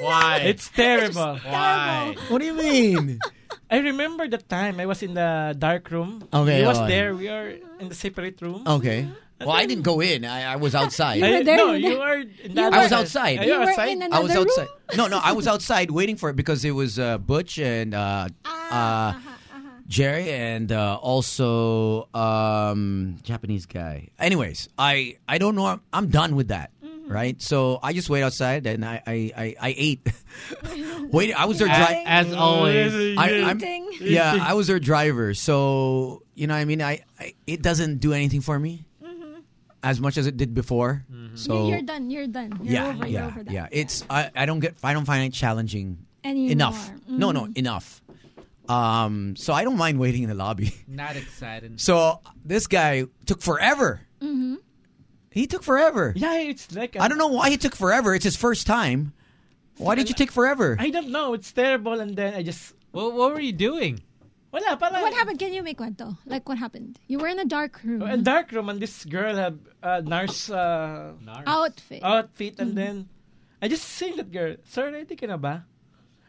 D: Why?
E: It's terrible.
D: Why? What do you mean?
E: I remember the time I was in the dark room.
D: Okay,
E: He was
D: oh,
E: there. We are in the separate room.
D: Okay. Well, I didn't go in. I, I was outside.
E: You were I- there, no, you you were- were in that-
D: I was
E: you were-
D: outside.
E: you You were outside? in
D: I was
E: another
D: outside. No, no, I was outside waiting for it because it was uh, Butch and uh,
E: Ah,
D: uh,
E: uh-huh,
D: Jerry and uh, also um, Japanese guy. Anyways, I I don't know. I'm, I'm done with that.
E: Mm-hmm.
D: Right, so I just wait outside and I I, I, I ate. wait, I was their
C: As-
D: dri-
C: as always.
D: I, I'm-
C: Eating.
D: yeah,
C: Eating.
D: I was their driver, so you know, what I mean, I, I it doesn't do anything for me
E: Mm-hmm.
D: as much as it did before. So
F: you're done. You're done. You're
D: yeah,
F: over.
D: yeah,
F: You're over that.
D: yeah. It's I, I don't get I don't find it challenging
F: Anymore.
D: enough. No, no,
F: Mm.
D: enough. Um, so I don't mind waiting in the lobby.
C: Not excited.
D: So this guy took forever.
F: Mm-hmm.
D: He took forever.
E: Yeah, it's like
D: I don't know why he took forever. It's his first time. Why did you take forever?
E: I don't know. It's terrible. And then I just.
C: Well, what were you doing?
E: Wala,
F: What happened? Can you make one though? Like what happened? You were in a dark room.
E: A Oh, dark room and this girl had a nurse uh,
F: Outfit.
E: outfit
F: Mhm.
E: and then I just seen that girl. Sir, ready ka na ba?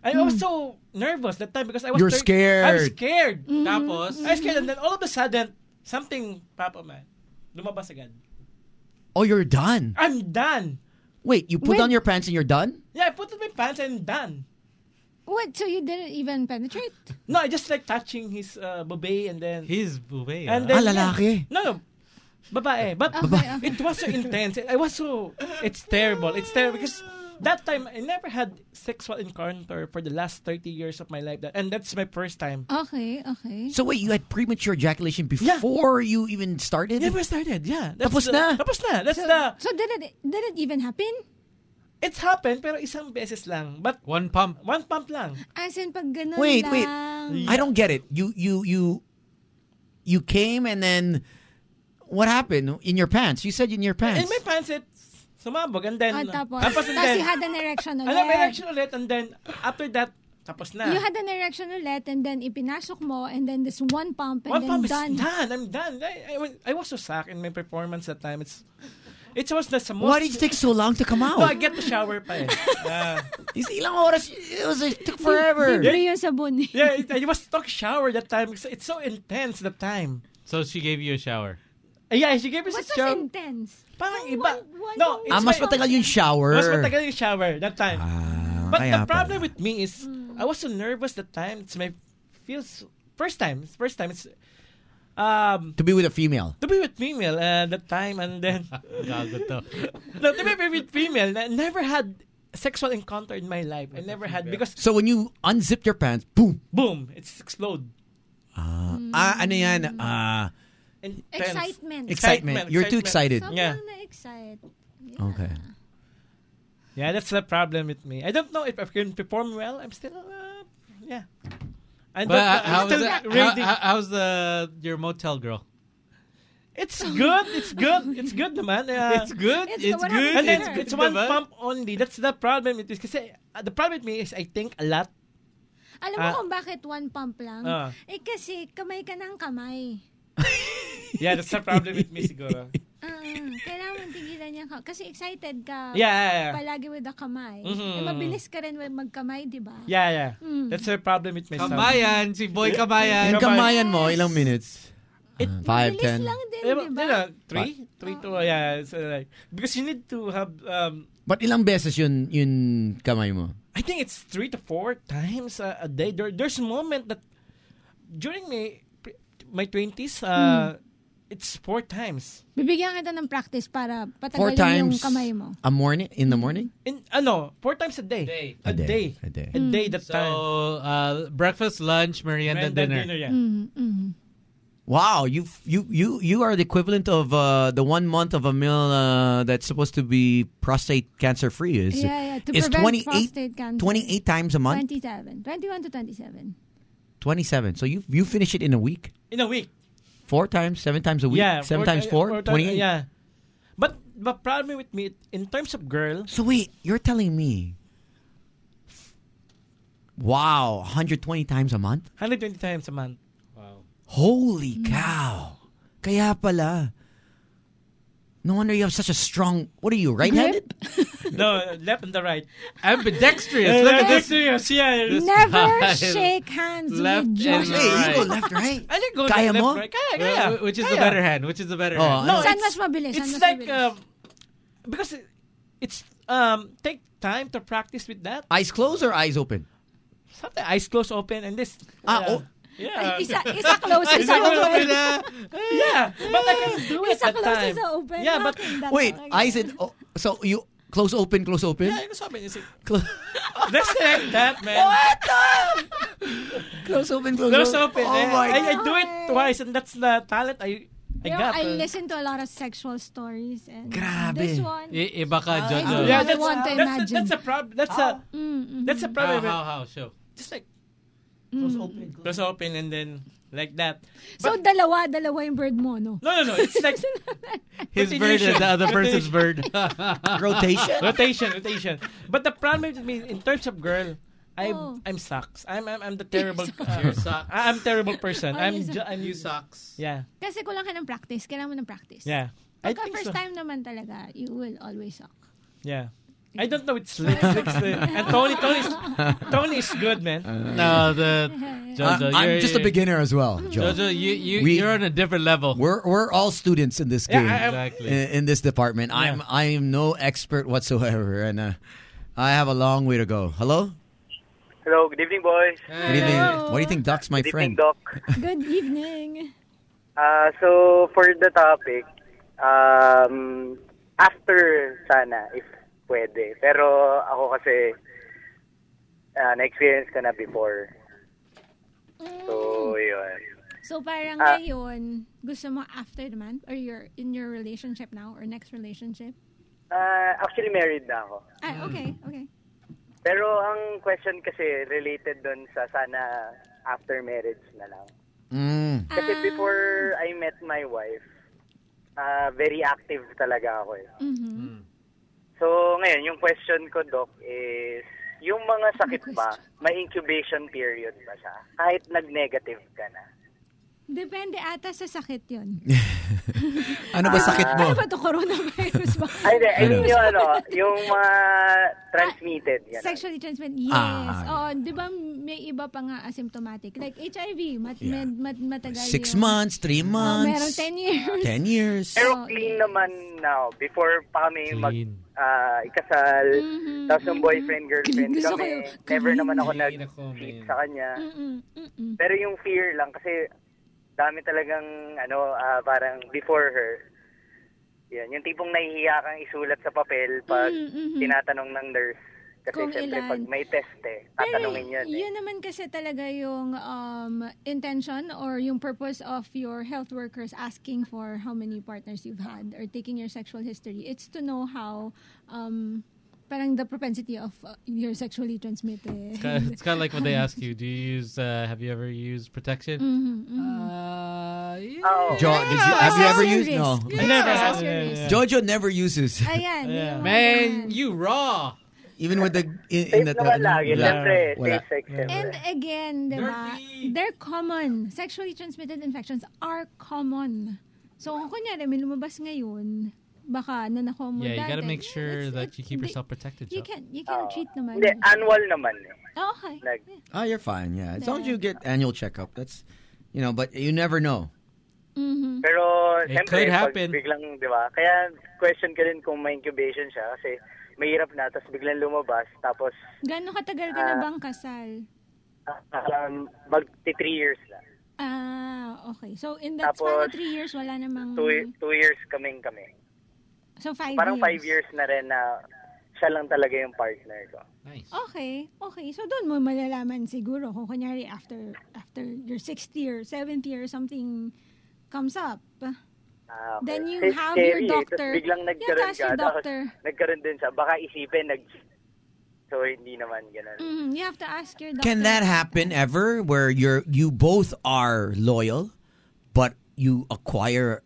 F: Mm.
E: I was so nervous that time because I was
D: You're
E: I'm
D: scared.
E: scared.
F: Mm-hmm.
C: Tapos?
E: I was scared and then all of a sudden something pop up man. Lumabas agad.
D: Oh, you're done.
E: I'm done.
D: Wait, you put
E: When-
D: on your pants and you're done?
E: Yeah, I put on my pants and done.
F: What? So you didn't even penetrate?
E: No, I just like touching his uh, babe and then
C: his babe.
E: And then
D: Ah, lalaki. Ah,
E: No, no. Babae. But
F: Okay,
E: it was so intense. I was so it's terrible. It's terrible because that time I never had sexual encounter for the last 30 years of my life that, and that's my first time.
F: Okay, okay.
D: So wait, you had premature ejaculation before you even started?
E: Never started. Yeah.
D: Tapos
E: the-
D: na.
E: Tapos na. That's
F: so,
E: the
F: So did it did it even happen?
E: It's happened pero isang beses lang. But
C: one pump.
E: One pump lang.
F: As in pag ganun
D: Wait,
F: Ano lang.
D: wait. I don't get it. You you you you came and then what happened in your pants? You said in your
E: And
D: pants.
E: my pants it sumabog and then
F: Ah, tapos.
E: Ano? tapos and
F: Tapos
E: then
F: you had an erection
E: ano,
F: ulit.
E: may erection ulit and then after that tapos na.
F: You had an erection ulit and then ipinasok mo and then this one pump and
E: One
F: then
E: pump is
F: done.
E: done. I'm done. I, I, was- I was so sacked in my performance that time. It's it was the most.
D: Why did you take so long to come out?
E: No, I get the shower pa eh. Yeah.
D: Is ilang oras? It was it took forever.
F: Libre yung sabon.
E: yeah, it, I was stuck shower that time. It's, it's so intense that time.
C: So she gave you a shower.
E: Eh, Yeah, she gave us
F: What
E: a
F: was
E: shower.
F: intense?
E: Parang iba. No, it's
D: Ah, mas
E: my-
D: matagal yung shower. Ah,
E: Mas matagal yung shower that time. But
D: kaya
E: the problem with me is I was so nervous that time. It's my feels first time. It's first time. It's um
D: to be with a female.
E: to be with female uh, that time and then no, to be with female I never had sexual encounter in my life I never had because
D: So when you unzipped your pants, boom.
E: boom it's explode
D: Ah, ah, ano yan? Ah,
E: Intense.
F: Excitement.
D: Excitement. You're too excited.
F: Sobrang
E: yeah
F: na-excite.
D: okay.
E: yeah that's the problem with me I don't know if I can perform well I'm still uh, yeah I
C: But
E: don't know.
C: how,
E: I'm
C: how, was
E: still
C: that, how,
E: reading.
C: how- how's the your motel girl?
E: It's good. It's good. It's good naman. Uh,
C: It's good, It's it's good, what good,
E: And then
C: happens
E: it's,
C: here?
E: it's one
C: Diba?
E: pump only. That's the problem with this. Kasi uh, the problem with me is I think a lot.
F: Alam mo
E: Ah.
F: kung bakit one pump lang?
E: Ah.
F: Eh kasi kamay ka ng kamay.
E: Yeah, that's the problem with me siguro.
F: Ah, kailangan tigilan niya ka. Kasi excited ka.
E: Yeah, yeah, yeah.
F: Palagi with the kamay. Eh,
E: Mhm.
F: mabilis ka rin magkamay, di ba?
E: Yeah, yeah.
C: Hmm.
F: Mm.
E: That's the problem with me.
C: Kamayan, si Boy Kamayan.
D: Yung kamayan mo, ilang minutes? Ah, five, ten.
E: Diba? three? Three to, yeah. So like, because you need to have, um,
D: But ilang beses yun, yun kamay mo?
E: I think it's three to four times a, a day. There, there's a moment that during my, my 20s, uh, it's four times.
F: Bibigyan kita ng practice para
D: Four
F: patagalin
D: times
F: yung kamay mo.
D: a morning? In the morning?
E: In ano, four times a day. A, day.
D: A day.
E: A day that
C: so,
E: time.
C: uh, breakfast, lunch, merienda,
E: Merienda,
C: dinner.
E: dinner, yeah.
F: Mhm, mhm.
D: Wow, you you you you are the equivalent of uh, the one month of a meal uh, that's supposed to be prostate cancer free. Is
F: yeah, yeah. To
D: is
F: prevent
D: 28,
F: prostate cancer.
D: 28 times a month,
F: 27. 21 to 27.
D: twenty seven. So you you finish it in a week,
E: In a week.
D: four times, seven times a week,
E: Yeah.
D: seven times
E: ti-
D: four,
E: four
D: 28.
E: ti- Yeah. But the problem with me in terms of girl.
D: So wait, you're telling me. Wow, 120 times a month?
E: 120 times a month. Wow.
D: Holy
F: Mm.
D: cow. Kaya pala. No wonder you have such a strong. What are you, right handed?
E: no, left and the right.
C: Ambidextrous. Look at this.
E: Ambidextrous. Yeah.
C: This guy.
F: Never shake hands
C: Left
F: with
C: and
F: Josh.
C: right. Hey, you go
D: left, right?
E: I didn't go
C: Kaya
E: left,
C: mo?
E: right. Kaya, kaya.
C: Wh- wh- Uh, Which is the
E: Kaya.
C: better hand? Which is the
D: Oh,
C: better hand?
E: No,
F: Saan mas
E: it's-
F: mabilis? Saan
E: It's
F: mas
E: like
F: mabilis?
E: um, because it- it's um take time to practice with that.
D: Eyes closed or eyes open? oh.
E: Something eyes closed open and this. Ah, yeah. Yeah.
F: Ay, isa- isa close,
E: Eyes
F: isa open.
E: yeah, but I can do it
F: Isa
E: at
F: close,
E: time.
F: isa open.
E: Yeah, but
D: Wait, eyes and. Oh, so you. Close open, close open?
E: Yeah, it's open. It's Let's like that, man.
D: What Close open, close,
E: Close open.
D: Oh
E: eh.
D: my
E: I, I do it twice, and that's the talent I I
F: You know,
E: got.
F: I
E: eh.
F: listen to a lot of sexual stories and this one.
C: I- iba ka,
F: Ah,
E: Oh,
C: Jojo.
F: I
E: Yeah,
F: don't
E: that's,
F: want to
E: that's,
F: imagine.
E: that's a problem. That's a
F: mm,
E: that's a
C: How,
E: problem.
C: how,
D: Oh,
C: how? Show.
E: Just like close open, close open, and then like that.
F: So dalawa, dalawa yung bird mo, no?
E: No, no, no. It's like
C: His bird and the other person's bird.
D: Rotation?
E: rotation, rotation. But the problem with me in terms of girl, I
C: Oh.
E: I'm sucks. I'm I'm, I'm the terrible.
C: You suck.
E: I- I'm terrible
F: Oh,
E: person. I'm
F: you
E: ju-
F: suck.
E: I'm
F: You
C: sucks.
E: Yeah,
F: Kasi kulang ka ng practice. Kailangan mo ng practice.
E: yeah. I
F: Pagka
E: think
F: first
E: so.
F: time naman talaga, you will always suck.
E: Yeah. I don't know. It's Lick, Lick's the- and Tony. Tony's Tony is good, man.
C: No, the Jojo.
D: I'm
C: you're-
D: just a
C: you're-
D: beginner as well, Joe.
C: Jojo, you you you're on a different level.
D: We're we're all students in this game,
C: I- Exactly.
D: in, in this department. I'm I am no expert whatsoever, and uh, I have a long way to go. Hello,
W: Hello, good evening, boys.
D: Good evening. What do you think, Doc's my
W: Good
D: friend?
W: evening, Doc.
F: Good evening.
W: Uh, so, for the topic, um, after sana, if pwede. Pero ako kasi, uh, na-experience ko na before.
F: Mm.
W: So, yun.
F: So parang
W: Ah.
F: ngayon, gusto mo after naman? Or you're in your relationship now? Or next relationship?
W: Uh, actually, married na ako.
F: Ah, okay, okay.
W: Pero ang question kasi related doon sa sana after marriage na lang.
D: Mm.
W: Kasi
F: Ah.
W: before I met my wife, ah, very active talaga ako eh.
D: Mm.
W: So ngayon, yung question ko, Doc, is yung mga sakit ba, may incubation period ba siya? Kahit nag-negative ka na.
F: Depende ata sa sakit yon.
D: Ano ba sakit mo?
F: Ano ba to coronavirus ba?
W: Ay, di, I
D: Ano?
W: mean, Ah, yung ano, yung mga transmitted.
F: Ah,
W: Yan.
F: Sexually transmitted? Yes.
D: Ah.
F: Oo, di ba may iba pa nga asymptomatic? Like HIV, mat, med- mat, matagal
D: Six
F: yun.
D: months, three
F: Oo, meron
D: months,
F: 10 years.
D: ten years.
W: Pero clean naman now. Before pa kami mag, ah, ikasal, tapos yung boyfriend, girlfriend
F: Clean. Mm-hmm. Gusto ko
W: kami,
F: yung
W: never
F: clean.
W: naman ako nag-cheat sa kanya. Pero yung fear lang, kasi dami talagang, ano, ah, parang before her, yan, yung tipong nahihiya kang isulat sa papel pag tinatanong ng nurse. Kasi
F: Mm-hmm, Kung
W: syempre,
F: ilan.
W: pag may test eh,
F: Pero
W: tatanungin yan eh.
F: yun naman kasi talaga yung um, intention or yung purpose of your health workers asking for how many partners you've had or taking your sexual history. It's to know how um, parang the propensity of uh, your sexually transmitted.
C: It's kind, of, it's kind of like when they ask you, "Do you use? Uh, have you ever used protection?"
F: Mm-hmm,
C: Mm.
F: Uh,
D: Jo- did you, have you ever used? No,
C: Yeah. Never. Assess your Oh, risk.
D: Jojo never uses.
F: Ayan. Yeah.
C: Man, you raw.
D: Even with the in, in the
C: naman lagi,
D: wala.
C: syempre,
D: Wala.
C: safe sex, syempre.
F: And again, di ba, they're common. Sexually transmitted infections are common. So, kung kunyari, may lumabas ngayon, baka nanako mo
C: Yeah, you gotta
F: dati.
C: make sure that you keep
F: the-
C: yourself protected.
F: You
C: Joe.
F: can, you can cheat naman.
W: Oh. Hindi, annual naman eh.
F: Oh, okay.
D: Oh, you're fine. Yeah, as long as you get annual checkup, that's you know. But you never know.
F: Mm-hmm.
W: Pero,
D: It
W: siyempre,
D: could
W: pag
D: happen.
W: biglang, di ba? Kaya, question ka rin kung may incubation siya kasi mahirap na, tapos biglang lumabas, tapos
F: Gano'ng katagal ka na
W: Ah.
F: bang kasal?
W: um, magti three years na.
F: Ah, okay. So, in that span of
W: Tapos,
F: three years, wala namang...
W: Two, two years kaming kami.
F: Mm-hmm. so, five
W: Parang
F: years.
W: five years na rin na siya lang talaga yung partner ko.
F: Okay, okay. So doon mo malalaman siguro kung kunyari after after your sixth year, seventh year, something comes up.
W: Ah, okay.
F: Then you
W: Kasi
F: have your
W: scary eh.
F: doctor.
W: Tapos biglang
F: Yeah,
W: nagkaroon
F: tapos your
W: ka, tapos
F: doctor.
W: nagkaroon din siya. Baka isipin, nag... So, hindi naman ganun.
F: Mm, you have to ask your doctor.
D: Can that happen ever where you're you both are loyal, but you acquire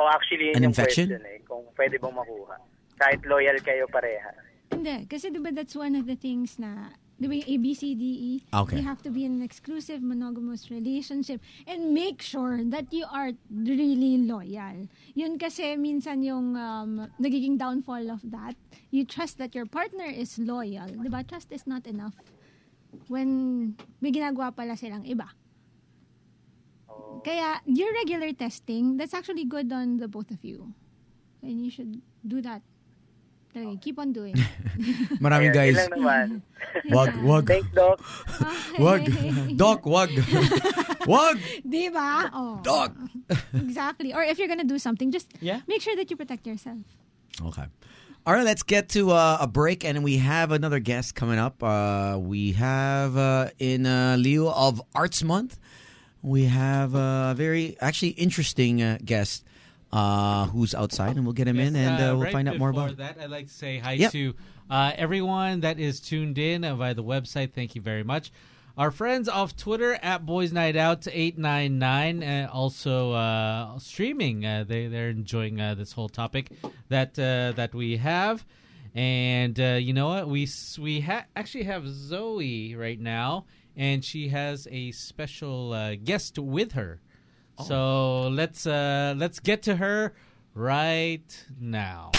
W: Oh, actually, yun
D: An
W: yung
D: infection?
W: question eh. Kung pwede bang makuha. Kahit loyal kayo pareha.
F: Hindi, kasi diba that's one of the things na, diba yung ABCDE,
W: Okay.
F: you have to be in an exclusive monogamous relationship and make sure that you are really loyal. Yun kasi minsan yung um, nagiging downfall of that, you trust that your partner is loyal. Diba? Trust is not enough when may ginagawa pala silang iba. Kaya, your regular testing, that's actually good on the both of you. And you should do that. Talaga, keep on doing.
D: Maraming
W: Ayun, yun
D: guys.
W: lang naman.
D: Wag, wag.
W: Thanks, Doc.
D: Wag. Doc, wag. wag.
F: Di ba? Oh.
D: Dog!
F: exactly. Or if you're gonna do something, just
D: Yeah.
F: make sure that you protect yourself.
D: Okay. All right, let's get to uh, a break, and we have another guest coming up. Uh, we have uh, in uh, lieu of Arts Month, we have uh, a very actually interesting uh, guest uh, who's outside, and we'll get him in, and uh, we'll
C: right
D: find out more
C: before
D: about.
C: that. I'd like to say hi
D: Yep.
C: to uh, everyone that is tuned in uh, via the website. Thank you very much. Our friends off Twitter at Boys Night Out eight nine nine, uh, also uh, streaming. Uh, they they're enjoying uh, this whole topic that uh, that we have, and uh, you know what we s- we ha- actually have Zoe right now, and she has a special uh, guest with her. So let's uh, let's get to her right now.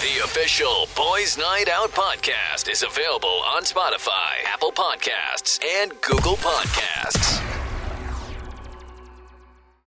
K: The official Boys Night Out podcast is available on Spotify, Apple Podcasts, and Google Podcasts.